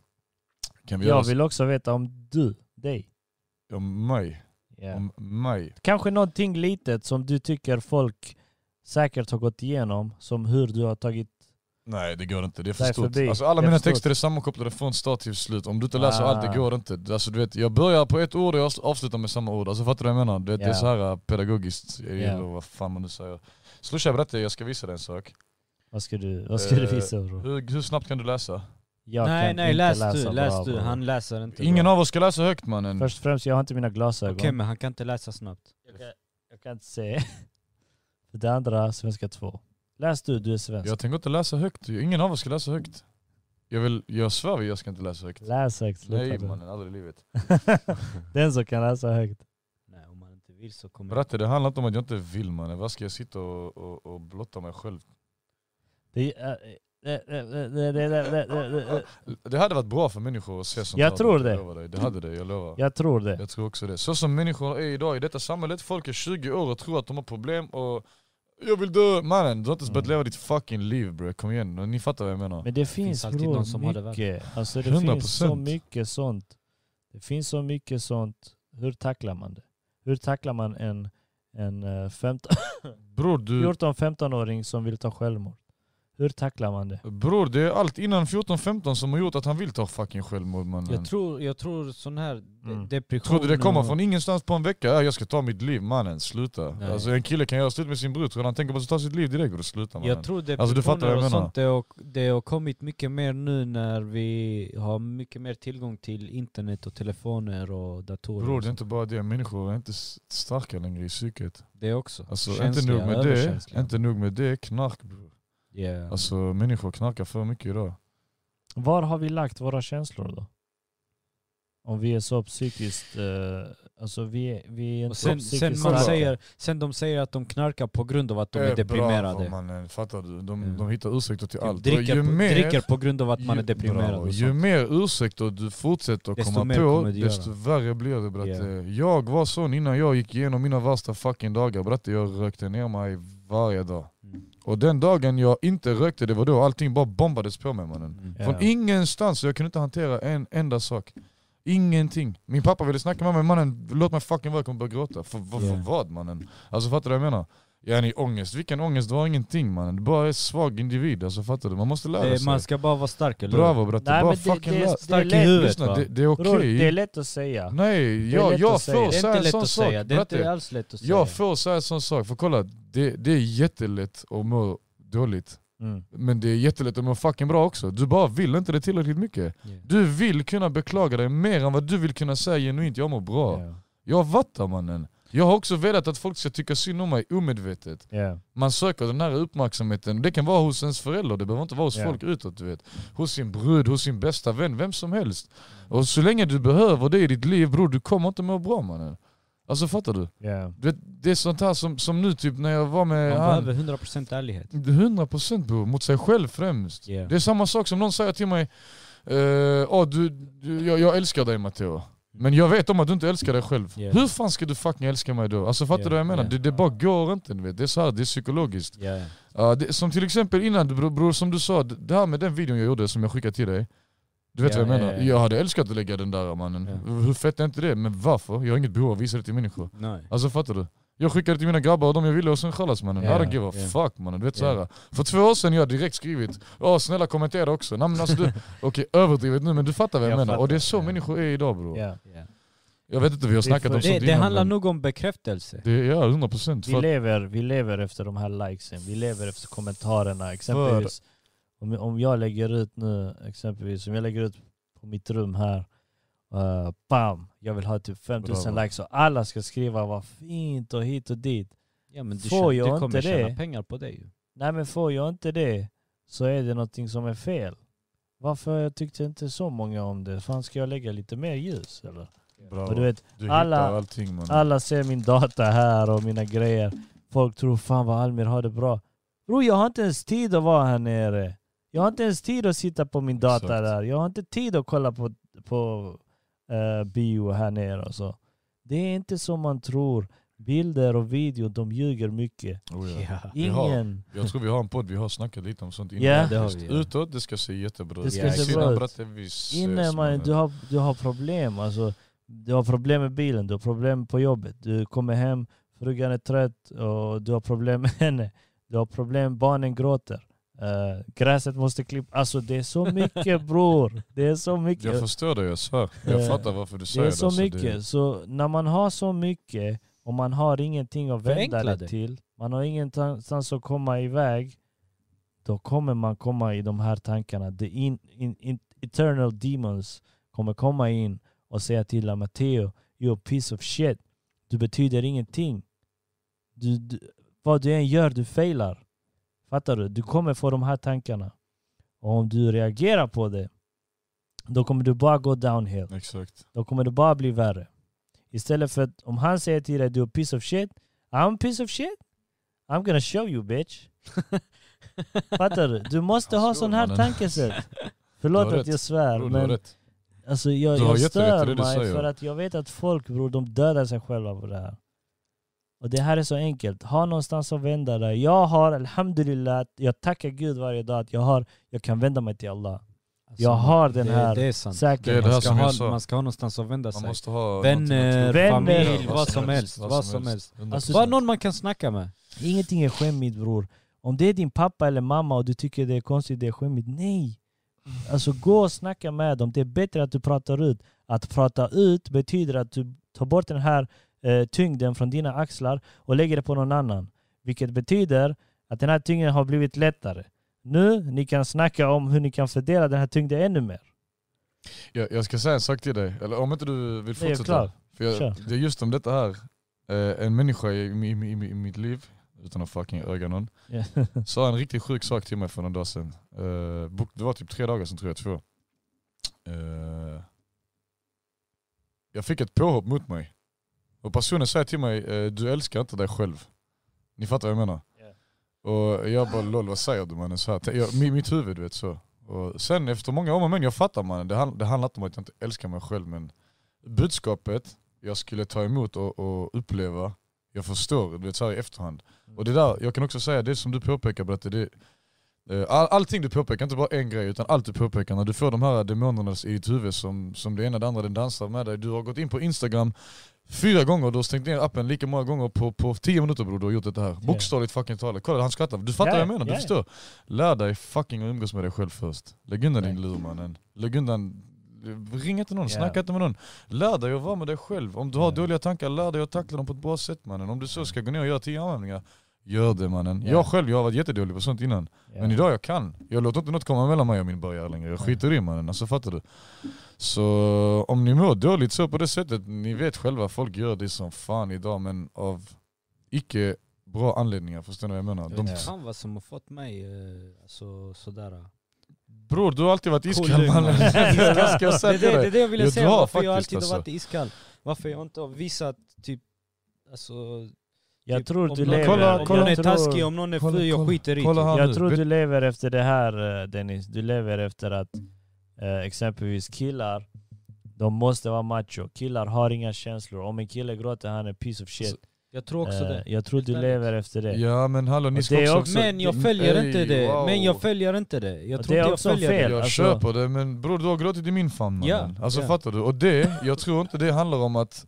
Kan vi göra Jag så- vill också veta om du, dig. om mig? Ja. Om mig? Kanske någonting litet som du tycker folk säkert har gått igenom, som hur du har tagit... Nej det går inte, det är för Nej, stort. förbi. Alltså, alla Det är mina för stort. texter är sammankopplade från start till slut. Om du inte läser Ah. allt, det går inte. Alltså, du vet, jag börjar på ett ord och jag avslutar med samma ord. Alltså, fattar du vad jag menar? Du vet, Det Ja. är så här äh, pedagogiskt, eller Ja. vad fan man nu säger. Slusha berätta, jag ska visa dig en sak. Vad ska du, vad ska du Eh, visa bro? Hur, hur snabbt kan du läsa? Jag nej kan nej inte läs läsa du, bra, läs du. bro. Han läser inte. Ingen av oss ska läsa högt mannen. Först och främst, jag har inte mina Okej glasögon. men han kan inte läsa snabbt. Jag, kan, jag kan inte se. För det andra, svenska 2. Läs du, du är svensk. Jag tänker inte läsa högt, ingen av oss ska läsa högt. Jag, vill, jag svär, jag ska inte läsa högt. Läs högt, sluta Nej du. mannen, aldrig i livet. Den som kan läsa högt. Nej om han inte vill så kommer Bratte det handlar inte om att jag inte vill mannen. Vad ska jag sitta och, och, och blotta mig själv? Det, eh, eh, eh, eh, eh, eh, eh, eh, eh. Det hade varit bra för människor att se sånt Jag här, tror jag det. lovar dig. Det hade det, jag lovar. Jag tror det. Jag tror också det. Så som människor är idag i detta samhället, folk är 20 år och tror att de har problem och jag vill dö! Mannen, du har inte ens börjat Mm. leva ditt fucking liv bre, kom igen. Ni fattar vad jag menar. Men det finns, alltid bror, någon som har det värre. mycket. Alltså det finns så 100%. mycket sånt. Det finns så mycket sånt. Hur tacklar man det? Hur tacklar man en, en eh, 15 Bror, du, 14-15-åring som vill ta självmord? Hur tacklar man det? bror, det är allt innan 14-15 som har gjort att han vill ta fucking självmord mannen. Jag tror, jag tror sån här de- Mm. depression... Tror du det kommer och- från ingenstans på en vecka? Ja, jag ska ta mitt liv mannen, sluta. Nej. Alltså en kille kan göra slut med sin brud, tror du han tänker på att ta sitt liv direkt? Och sluta mannen. Jag tror depressioner Alltså, du fattar vad jag och menar. sånt, det har, det har kommit mycket mer nu när vi har mycket mer tillgång till internet och telefoner och datorer. Bror och det är sånt. inte bara det, människor är inte s- starka längre i psyket. det också. Alltså Känsliga, inte nog med det, överkänsliga. inte nog med det, knark bror. Yeah. Alltså människor knarkar för mycket idag. Var har vi lagt våra känslor då? Om vi är så psykiskt... Eh, alltså vi är, vi är inte och sen, psykiskt sen, man starka. säger, sen de säger att de knarkar på grund av att de är Eh, Bravo, deprimerade. mannen, fattar du? De, Mm. de hittar ursäkter till allt. Och dricker, ju på, mer, dricker på grund av att man är ju- deprimerad. bravo, och ju sånt. mer ursäkter du fortsätter att Desto komma mer på, kommer du göra. desto värre blir det bratte. Yeah. Jag var sån innan jag gick igenom mina värsta fucking dagar bratte. Jag rökte ner mig varje dag. Mm. Och den dagen jag inte rökte, det var då allting bara bombades på mig mannen. Mm. Ja. Från ingenstans, jag kunde inte hantera en enda sak. Ingenting. Min pappa ville snacka med mig, mannen låt mig fucking vara, jag kommer börja gråta. För, för, Ja. för vad mannen? Alltså fattar du vad jag menar? Yani ångest, vilken ångest? Du har ingenting mannen. Du bara är svag individ, alltså fattar du? Man måste lära Det, sig. man ska bara vara stark eller hur? Bravo bratte, Nej, bara men det- fucking det- lär det- Stark i lätt- huvudet Lyssna, va? det, det är okej. Bror, det är lätt att säga. Nej, Det är jag, lätt jag att säga. får Det Det är säga inte en lätt sån att sak. säga, det är bratte. inte alls lätt att säga. Jag får säga en sån sak, för kolla, det, det är jättelätt att må dåligt. Mm. Men det är jättelätt att må fucking bra också. Du bara vill inte det tillräckligt mycket. Yeah. Du vill kunna beklaga dig mer än vad du vill kunna säga genuint, jag mår bra. Ja. Jag vattar mannen. Jag har också velat att folk ska tycka synd om mig omedvetet. Ja. Man söker den här uppmärksamheten, det kan vara hos ens förälder, det behöver inte vara hos Ja. folk utåt du vet. Hos sin brud, hos sin bästa vän, vem som helst. Och så länge du behöver det i ditt liv bror, du kommer inte må bra mannen. Alltså fattar du? Ja. Du vet, det är sånt här som, som nu typ när jag var med Man han. behöver 100% ärlighet. 100% bror, mot sig själv främst. Yeah. Det är samma sak som någon säger till mig, eh, "Ah, du, du, jag, jag älskar dig Matteo. Men jag vet om att du inte älskar dig själv. Yeah. Hur fan ska du fucking älska mig då? Alltså fattar Yeah, du vad jag menar? yeah. Det, det bara går inte, du vet. det är så här, det är psykologiskt. Yeah. Ja, det, som till exempel innan bror, bror som du sa, d- det här med den videon jag gjorde som jag skickade till dig. Du vet Ja, vad jag ja, menar? ja, ja. Jag hade älskat att lägga den där mannen. Hur fett är inte det? Men varför? Jag har inget behov av att visa det till människor. Nej. Alltså fattar du? Jag skickade till mina grabbar och de jag ville och sen chalas mannen. Ja, I don't give a ja. fuck mannen. Du vet Ja. såhär. För två år sedan jag hade direkt skrivit ja snälla kommentera också. Nej men alltså du, okej överdrivet nu men du fattar vad jag, Jag menar. Och det är så fattar, ja. människor är idag bror. Ja. Yeah. Jag vet inte, vi har Det är snackat för- om Det, sånt det innan, handlar men nog om bekräftelse. Det är ja, 100% Vi för att, lever, vi lever efter de här likesen, vi lever efter kommentarerna. Exempelvis om, om jag lägger ut nu, exempelvis om jag lägger ut på mitt rum här, eh, bam, jag vill ha typ 5000 Bravo. likes och alla ska skriva vad fint och hit och dit. Ja, men du, Får tjä- jag du kommer inte tjäna det? pengar på det ju. Nej men får jag inte det så är det någonting som är fel. Varför tyckte inte så många om det? Fan ska jag lägga lite mer ljus eller? bravo. Och du Du, vet, hittar alla- allting mannen. alla ser min data här och mina grejer. Folk tror fan vad Almir har det bra. Bro, jag har inte ens tid att vara här nere. Jag har inte ens tid att sitta på min data Exakt. där. Jag har inte tid att kolla på, på eh, bio här nere och så. Det är inte som man tror. Bilder och video, de ljuger mycket. Oh, ja. Vi har- Ingen. Jag tror vi har en podd, vi har snackat lite om sånt innan. Ja. Det har vi, Just ja. Utåt, det ska se jättebra ut. Det ska se Insidan, bra ut. bratte, vi ses, Innan man, mannen. du, har, du har problem. Alltså, du har problem med bilen, du har problem på jobbet. Du kommer hem, frugan är trött och du har problem med henne. Du har problem, barnen gråter. Eh, gräset måste klippas. Alltså det är så mycket bror. Det är så mycket. Jag förstår dig, jag svär. Jag Eh, fattar varför du säger Det är det. så alltså, mycket. Så när man har så mycket och man har ingenting att vända Förenkla det det. till, man har ingenstans att komma iväg, då kommer man komma i de här tankarna. The in, in, in, eternal demons kommer komma in och säga till dig, Matteo, you're a piece of shit. Du betyder ingenting. Du, du, vad du än gör, du failar. Fattar du? Du kommer få de här tankarna. Och om du reagerar på det, då kommer du bara gå downhill Exakt. då kommer det bara bli värre. Istället för att om han säger till dig du är a piece of shit, I'm a piece of shit, I'm gonna show you bitch. Fattar du? Du måste Han ha slår sån här mannen. tankesätt. Du Förlåt har att jag rätt. svär, Bror, du har men rätt. alltså, jag, Du har jag jätterätt i stör det du mig säger. för att jag vet att folk bror, de dödar sig själva på det här. Och det här är så enkelt. Ha någonstans att vända dig. Jag har, alhamdulillah, jag tackar Gud varje dag att jag, har, jag kan vända mig till Allah. Alltså, jag har den det, här Det är sant. Det är säkerheten. det här Man ska, som jag ha, sa. man ska ha någonstans att vända Man sig. måste ha Vänner, Vänner, familj, vad som helst. Vad som helst. Alltså, Bara någon man kan snacka med. Ingenting är skämmigt bror. Om det är din pappa eller mamma och du tycker det är konstigt, det är skämmigt. Nej! Alltså gå och snacka med dem. Det är bättre att du pratar ut. Att prata ut betyder att du tar bort den här eh, tyngden från dina axlar och lägger det på någon annan. Vilket betyder att den här tyngden har blivit lättare. Nu, ni kan snacka om hur ni kan fördela den här tyngden ännu mer. Jag, jag ska säga en sak till dig, eller om inte du vill Det är fortsätta. klart. För jag, Kör. det är just om detta här, eh, en människa i, i, i, i mitt liv, utan att fucking öga någon, Ja. sa en riktigt sjuk sak till mig för någon dag sedan. Eh, bok- det var typ tre dagar sedan tror jag, två. Eh, jag fick ett påhopp mot mig. Och personen säger till mig, eh, du älskar inte dig själv. Ni fattar vad jag menar? Och jag bara lol vad säger du mannen? Så här, jag, mi- mitt huvud du vet så. Och sen efter många om och men, jag fattar mannen. Det, hand, det handlar inte om att jag inte älskar mig själv men budskapet jag skulle ta emot och, och uppleva, jag förstår du vet så här i efterhand. Och det där, jag kan också säga det som du påpekar Bratte, det eh, All, allting du påpekar, inte bara en grej utan allt du påpekar, när du får de här demonerna i ditt huvud som, som det ena det andra den dansar med dig. Du har gått in på Instagram, Fyra gånger, du har stängt ner appen lika många gånger på, på tio minuter bror, du har gjort det här. Bokstavligt fucking talat. Kolla han skrattar, du fattar Ja, vad jag menar, ja. du förstår. Lär dig fucking att umgås med dig själv först. Lägg undan din lur mannen. Lägg undan, ring inte någon, Ja. snacka inte med någon. Lär dig att vara med dig själv. Om du har Ja. dåliga tankar, lär dig att tackla dem på ett bra sätt mannen. Om du så ska gå ner och göra tio användningar, gör det mannen. Ja. Jag själv, jag har varit jättedålig på sånt innan. Ja. Men idag jag kan. Jag låter inte något komma mellan mig och min burgare längre. Jag skiter i mannen, alltså fattar du? Så om ni mår dåligt så på det sättet, ni vet själva, folk gör det som fan idag men av icke bra anledningar, förstår ni vad jag menar? De, Det kan vara som har fått mig eh, alltså, sådär. eh. bror du har alltid varit iskall Cool mannen. lugn, mannen. Vad ska jag Det är säga till det, det, är dig? det jag ville Jo, säga, du har varför jag faktiskt, alltid har varit alltså. iskall. Varför jag inte har visat typ... Alltså, Jag typ, tror om du någon- lever... Kolla- Om kolla- någon är jag tror- taskig, om någon är kolla- ful, jag kolla- skiter i. kolla typ. här nu. Jag tror Vet- du lever efter det här eh, Dennis. Du lever efter att eh, exempelvis killar, de måste vara macho. Killar har inga känslor. Om en kille gråter, han är piece of shit. Så- Jag tror också Eh, det. jag tror du Helt lever efter det. Ja men hallå ni Och ska det är också... också- Men jag följer Ey, inte det. Alltså, wow. Men jag följer inte det. Och Jag tror det är inte jag också följer fel. det. Jag alltså. köper det men bror du har gråtit i min famn Ja, mannen. Alltså ja. fattar du? Och det, jag tror inte det handlar om att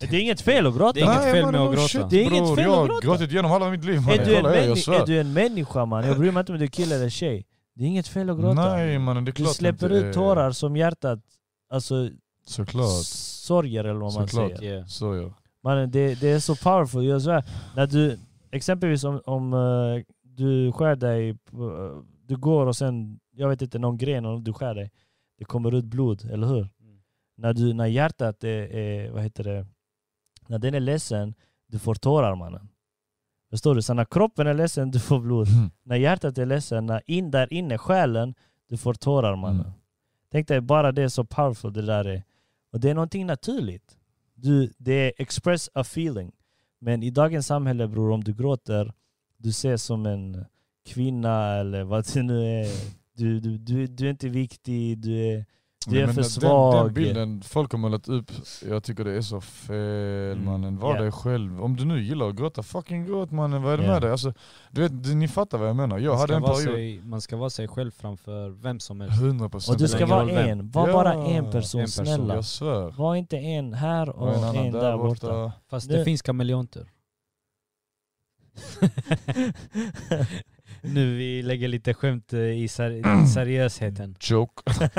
Men Det är inget fel att gråta. Det är inget Nej, fel med mannen, att oh gråta. shit, Det är inget bror, fel jag att har gråta. gråtit genom halva mitt liv Är, mannen. du en Kolla, jag, jag människa, är svär. du en människa man? Jag bryr mig inte om du är kille eller tjej. Det är inget fel att gråta. Nej mannen det är du klart släpper inte ut är- tårar som hjärtat, alltså Såklart. sorger eller vad man Såklart. säger. Yeah. Så ja. Mannen, det, det är så powerful. Jag svär, när du, exempelvis om, om eh, du skär dig, på, eh, du går och sen, jag vet inte, någon gren och du skär dig. Det kommer ut blod, eller hur? När, du, när hjärtat är, är, vad heter det, när den är ledsen, du får tårar mannen. Förstår du? Så när kroppen är ledsen, du får blod. När hjärtat är ledsen, när in där inne, själen, du får tårar mannen. Mm. Tänk dig bara det är så powerful det där är. Och det är någonting naturligt. Du, det är express a feeling. Men i dagens samhälle bror, om du gråter, du ses som en kvinna eller vad det nu är. Du, du, du, du är inte viktig, du är... Du är Men för den- Den, svag. den bilden folk har målat upp, jag tycker det är så fel Mm. mannen. Var Ja. dig själv. Om du nu gillar att gråta, fucking gråt mannen. Vad är det Ja. med dig? Alltså, du vet, du- ni fattar vad jag menar. Jag Man, hade ska en vara period, sig, man ska vara sig själv framför vem som helst. 100% Och du spelar ska ingen vara roll vem. en, var Ja, bara en person, en person, snälla. Jag svär. Var inte en här och, Och en annan en där, borta. Fast Nu- det finns kameleonter. nu vi lägger lite skämt eh, i Mm. ser- seriösheten. Joke. Nej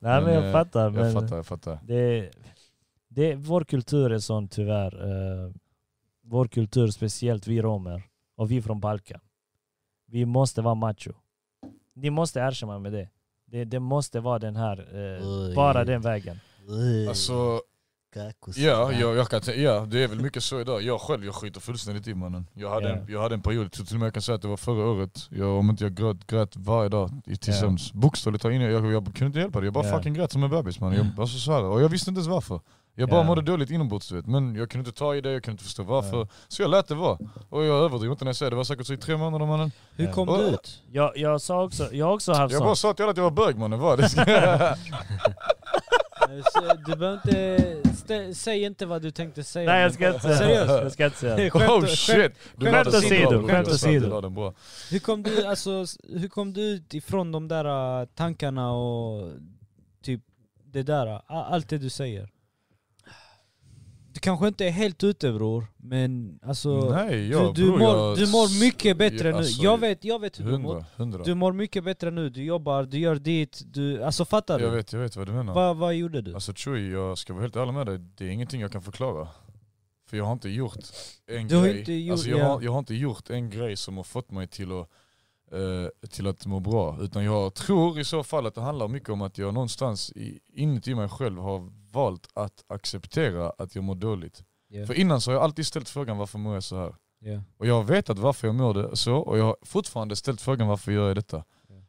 men, Men, jag eh, fattar. Men Jag fattar, jag fattar. Det, det, vår kultur är sån tyvärr. Eh, vår kultur, speciellt vi romer och vi från Balkan. Vi måste vara macho. Ni måste erkänna med det. Det, det måste vara den här, eh, Oj. bara den vägen. Alltså, ja, jag, jag kan tä- ja, det är väl mycket så idag. Jag själv, jag skiter fullständigt i mannen. Jag hade, en, Ja. jag hade en period, till och med jag kan säga att det var förra året, jag, om inte jag grät, grät varje dag i till Ja. sömns. Bokstavligt talat, jag, jag, jag kunde inte hjälpa det. Jag bara Ja. fucking grät som en bebis man. Mm. Jag, alltså, så här, och jag visste inte ens varför. Jag bara Ja. mådde dåligt inombords du vet, men jag kunde inte ta i det, jag kunde inte förstå varför. Ja. Så jag lät det vara. Och jag överdriver inte när jag säger det, det var säkert så i tre månader mannen. Hur kom Ja. du ut? Jag, jag sa också, jag har också haft Alltså. Jag bara sånt. sa till alla att jag var bög mannen, vad? Det ska- Eh, så Du behöver inte... Stä, säg inte vad du tänkte säga. Nej men jag ska inte säga Seriöst? Jag ska inte säga det. Skämt- oh skämt- shit! Du skämt la den åsido, bra, bror. skämt Jag svär, du åsido. la den bra. Hur kom du, alltså, s- hur kom du ut ifrån de där eh, tankarna och typ det där, eh, a- allt det du säger? Du kanske inte är helt ute bror, men alltså... Nej, jag, du, du, bror, mår, jag- du mår mycket bättre jag- alltså, nu. Jag vet, jag vet hur Typ, du mår. Hundra, hundra. Du mår mycket bättre nu, du jobbar, du gör ditt, du... Alltså fattar Jag du? vet, jag vet vad du menar. Vad, vad gjorde du? Alltså Chewie, jag ska vara helt ärlig med dig, det är ingenting jag kan förklara. För jag har inte gjort en Du har grej. inte gjort- alltså, jag, ja. har, jag har inte gjort en grej som har fått mig till att, eh, till att må bra. Utan jag tror i så fall att det handlar mycket om att jag någonstans i, inuti mig själv har valt att acceptera att jag mår dåligt. Ja. För innan så har jag alltid ställt frågan varför mår jag så här? Ja. Och jag har vetat varför jag mår det så och jag har fortfarande ställt frågan varför gör jag detta?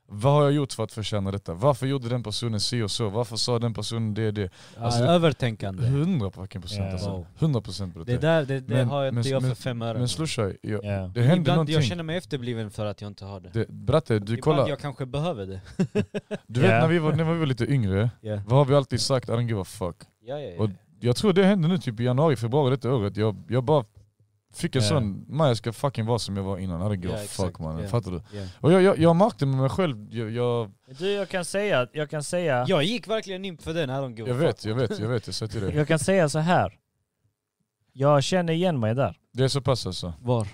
Vad har jag gjort för att förtjäna detta? Varför gjorde den personen si och så? Varför sa den personen det och det? Alltså, Ah, övertänkande. Hundra på fucking procent Ja. alltså. Wow. Hundra procent på det. Det där, det, det Men- har jag men- inte jag men- för fem öre. Men slushaj, jag, Ja. det hände Ibland jag någonting. känner mig efterbliven för att jag inte har det. Det, bratte, du Ibland kolla. jag kanske behöver det. Du vet Ja. när vi, var, när vi var lite yngre, Ja. vad har vi alltid sagt? I don't give a fuck. Ja, ja, ja. Och jag tror det hände nu typ i januari, februari detta året. Jag, jag bara fick en Ja. sån, man jag ska fucking vara som jag var innan, herregud Ja, fuck exakt. mannen, Ja. fattar du? Ja. Och jag, jag, jag märkte med mig själv, jag, jag, Du, jag kan säga, jag kan säga, Jag gick verkligen in för den, I don't give a jag fuck. vet, jag vet, jag vet, jag sa till dig. jag kan säga så här. Jag känner igen mig där. Det är så pass alltså. Var?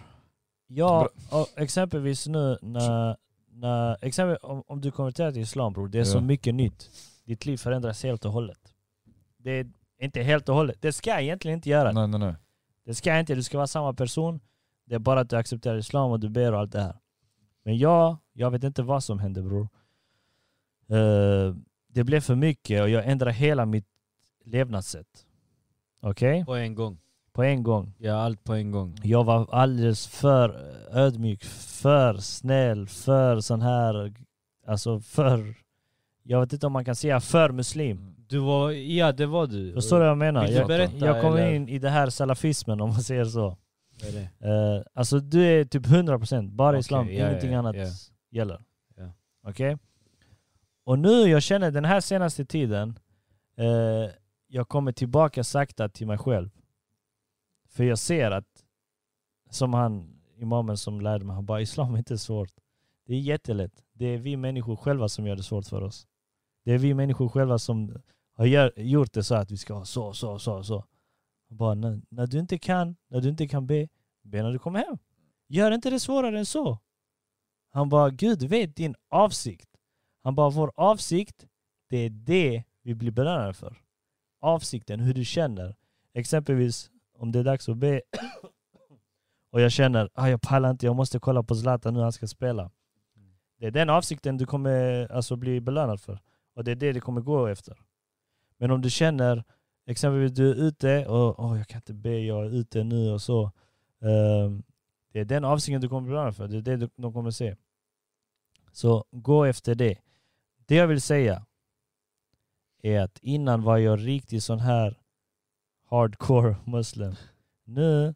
Jag, och exempelvis nu när, när exempel, om, om du konverterar till islam bror, det är så Ja. mycket nytt. Ditt liv förändras helt och hållet. Det är inte helt och hållet, det ska jag egentligen inte göra. Nej nej nej. Det ska jag inte, du ska vara samma person. Det är bara att du accepterar islam och du ber och allt det här. Men jag, jag vet inte vad som hände bror. Eh, det blev för mycket och jag ändrade hela mitt levnadssätt. Okej? På en gång. På en gång. Ja, allt på en gång. Jag var alldeles för ödmjuk, för snäll, för sån här... Alltså för... Jag vet inte om man kan säga för muslim. Du var, ja det var du. Förstår du vad jag menar? Mm. Vill du Jag, berätta? jag kom eller? in i det här salafismen om man säger så. Vad är det? Eh, alltså du är typ 100% bara Okej, islam, ja, ingenting ja, annat ja. gäller. Ja. Okej? Och nu, jag känner den här senaste tiden, eh, jag kommer tillbaka sakta till mig själv. För jag ser att, som han, imamen som lärde mig, han bara islam är inte svårt. Det är jättelätt. Det är vi människor själva som gör det svårt för oss. Det är vi människor själva som har gör, gjort det så att vi ska ha så, så, så, så. Bara när, när du inte kan, när du inte kan be, be när du kommer hem. Gör inte det svårare än så. Han bara, Gud vet din avsikt. Han bara, vår avsikt, det är det vi blir belönade för. Avsikten, hur du känner. Exempelvis om det är dags att be och jag känner, ah, jag pallar inte, jag måste kolla på Zlatan nu, han ska spela. Det är den avsikten du kommer alltså, bli belönad för. Och det är det du kommer gå efter. Men om du känner, exempelvis du är ute och oh, jag kan inte be, jag är ute nu och så. Ehm, det är den avsikten du kommer bli belönad för. Det är det du, de kommer se. Så gå efter det. Det jag vill säga är att innan var jag riktigt sån här hardcore muslim. Nu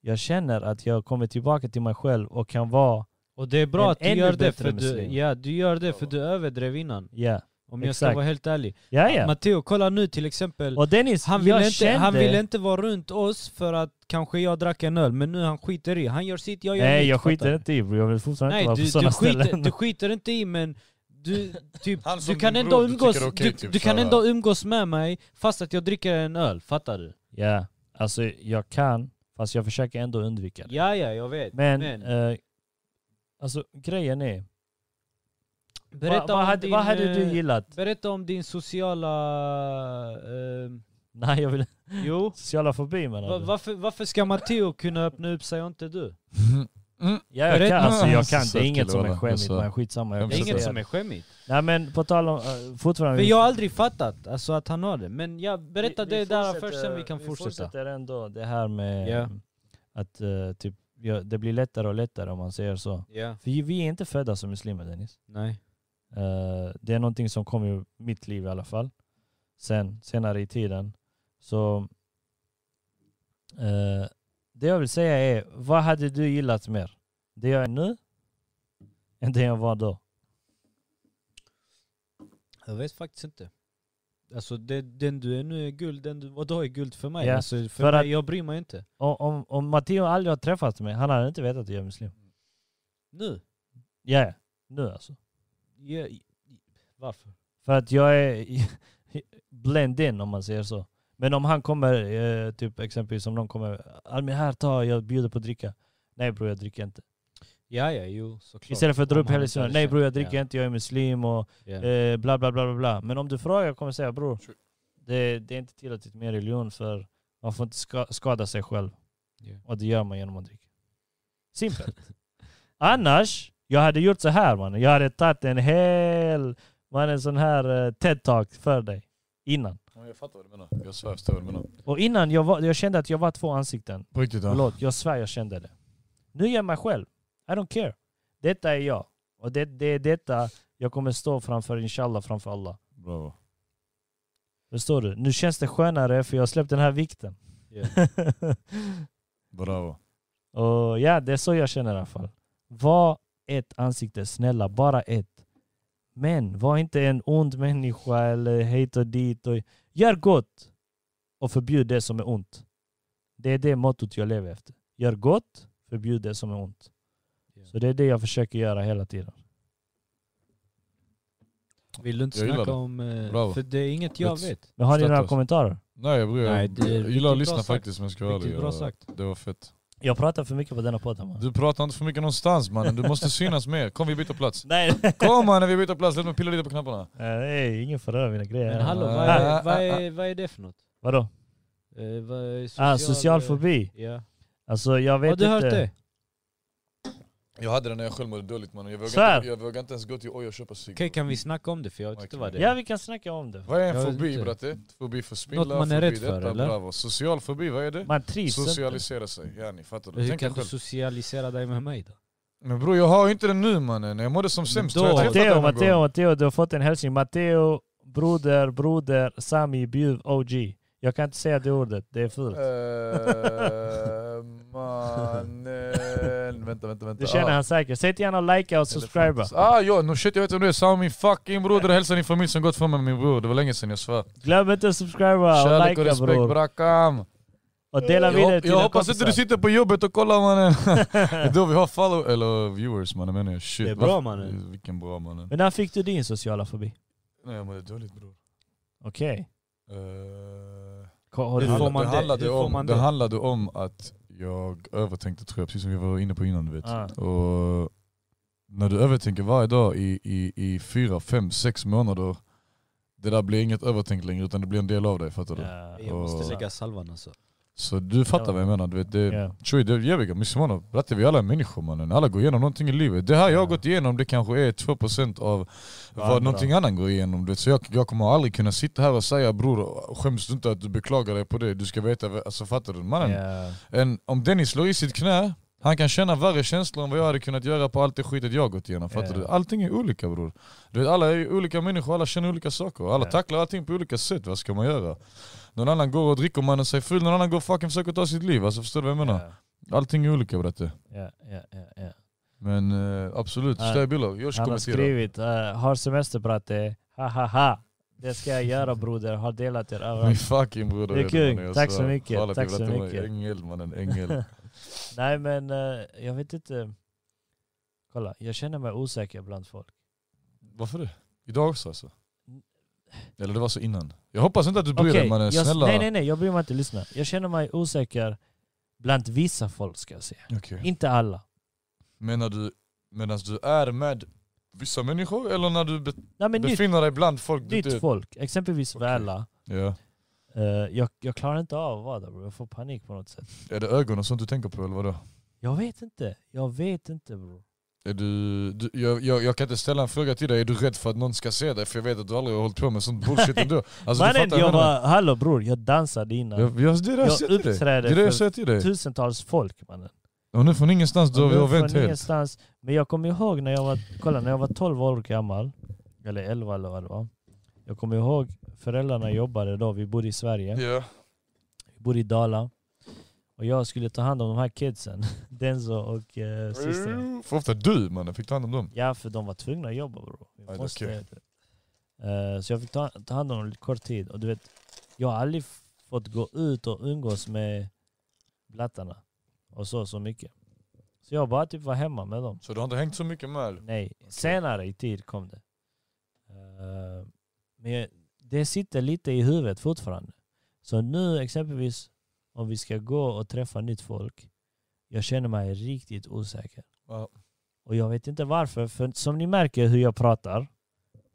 jag känner att jag kommer tillbaka till mig själv och kan vara, Och det är En bra att du ännu gör det, bättre för du, muslim. ja, du gör det för du överdrev innan. ja, Om jag ska Exakt. vara helt ärlig. ja ja. Matteo, kolla nu till exempel. Och Dennis, Han ville, jag inte, kände... han ville inte vara runt oss för att kanske jag drack en öl, men nu han skiter i. Han gör sitt, jag gör Nej mitt, jag fattar skiter du? inte i bro. jag vill fortfarande Nej, inte vara du, på du, sådana skiter, ställen. du skiter inte i men du, typ, Han som du kan din ändå bror, du umgås, tycker det är okej, du, typ, du kan så här. ändå umgås med mig fast att jag dricker en öl, fattar du? Ja, alltså jag kan, fast jag försöker ändå undvika det. Ja, ja, jag vet. Men, men- eh, alltså grejen är, Berätta vad, vad, om hade, din, vad hade eh, du gillat? Berätta om din sociala... ehm, Nej jag vill jo. sociala fobi menar Va, du? varför, varför ska Matteo kunna öppna upp sig och inte du? Mhm. Ja jag Berätta- kan, alltså jag Alltså, kan. Det söt är inget kille, som är walla. skämmigt Alltså, men skitsamma. Jag jag Det kan är förstår. säga inget som är skämmigt. Nej men på tal om, eh, fortfarande. För jag har aldrig fattat alltså, att han har det. Men ja, berätta det där först sen vi kan Vi fortsätta. fortsätter ändå det här med Ja. att eh, typ, ja, det blir lättare och lättare om man säger så. Ja, För vi är inte födda som muslimer Dennis. nej. Eh, det är någonting som kom i mitt liv i alla fall. Sen, senare i tiden. Så eh, det jag vill säga är, vad hade du gillat mer? Det jag är nu än det jag var då? Jag vet faktiskt inte. Alltså det, den du är nu är guld, den du var då är guld för mig. Ja, Alltså, för för mig att- jag bryr mig inte. Om, om, om Matteo aldrig har träffat mig, han hade inte vetat att jag är muslim. Nu? Ja, ja. nu alltså. Ja, i- varför? För att jag är blend in om man säger så. Men om han kommer, eh, typ exempelvis om någon kommer, Almin här ta, jag bjuder på dricka. Nej bror jag dricker inte. Ja, ja, jo såklart. Istället för att dra Om upp han hela inte historien. hade Nej känt- bror jag dricker ja, inte, jag är muslim och ja. eh, bla bla bla bla bla. Men om du frågar jag kommer jag säga bror, Sure. det, det är inte tillåtet med religion för man får inte ska, skada sig själv. Ja. Och det gör man genom att dricka. Simpelt. Annars, jag hade gjort så här mannen. Jag hade tagit en hel, man en sån här eh, TED-talk för dig. Innan. Jag fattar vad du menar, jag svär jag förstår vad du menar. Och innan jag, var, jag kände att jag var två ansikten. På riktigt ja. Förlåt, jag svär jag kände det. Nu är jag mig själv. I don't care. Detta är jag. Och det, det är detta jag kommer stå framför, inshallah, framför alla. Bravo. Förstår du? Nu känns det skönare för jag har släppt den här vikten. Ja. Bravo. och ja, det är så jag känner i alla fall. Var ett ansikte, snälla. Bara ett. Men var inte en ond människa eller hit och dit. Och... Gör gott och förbjud det som är ont. Det är det mottot jag lever efter. Gör gott, förbjud det som är ont. Ja. Så det är det jag försöker göra hela tiden. Vill du inte Jag gillar snacka det. om... eh, Bravo. För det är inget jag Rätt. vet. Men har ni Stöttar några oss. kommentarer? Nej jag bryr Nej, mig. det är Jag riktigt gillar bra att lyssna sagt. faktiskt om jag ska vara Riktigt ärlig. bra Jag- sagt. Det var fett. Jag pratar för mycket på denna podden man. Du pratar inte för mycket någonstans mannen, du måste synas mer. Kom vi byter plats. Nej, Kom mannen vi byter plats, låt mig pilla lite på knapparna. nej, ingen får röra mina grejer. Men här. hallå, vad Ah, är, ah, vad är, vad är det för något? Vadå? Eh, vad är ah, social eh, fobi. Ja. Alltså jag vet Har du inte. hört det? Jag hade det när jag själv mådde dåligt mannen, jag Så vågade, här. inte, jag vågade inte ens gå till oj och köpa cigg. Okej, kan vi snacka om det? För jag vet inte vad det är. Ja vi kan snacka om det. Vad är en Jag vet fobi inte. bratte? Fobi för spindlar, Något man är fobi rädd för, detta, eller? Bravo. Social fobi, vad är det? Man trivs inte. Socialisera sig, ja ni fattar du. Hur Tänk kan dig du själv. socialisera dig med mig då? Men bror jag har ju inte det nu mannen, jag mådde som sämst. då- Har jag träffat dig Matteo, någon Matteo, gång? Matteo, du har fått en hälsning. Matteo, broder, broder, Sami, bjuv, OG. Jag kan inte säga det ordet, det är fult. Eh, mannen, vänta vänta vänta. Det känner Ah. han säkert. Sätt gärna likea och subscriba. Ah ja, no shit jag vet vem du är. Sami fucking broder, hälsa din familj som gått för mig min bror. Det var länge sedan jag svär. Glöm inte att subscriba och Kärlek likea och respekt bror. brakam. Och dela Jag, vidare hop- till jag dina hoppas inte kompisar. du sitter på jobbet och kollar mannen. Det är då vi har follow, eller viewers mannen menar jag. Shit. Det är bra, Varför- mannen. Vilken bra mannen. Men när fick du din sociala fobi? Nej jag mådde dåligt bror. Okej. Eh, Ko- Har du Hur får det, något? man det, det? handlade Hur får om, man det det? handlade om att jag övertänkte tror jag, precis som vi var inne på innan du vet. Ah. Och när du övertänker varje dag i, i, i fyra, fem, sex månader, det där blir inget övertänkt längre utan det blir en del av dig, fattar du? Ja. Jag måste Och- lägga salvan alltså. Så du fattar Ja. vad jag menar, du vet. Det, Ja. Tror jag, det är jävligt missförstånd. Bratte vi alla är människor mannen, alla går igenom någonting i livet. Det här jag har gått igenom det kanske är 2% av vad Andra. någonting annan går igenom. Du vet. Så jag, jag kommer aldrig kunna sitta här och säga bror, skäms du inte att du beklagar dig på det? Du ska veta, vad-" alltså fattar du? Mannen, Ja. en, om Dennis slår i sitt knä, han kan känna värre känslor än vad jag hade kunnat göra på allt det skitet jag gått igenom. Ja. Fattar du? Allting är olika bror. Du vet, alla är ju olika människor, alla känner olika saker. Alla Ja. tacklar allting på olika sätt, vad ska man göra? Någon annan går och dricker mannen sig full, någon annan går och fucking försöker ta sitt liv. Alltså förstår du vad jag menar? Ja. Allting är olika bratte. Ja, ja, ja, ja. Men eh, absolut, Ja. stöd bilder. Han Josh har kommenterar. skrivit, eh, har semester bratte, ha ha ha. Det ska jag göra broder, har delat er Min överallt. fucking broder. Det är vet kung. du, mannen, jag Tack så svär. mycket, Tack tack så så mycket. mycket. typ, Ängel mannen, ängel. Nej men eh, jag vet inte. Kolla, jag känner mig osäker bland folk. Varför det? Idag också alltså? Eller det var så innan. Jag hoppas inte att du bryr dig Okej, mannen, jag, snälla. nej nej nej, jag bryr mig inte, lyssna. Jag känner mig osäker bland vissa folk ska jag säga. Okej. Inte alla. Menar du medan du är med vissa människor eller när du be- Nej men nytt, befinner dig bland folk? du inte- nytt folk, exempelvis Okej. Väla. Ja. Eh, jag, jag klarar inte av att vara där bro. jag får panik på något sätt. Är det ögon och sånt du tänker på eller vadå? Jag vet inte, jag vet inte bror. Är du, du, jag, jag, jag kan inte ställa en fråga till dig, är du rädd för att någon ska se dig? För jag vet att du aldrig har hållit på med sånt bullshit ändå. Alltså, du Mannen fattar vad jag jag menar. var, hallå bror, jag dansade innan. jag, jag, det är det jag Jag säger till dig. Det är uppträder det jag för säger till dig. tusentals folk mannen. Och nu från ingenstans, du har, vi har Och från vänt helt. ingenstans. Men jag kommer ihåg när jag var, kolla, när jag var 12 år gammal, eller 11 eller vad det var. Jag kommer ihåg föräldrarna jobbade då, vi bodde i Sverige, Ja. vi bodde i Dala. Och jag skulle ta hand om de här kidsen, Denzo och eh, systern. För ofta du mannen fick ta hand om dem. Ja för de var tvungna att jobba bror. Vi Ja, det är måste- okej. Eh, så jag fick ta, ta hand om dem lite kort tid. Och du vet, jag har aldrig fått gå ut och umgås med blattarna och så, så mycket. Så jag bara typ var hemma med dem. Så du har inte hängt så mycket med? Nej, senare i tid kom det. Eh, men jag- det sitter lite i huvudet fortfarande. Så nu exempelvis om vi ska gå och träffa nytt folk, jag känner mig riktigt osäker. Ja. Och jag vet inte varför, för som ni märker hur jag pratar,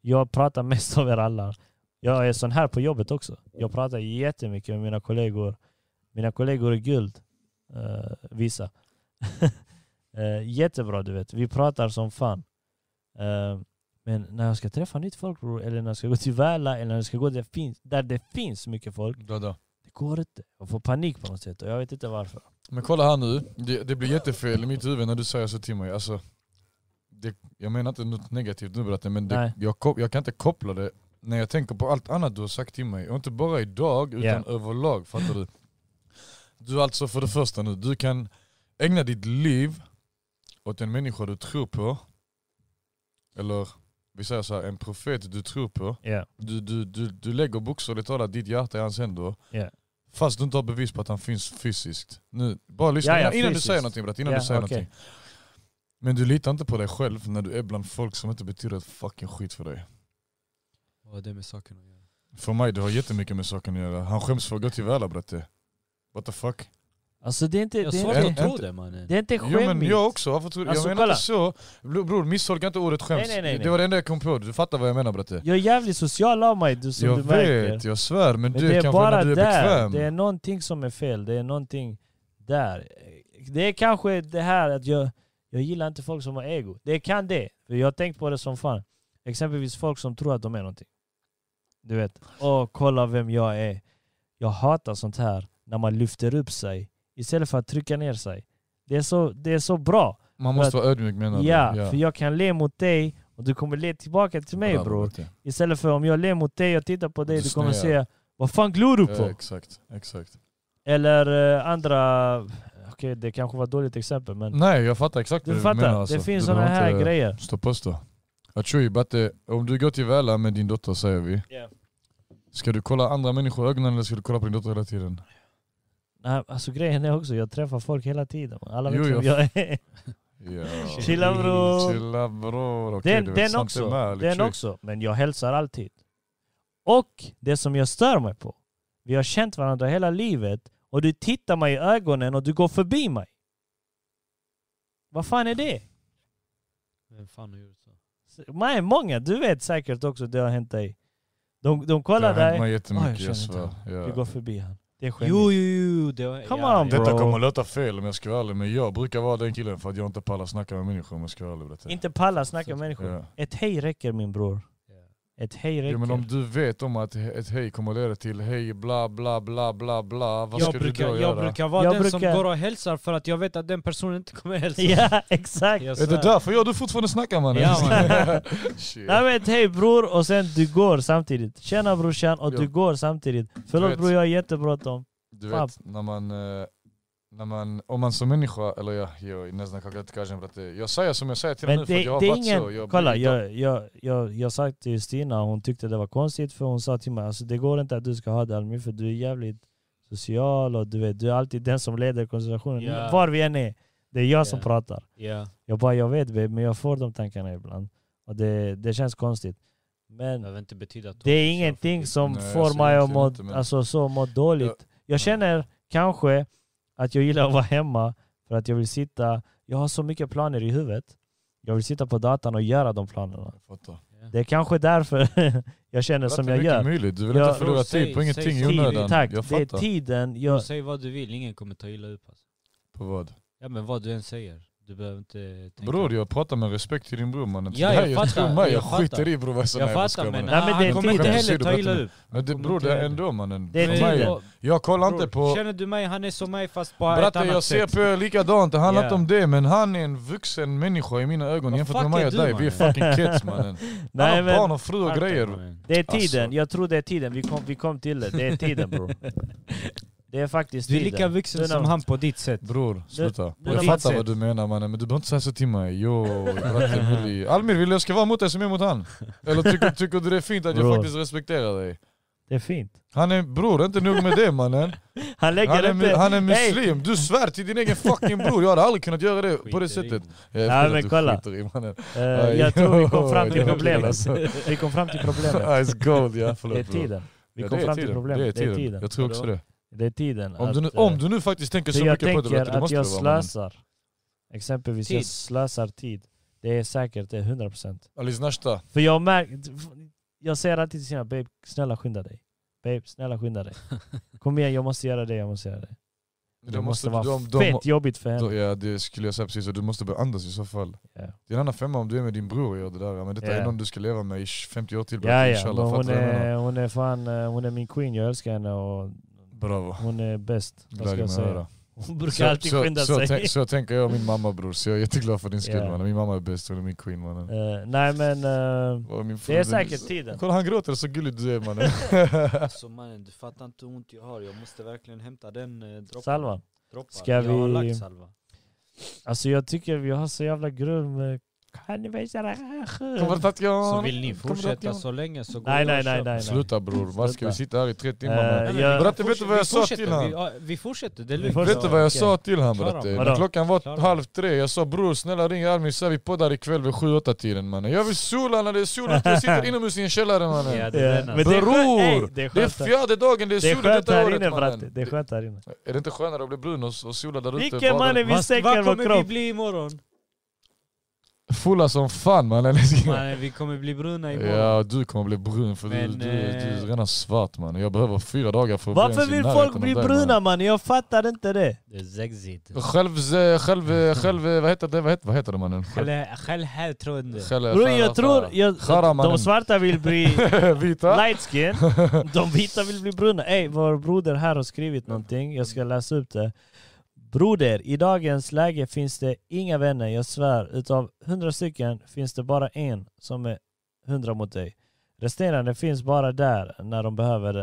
jag pratar mest av er alla. Jag är sån här på jobbet också. Jag pratar jättemycket med mina kollegor. Mina kollegor är guld, eh, vissa. Eh, jättebra du vet, vi pratar som fan. Eh, men när jag ska träffa nytt folk bror, eller när jag ska gå till Väla, eller när jag ska gå där, finns, där det finns mycket folk, Då, då. det går inte. Jag får panik på något sätt och jag vet inte varför. Men kolla här nu, det, det blir jättefel i mitt huvud när du säger så till mig. Alltså, det, jag menar inte något negativt nu bratte, men det, Nej. jag, ko- jag kan inte koppla det när jag tänker på allt annat du har sagt till mig. Och inte bara idag, utan Ja. överlag. Fattar du? Du alltså, för det första nu, du kan ägna ditt liv åt en människa du tror på. Eller vi säger så här, en profet du tror på. Yeah. Du, du, du, du lägger bokstavligt talat ditt hjärta i hans händer. Ja. Fast du inte har bevis på att han finns fysiskt. Nu, bara lyssna Ja, ja, innan, innan du fysiskt. säger någonting brat, innan Ja, du säger okej. någonting. Men du litar inte på dig själv när du är bland folk som inte betyder ett fucking skit för dig. Vad har det med saken att göra? För mig, det har jättemycket med saken att göra. Han skäms för att gå till Väla bratte. What the fuck? Alltså det är inte... Jag har Det svårt är svårt inte, att att tro tro det mannen. det är inte Jo men skämmigt. jag också, varför tror Alltså, Jag menar kolla. inte så. Bro- Bror mistolka inte ordet skäms. Nej, nej, nej, Det nej. var det enda jag kom på, du fattar vad jag menar bratte. Jag är jävligt social av mig, du, som Jag du märker. vet, jag svär. Men, Men det du är kanske bara när du är där. bekväm. Det är någonting som är fel. Det är någonting där. Det är kanske det här att jag, jag gillar inte folk som har ego. Det kan det. För jag har tänkt på det som fan. Exempelvis folk som tror att de är någonting. Du vet, åh kolla vem jag är. Jag hatar sånt här när man lyfter upp sig istället för att trycka ner sig. Det är så, det är så bra. Man Att- måste vara ödmjuk menar du? Ja, för jag kan le mot dig och du kommer le tillbaka till mig Bravo, bror. bratte. Istället för om jag ler mot dig och tittar på dig, Du du kommer snear. säga vad fan glor du Ja, på? exakt, exakt. Eller eh, andra... Okej, det kanske var ett dåligt exempel men... Nej jag fattar exakt Du vad fattar, du menar Mm. alltså. det finns Du sådana behöver här inte grejer. Stå på stå. Jag tror ju bratte, om du går till Väla med din dotter säger vi. Ja. Ska du kolla andra människor i ögonen eller ska du kolla på din dotter hela tiden? Nej, alltså grejen är också, jag träffar folk hela tiden. Alla vet Jo, vem jag- jag är. Ja. Chilla bror! Chilla bror. Okej, Den, det är väl den sant också, det med, den liksom. också. Men jag hälsar alltid. Och det som jag stör mig på, vi har känt varandra hela livet och du tittar mig i ögonen och du går förbi mig. Vad fan är det? Vem fan har gjort så? Nej, många, du vet säkert också det har hänt dig. De, de Det kollar har dig, hänt mig Oj, jag jättemycket, känner jag inte svär. du Ja. går förbi han. Det är skämmigt. Jo, jo, jo. Det var, Come on, bro. Detta kommer låta fel om jag ska vara ärlig, men jag brukar vara den killen för att jag inte pallar snacka med människor om jag ska vara ärlig. bratte. Inte palla snacka med människor. Ja. Ett hej räcker min bror. Ja. Ett hej räcker. Ja, men om du vet om att he- ett hej kommer leda till hej bla bla bla bla bla, vad Jag ska brukar, du då jag göra? brukar vara Jag den som brukar- går och hälsar för att jag vet att den personen inte kommer hälsa. ja exakt. Jag Är det svär. därför jag och du fortfarande snackar mannen? Ja, mannen. Shit. Nej men ett hej bror och sen du går samtidigt. Tjena brorsan och du Ja. går samtidigt. Du Förlåt vet. bror jag har jättebråttom. Du vet, när man, eh, när man, om man som människa, eller ja, jag nästan kanske inte kanske för att det- jag säger som jag säger till Men nu det, för att jag har det är varit ingen... så. Jag kolla, blir- jag, jag, jag, jag sa till Stina, hon tyckte det var konstigt för hon sa till mig alltså, det går inte att du ska ha det Almi för du är jävligt social och du vet, du är alltid den som leder konversationen. Ja. Var vi än är, det är jag som Ja. pratar. Ja, Jag bara, jag vet babe, men jag får de tankarna ibland. Och det, det känns konstigt. det Men behöver inte betyda att det hon är kör ingenting förbi. som Nej, jag får ser mig att verkligen må, inte, men- alltså, så må dåligt. Jag känner kanske att jag gillar att vara hemma för att jag vill sitta, jag har så mycket planer i huvudet. Jag vill sitta på datan och göra de planerna. Jag fattar. Det är kanske därför jag känner som Det är jag mycket gör. möjligt. Du vill Jag- inte förlora Säg- tid på ingenting i säg- onödan. Tid, tack. Jag Det är fattar. tiden. Jag, Säg vad du vill, ingen kommer ta illa upp. Alltså. På vad? Ja men vad du än säger. Du behöver inte tänka. Bror jag pratar med respekt till din bror mannen. Ja, det här, jag jag fattar, tror mig, jag, jag skiter fattar. i bror vad jag säger. jag Nej, fattar skojar, men, mannen. Nej, men han det är kommer inte tiden. heller ta illa Ser du upp. Men det, Kommer bror inte det är heller. ändå mannen. Det är För tiden. mig, Bror, jag kollar inte Bror, på... Känner du mig, han är som mig fast på ett Bratte annat jag ser sätt. på er likadant, det handlar Ja. inte om det men han är en vuxen människa i mina ögon Vad jämfört fuck med mig är och du, dig. Vi är mannen? fucking kids mannen. nej, han har barn men, och fru och Fattar, grejer. mannen. det är tiden. Alltså. Jag tror det är tiden. Vi kom, vi kom till det. Det är tiden bror. Det är faktiskt Du är tiden. lika vuxen Den som har- han på ditt sätt. Bror, sluta. det- jag det- fattar det- vad du menar mannen men du behöver inte säga så till mig. Jo, Bratte Mulli. Almir vill du jag ska vara mot dig som jag är mot han? Eller tycker, tycker du det är fint att Bror. jag faktiskt respekterar dig? Det är fint. Han är, bror, inte nog med det mannen. Han lägger Han är, inte... mu- han är Hey! muslim, du svär till din egen fucking bror. Jag hade aldrig kunnat göra det på det Skiter i. sättet. Ja, Jag vet men att du kolla. skiter i, mannen. Eh, Aj, jag tror vi kom oj, fram det till var kul, problemet. alltså. Vi kom fram till problemet. Ice gold, ja förlåt Det är bror. tiden. Vi Ja, kom det är fram till tiden. problemet. Det är tiden. Jag tror också Vadå? det. Det är tiden. Om du, nu, att, eh, om du nu faktiskt tänker för så jag mycket på tänker det, Bratte, det att måste jag du vara. mannen. slösar. Exempelvis, jag Tid. slösar tid. Det är säkert, det är 100 procent. Alice Nashta, För jag märker... Jag säger alltid till sina babe, snälla skynda dig. Babe, snälla skynda dig. Kom igen, jag måste göra det, jag måste göra det. Det, du måste, måste, vara de, de, fett jobbigt för henne. de, ja det skulle jag säga precis, och du måste börja andas i så fall. Ja. Det är en annan femma om du är med din bror och gör det där, men detta Ja. är någon du ska leva med i 50 år till. Bratte, Ja, ja. inshallah. Men Fattar hon, du vad jag menar? är, hon är fan... eh, Hon är min queen, jag älskar henne och Bravo. hon är bäst. Vad ska jag Glädjer mig att säga? höra. Hon brukar alltid skynda så, sig. tänk- så tänker jag och min mamma bror, så jag är jätteglad för din skull Ja. mannen. Min mamma är bäst, hon är min queen mannen. Eh, nej men eh, Och min fru, det är den- säkert tiden. Kolla han gråter, så gullig du är mannen. Alltså mannen, du fattar inte hur ont jag har. Jag måste verkligen hämta den eh, droppen. Salvan. Droppar. Ska jag har vi- lagt salva. Alltså jag tycker vi har så jävla grym eh, Kan ni visa det här Kommer själv? det att jag... Så vill ni Kommer det att fortsätta jag- så länge så går Nej, jag nej, och nej, köper. nej. nej. Sluta bror, vad ska vi Sluta. sitta här i tre timmar? Eh, man? men jag- Bratte vet du vad jag sa fortsätter, till han? vi- ja, Vi fortsätter, det är Vi lugnt. fortsätter. Vet du vad jag Okej. sa till han Klara. bratte? När Vadå? klockan var Klara. halv tre, jag sa bror snälla ring Armin så här, vi poddar ikväll vid 7-8 tiden mannen. Jag vill sola när det är sol ute, jag sitter inomhus i en källare mannen. Ja, det är Ja, den men alltså. det är skönt, Bror! Ey, det är Det är skönt, här- fjärde dagen det är det är sol skönt detta här inne året bratte. mannen. Det är skönt här inne. Är det inte skönare att bli brun och, och sola där ute? Vilken man är vi Vad- sänker Vad vår kommer vi kropp. bli imorgon? Fulla som fan mannen. Man, vi kommer bli bruna imorgon. Ja du kommer bli brun för du, Men, du, du är eh, redan svart mannen. Jag behöver fyra dagar för att bli Varför ens i vill närheten folk av bli dig, bruna mannen. man? Jag fattar inte det. Det är sexigt. Själv, eh, själv, själv, eh, vad heter det, vad heter, vad heter det mannen? Själv- Själ- Självhävdtroende. själv- Bror jag själv- tror, jag, Skära, alltså- mannen. de svarta vill bli Vita? light skin, de vita vill bli bruna. Ey, vår broder här har skrivit någonting, jag ska läsa upp det. Broder, i dagens läge finns det inga vänner, jag svär. Utav hundra stycken finns det bara en som är hundra mot dig. Resterande finns bara där när de behöver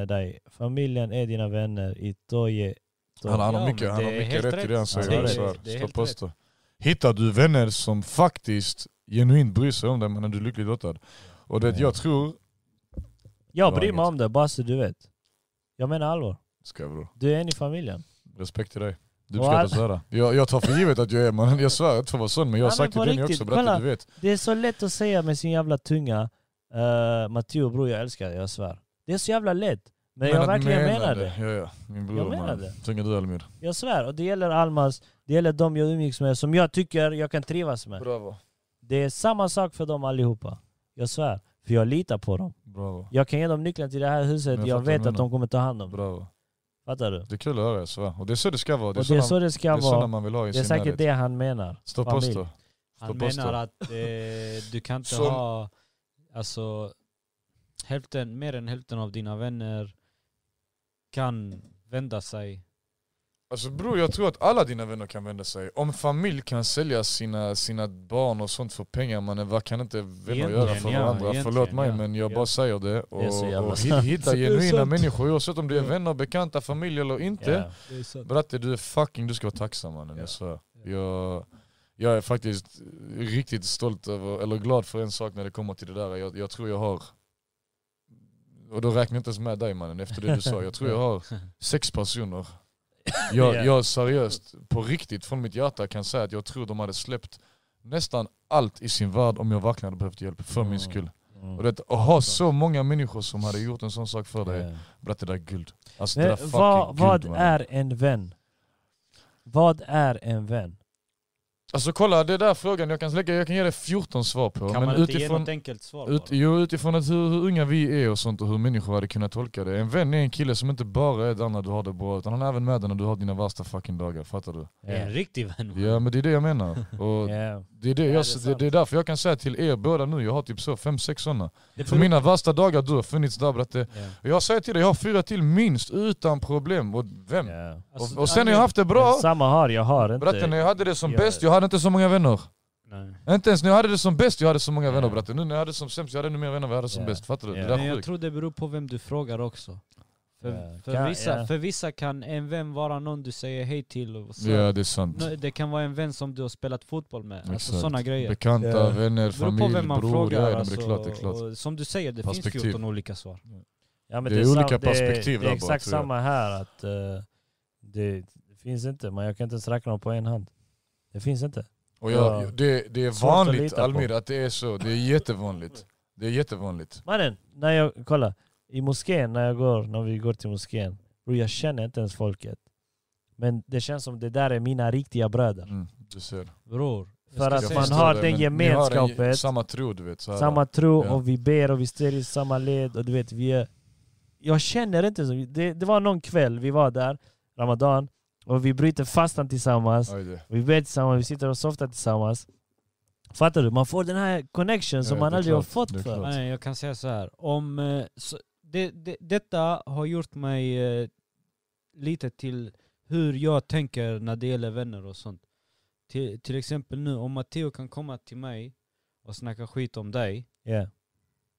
eh, dig. Familjen är dina vänner i Toje. Han, han har Ja, mycket, men han det har är mycket helt rätt i det han rätt. säger. Ja, det är jag rätt. svär. Det är Stå helt på stå. Hittar du vänner som faktiskt genuint bryr sig om dig, men är du lyckligt lottad. Och det, jag tror... Jag Bra bryr mig inget. om det, bara så du vet. Jag menar allvar. Ska bror, Du är en i familjen. respekt till dig. Du Och ska all- inte svära. Jag, jag tar för givet att jag är mannen, jag svär inte för att vara sån men jag har Ja, sagt men det på till dig också, riktigt, berätta kolla. du vet. Det är så lätt att säga med sin jävla tunga uh, Matteo bror jag älskar dig, jag svär. Det är så jävla lätt. Men, jag att verkligen mena menar det. Ja, ja. Min bror Jag menar mannen. det. Tunga du Almir. Jag svär. Och det gäller Almas, det gäller de jag umgicks med som jag tycker jag kan trivas med. Bravo. Det är samma sak för dem allihopa. Jag svär. För jag litar på dem. Bravo. Jag kan ge dem nyckeln till det här huset, Men jag, jag fattar vet vad att du de kommer ta hand om det. Bravo. Fattar du? Det är kul att höra, jag svär. Och det är så det ska vara. Det är, och det är såna, så det det ska är såna vara. man vill ha i Det är sin säkert närhet. det han menar. Stå på familj. stå. Stå Han på stå. menar att eh, du kan inte Som- ha alltså, hälften, mer än hälften av dina vänner kan vända sig. Alltså bror jag tror att alla dina vänner kan vända sig. Om familj kan sälja sina, sina barn och sånt för pengar mannen, vad kan inte vänner göra för Egentligen, ja. varandra? Egentligen, Förlåt mig ja. men jag Ja. bara säger det. Och, är så jävla och hit- sant. hitta Det är genuina sant. människor oavsett om du är Ja. vänner, bekanta, familj eller inte. Ja. Bratte du är fucking, du ska vara tacksam mannen. Ja. Jag svär. Jag, jag är faktiskt riktigt stolt över, eller glad för en sak när det kommer till det där. Jag, jag tror jag har, och då räknar jag inte ens med dig mannen efter det du sa. Jag tror jag har sex personer. Jag, Ja. jag seriöst, på riktigt från mitt hjärta kan säga att jag tror de hade släppt nästan allt i sin värld om jag verkligen hade behövt hjälp för min Mm. skull. Mm. Och det, att ha så många människor som hade gjort en sån sak för dig, Ja. bratte det där är guld. Alltså det där Men är fucking vad, vad guld mannen. är en vän? Vad är en vän? Alltså kolla, det där frågan, jag kan, lägga, jag kan ge dig 14 svar på. Kan man men inte ge utifrån, något enkelt svar ut, bara? jo, utifrån att hur, hur unga vi är och sånt och hur människor hade kunnat tolka det. En vän är en kille som inte bara är där när du har det bra, utan han är även med dig när du har dina värsta fucking dagar. Fattar du? Det är en riktig vän. Ja men det är det jag menar. Och Ja. det, är det, det är jag, det, sant. det är därför jag kan säga till er båda nu, jag har typ så fem sex sådana. Det För mina värsta dagar du har funnits där bratte. Ja. Jag säger till dig, jag har fyra till minst utan problem. Och vem? Ja. Alltså, Och, och sen när jag anledningen- haft det bra, Men Samma har jag, har inte. bratte när jag hade det som Ja. bäst, jag hade inte så många vänner. Nej. Inte ens när jag hade det som bäst, jag hade så många vänner Ja. bratte. Nu när jag hade det som sämst, jag hade ännu mer vänner än vad jag hade som Ja. bäst. Fattar du? Ja. Det där Men är jag sjukt. tror det beror på vem du frågar också. För, Ja, för, kan- vissa, ja. för vissa kan en vän vara någon du säger hej till. Och så. Ja det är sant. Nå- Det kan vara en vän som du har spelat fotboll med. Alltså Exakt. sådana grejer. Bekanta, Ja. vänner, Det beror på familj, vem man bror. frågar. Ja, ja, men det alltså, är klart, det är klart. Och som du säger, det Perspektiv. finns 14 olika svar. Ja, men Det är sam- olika det är- perspektiv Det är där bara, exakt tror jag. samma här. att eh, det, det finns inte, men jag kan inte ens räkna dem på en hand. Det finns inte. Och Ja. jag, det, det är Svårt att vanligt lita på. Almir att det är så. Det är jättevanligt. Det är jättevanligt. Mannen, när jag, kolla. I moskén, när jag går, när vi går till moskén. Bror, jag känner inte ens folket. Men det känns som det där är mina riktiga bröder. Mm, du ser. Bror. jag För ska att Jag säga man så förstår har det, den men Ni har en, gemenskapen. ge- samma tro du vet. Så här. Samma tro Ja. och vi ber och vi står i samma led och du vet vi är... Jag känner inte så. Det, det var någon kväll vi var där, Ramadan, och vi bryter fastan tillsammans. Oj, det. Vi ber tillsammans, vi sitter och softar tillsammans. Fattar du? Man får den här connection som Ja, man det är aldrig har klart, fått det är för. klart. Nej, jag kan säga så här. Om, eh, så, det, det, detta har gjort mig eh, lite till hur jag tänker när det gäller vänner och sånt. Till, till exempel nu, om Matteo kan komma till mig och snacka skit om dig. Ja.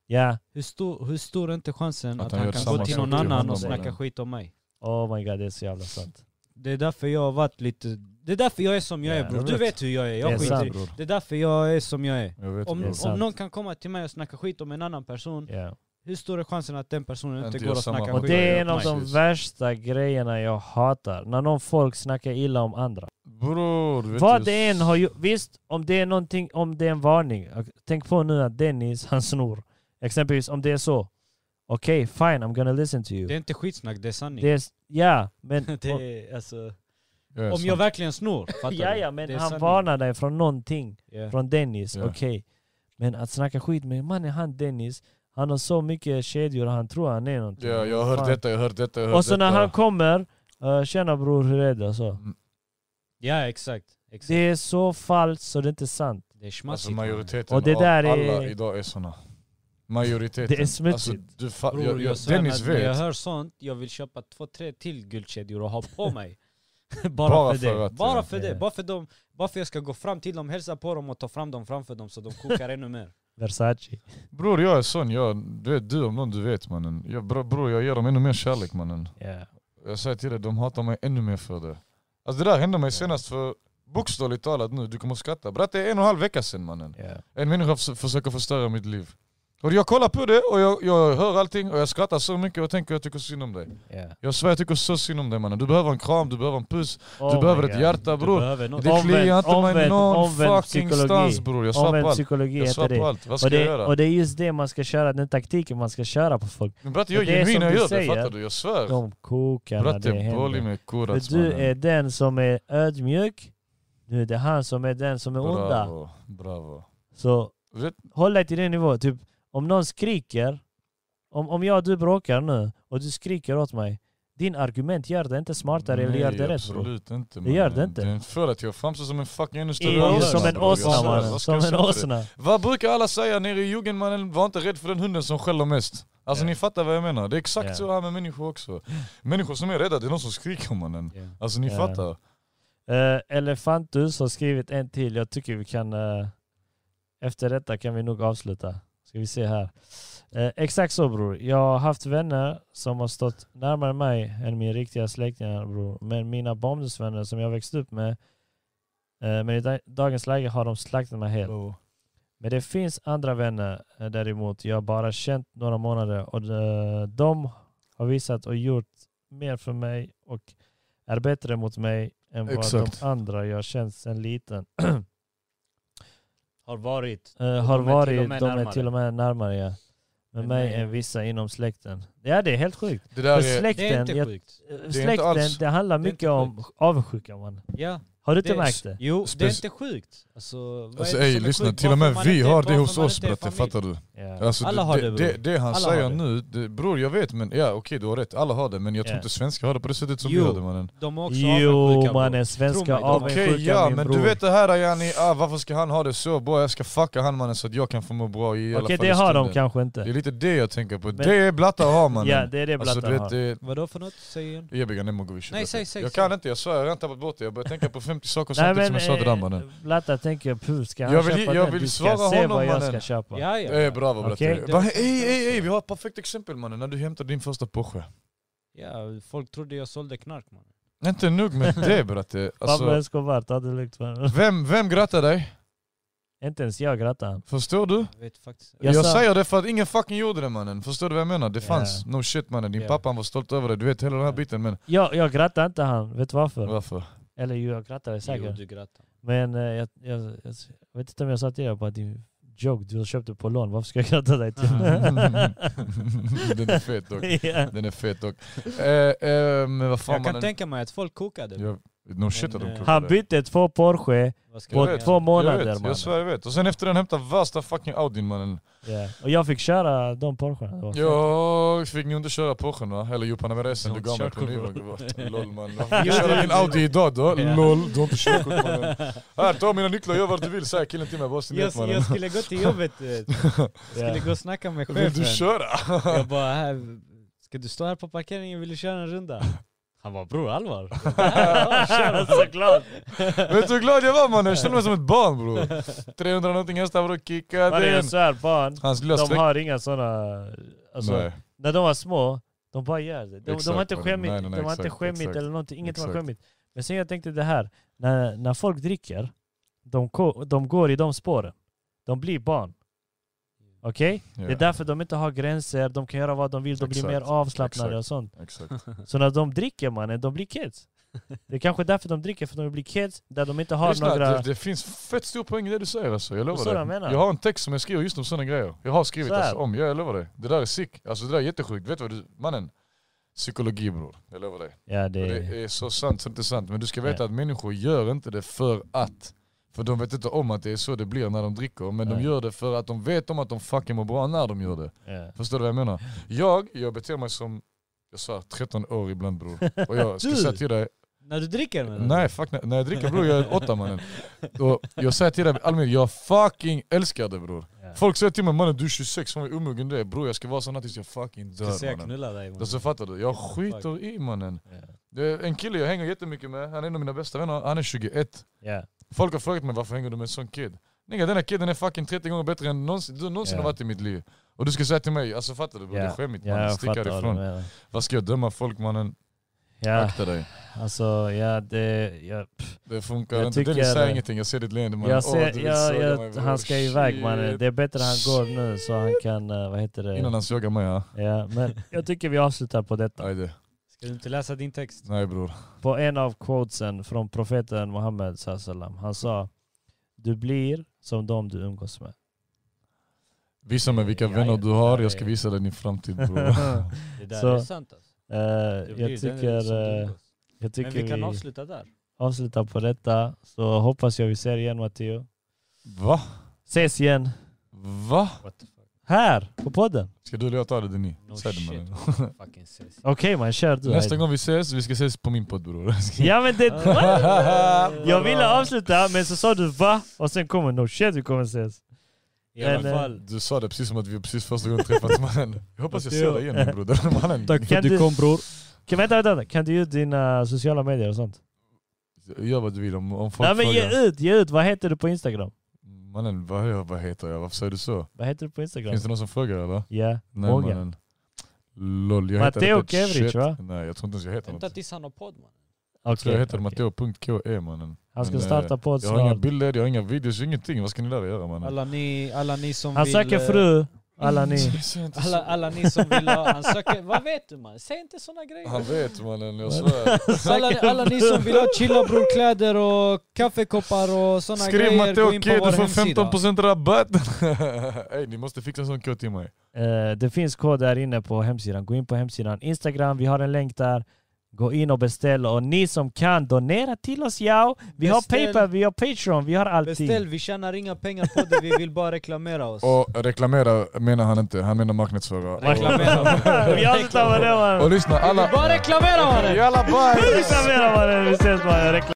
Ja, Hur stor, hur stor är inte chansen Att att, han han, gör kan samma gå till sak någon till annan honom, och snacka eller? skit om mig? oh my god det är så jävla sant. Det är därför jag har varit lite... Det är därför jag är som jag Ja, är bror. jag Du vet. vet hur jag är, Det är jag skiter i... bror. Det är därför jag är som jag är. Jag vet Om, bror. sant. om någon kan komma till mig och snacka skit om en annan person, Ja. hur stor är chansen att den personen Inte inte gör går och samma snackar Och sak. skit? det är Ja, en av de precis. värsta grejerna jag hatar. När någon folk snackar illa om andra. Bror, du vet Vad ju- det än har gjort. Visst, om det är någonting, om det är en varning. Och Tänk på nu att Dennis, han snor. Exempelvis om det är så. Okej, fine, I'm gonna listen to Det you. är inte skitsnack, det är sanning. Det är, ja, men... Det är, alltså, Ja, sant. om jag verkligen snor, fattar du? ja, ja, men Det är han sanning. varnar dig från någonting. Ja. Från Dennis, Ja. okej. Men att snacka skit med mannen, han Dennis, han har så mycket kedjor, han tror han är någonting. Ja, jag har hört Fan. detta, jag har hört detta, jag har hört Och så när detta. han kommer, uh, tjena bror hur är det? Så. ja exakt. exakt. Det Det, är så falskt så det är inte sant. är Alltså smaskigt. mannen. majoriteten Och det där av är- alla idag är såna. Majoriteten. Det är smutsigt. Alltså, du fa- Bror, jag, jag, svär Dennis att när jag vet. hör sånt, jag vill köpa två, tre till guldkedjor och ha på mig. bara, Bara för, för det. att- bara för Ja. det. Bara för, dem, bara för jag ska gå fram till dem, hälsa på dem och ta fram dem framför dem så de kokar ännu mer. Versace. Bror jag är sån, jag, du vet du om någon du vet mannen. Jag, bro- bror jag ger dem ännu mer kärlek mannen. Yeah. Jag säger till dig, de hatar mig ännu mer för det. Alltså det där hände mig senast för bokstavligt talat nu, du kommer skratta. Berätta, det är en och en halv vecka sedan mannen. Yeah. En människa förs- försöker förstöra mitt liv. Och jag kollar på det och jag, jag hör allting och jag skrattar så mycket och tänker jag tycker synd om dig. Yeah. Jag svär jag tycker så synd om dig mannen. Du behöver en kram, du behöver en puss, Oh du behöver ett hjärta bror. behöver något. Det kliar Omvänd- inte mig omvänd- någon omvänd fucking psykologi. stans bror. Jag svär på Omvänd allt. psykologi Jag heter svär det. på allt. Vad Och ska jag det, och göra? det är just det man ska köra, den taktiken man ska köra på folk. Men bratte och jag det är är genuin som när jag du gör det, säger. fattar du? Jag svär. De kokarna Bratte det Bolli händer. med kurats För du är den som är ödmjuk, nu är det han som är den som är onda. Bravo, bravo. Så Vet, håll dig till den nivån. Typ, om någon skriker, om, om jag och du bråkar nu och du skriker åt mig, din argument gör det inte smartare eller gör det rätt bror. absolut inte. Det gör mannen. det inte. är för att jag framstår som en fucking ännu I, större åsna, som en bror. Jag åsna svär. mannen, Vad ska som jag en säga till dig? åsna. Vad brukar alla säga nere i djungeln mannen? Var inte rädd för den hunden som skäller mest. Alltså Ja. ni fattar vad jag menar. Det är exakt Ja. så här med människor också. Människor som är rädda, det är de som skriker mannen. Ja. Alltså ni Ja. fattar. Eh, Elefantus har skrivit en till. Jag tycker vi kan... eh, efter detta kan vi nog avsluta. Ska vi se här. Eh, exakt så bror. Jag har haft vänner som har stått närmare mig än min riktiga släktingar bror. Men mina barndomsvänner som jag växt upp med. eh, men i da- dagens läge har de slaktat mig helt. Men det finns andra vänner eh, däremot. Jag har bara känt några månader och de, de har visat och gjort mer för mig och är bättre mot mig än vad Exakt. de andra jag känt sedan liten Har varit. eh, Och har de är varit. till och de med är närmare. till och med närmare ja. med Men mig nej. än vissa inom släkten. Ja det är helt sjukt. Det där För är... släkten, Det är inte jag, sjukt. eh, inte släkten alls- det handlar det är mycket inte om avundsjuka man. Ja, Har du inte det- märkt det? Jo, det är Spec- inte sjukt. Alltså, vad Alltså är det ey som är lyssna, sjukt? till och med Varför man vi inte- har det varför hos man oss inte är bratte, familj? fattar du? Ja. Alltså, Alla det, har det, det, bror. det, det han Alla säger har det. nu, det, bror jag vet men ja okej du har rätt, alla har det men jag tror Ja. inte svenskar har det på det sättet som Jo. vi har det mannen. De är också Jo avundsjuka. bror. mannen, Tro svenska mig, de- avundsjuka Okej ja min men bror. du vet det här yani, ah, varför ska han ha det så bra? Jag ska fucka han mannen så att jag kan få må bra i alla Okej fall i det har de stunden. kanske inte. Det är lite det jag tänker på, det är blatta har mannen. Ja det är det alltså, Blatta du vet, har. det är Vadå för något? Säg igen. Ebiga Nemogovic. Nej, vet säg, jag. säg, jag säg. kan inte, jag svär jag har inte tappat bort det. Jag börjar tänka på 50 saker samtidigt som jag sa det där mannen. eh, Blatta tänker jag, puh ska han Jag vill- köpa jag den? vill du ska svara se honom, vad jag mannen. ska köpa. Ja, ja. Eh, bravo bratte. Okej. Bara, Ey ey ey, vi har ett perfekt exempel mannen, när du hämtade din första Porsche. ja, folk trodde jag sålde knark man. Inte nog med det bratte. Pablo Alltså, Escobar, ta det lugnt. mannen. vem, vem grattar dig? Inte ens jag grattar han. Förstår du? Jag vet faktiskt. Jag Jag, sa- säger det för att ingen fucking gjorde det mannen, förstår du vad jag menar? Det Ja. fanns, no shit mannen, din Ja. pappa han var stolt över det, du vet hela den här Ja. biten men Jag, jag grattar inte han, vet du varför? varför? Eller jo, jag grattade Jo, säkert. du grattar. Men eh, jag, jag, jag vet inte om jag sa till dig på att din joke du köpte på lån, varför ska jag gratta dig till? den är fet dock, Ja. den är fet dock. Eh, eh, men vad fan Jag kan mannen, tänka mig att folk kokade. jag, no shit att Men, de eh, kokade. Han bytte två Porsche Vad ska på jag två göra? jag månader vet, jag svär mannen. jag vet. Och sen efter den hämtade värsta fucking Audin mannen. Ja. Och jag fick köra de Porscharna. Det var fett. Jag fick nog inte köra Porschen va? Eller jo Panameresen, Du du har gav mig inte på körkort. nivå. Lol man. Varför fick jag köra min Audi idag då? Ja. Lol, du har inte körkort mannen. Här, ta mina nycklar, gör vad du vill, säger killen till mig. Bara Jag, snällt mannen. jag skulle gå till jobbet, eh, jag skulle Ja. gå och snacka med Vill du chefen. köra? Jag bara, här, ska du stå här på parkeringen, vill du köra en runda? Han var bror allvar. Såklart! Vet du hur glad jag var mannen? Jag kände mig som ett barn bror. 300 någonting hästar bror, kickade Varje in. så här barn, Hans lilla de släkt... har inga sådana... Alltså, Nej. när de var små, De bara gör det. De, de Exakt, har inte mannen. skämmigt, Nej, nej, nej, de har inte exakt, skämmigt exakt, eller någonting. Inget var exakt. skämmigt. Men sen jag tänkte det här, när, när folk dricker, de, ko- de går i de spåren. De blir barn. Okej? Mm. Ja, Det är därför de inte har gränser, de kan göra vad de vill, de blir Exakt, mer avslappnade exakt. och sånt. Exakt. Så när de dricker mannen, de blir kids. Det är kanske därför de dricker, för de blir kids där de inte har Lyssna, några... det, det finns fett stor poäng i det du säger alltså, jag är så lovar jag dig. menar. Jag har en text som jag skriver just om sådana grejer. Jag har skrivit Så här. alltså, om, ja, jag lovar dig. Det där är sick, alltså det där är jättesjukt. Vet du vad du, mannen? Psykologi bror, jag lovar dig. Ja, det Och är... Det är så sant så det är inte sant. Men du ska veta att människor gör inte det för att. För de vet inte om att det är så det blir när de dricker. Men de Nej. gör det för att de vet om att de fucking mår bra när de gör det. Ja. Förstår du vad jag menar? Jag, jag beter mig som, jag svär, 13 år ibland bror. Och jag ska Du? säga till dig, När du dricker menar du? nej fuck nej. när jag dricker bror jag är åtta mannen. Och jag säger till dig allmänt, jag fucking älskar det bror. Ja. Folk säger till mig mannen du är 26, fan vad umuggen du är. Bror jag ska vara sån här tills jag fucking dör mannen. knulla dig. Alltså fattar du? Jag skiter i mannen. Det är en kille jag hänger jättemycket med, han är en av mina bästa vänner, han är 21. Ja. Folk har frågat mig varför hänger du med en sån kid? Nigga den här kiden är fucking 30 gånger bättre än någonsin, du någonsin Ja. har varit i mitt liv. Och du ska säga till mig, alltså fattar du? bror, Det är Ja. skämmigt Ja, mannen, jag stick fattar vad du härifrån. menar. Vad ska jag döma folk mannen? Ja, Akta dig. alltså ja, det... Jag, pff, Det funkar Jag inte. tycker- Dennis säger ingenting, jag ser ditt leende mannen. jag Åh, ser, du vill jag, såga jag, mig, bror. han ska iväg Shit. mannen. Det är bättre han går nu så han kan, eh, vad heter det? Innan han sågar mig ja. Ja, men jag tycker vi avslutar på detta. Ajde. Ska du inte läsa din text? Nej bror. På en av quotesen från profeten Muhammed sallam. Han sa Du blir som de du umgås med. Eh, Visa mig vilka Ja, ja, vänner du har, det- jag ska visa dig din framtid bror. Det där Så- är sant alltså. Eh, Det blir jag den som tycker, du eh, umgås. jag tycker Men vi kan vi avsluta där. Mm. avslutar på detta. Så hoppas jag vi ser igen Matteo. Va? Ses igen Va? här på podden. Ska du eller jag ta det Denny? No Säg det shit. mannen. Fucking ses. Okej man, kör du. Nästa gång vi ses, vi ska ses på min podd bror. Ja men det... jag ville avsluta men så sa du va? Och sen kommer no shit vi kommer ses. I alla Men, fall. Du sa det precis som att vi precis första gången träffats mannen. Jag hoppas jag ser dig igen min broder. Mannen. Tack för Kan att du du- kom bror. Kan, vänta, vänta, vänta. kan du ge ut dina sociala medier och sånt? Gör vad du vill om, om folk Nej men frågar. ge ut, ge ut. Vad heter du på Instagram? Mannen, vad, jag- vad heter jag? Varför säger du så? Vad heter du på Instagram? Finns det någon som frågar eller? Ja, Nej många. mannen. Lol, jag Matteo heter inte ett Kevric, shit. va? Nej jag tror inte ens jag heter något. Vänta Jag tills han har podd man. Okej, tror jag heter okej. matteo.ke mannen. Han ska Men, eh, starta podd Jag har inga snart. bilder, jag har inga videos, ingenting. Vad ska ni där göra mannen? Alla ni, alla ni som Han vill... söker eh, fru, alla ni. Säg inte så. Alla, alla ni som vill ha, han söker, vad vet du man? Säg inte såna grejer. Han vet mannen, jag svär. Alla, alla ni som vill ha chilla bror kläder och kaffekoppar och såna Skriv grejer, Matteo gå in på K, vår du får hemsida. 15% rabatt! Ey ni måste fixa en sån kod till mig. Eh, det finns kod där inne på hemsidan. Gå in på hemsidan. Instagram, vi har en länk där. Gå in och beställ. Och ni som kan, donera till oss ja. Vi har Beställ. Paypal, vi har Patreon, vi har allting. Beställ, vi tjänar inga pengar på det, vi vill bara reklamera oss. Och reklamera menar han inte, han menar marknadsföra. Reklamera. vi avslutar med det Och mannen. lyssna alla... Bara reklamera mannen! Jalla bye! Reklamera mannen, vi ses mannen. Reklam-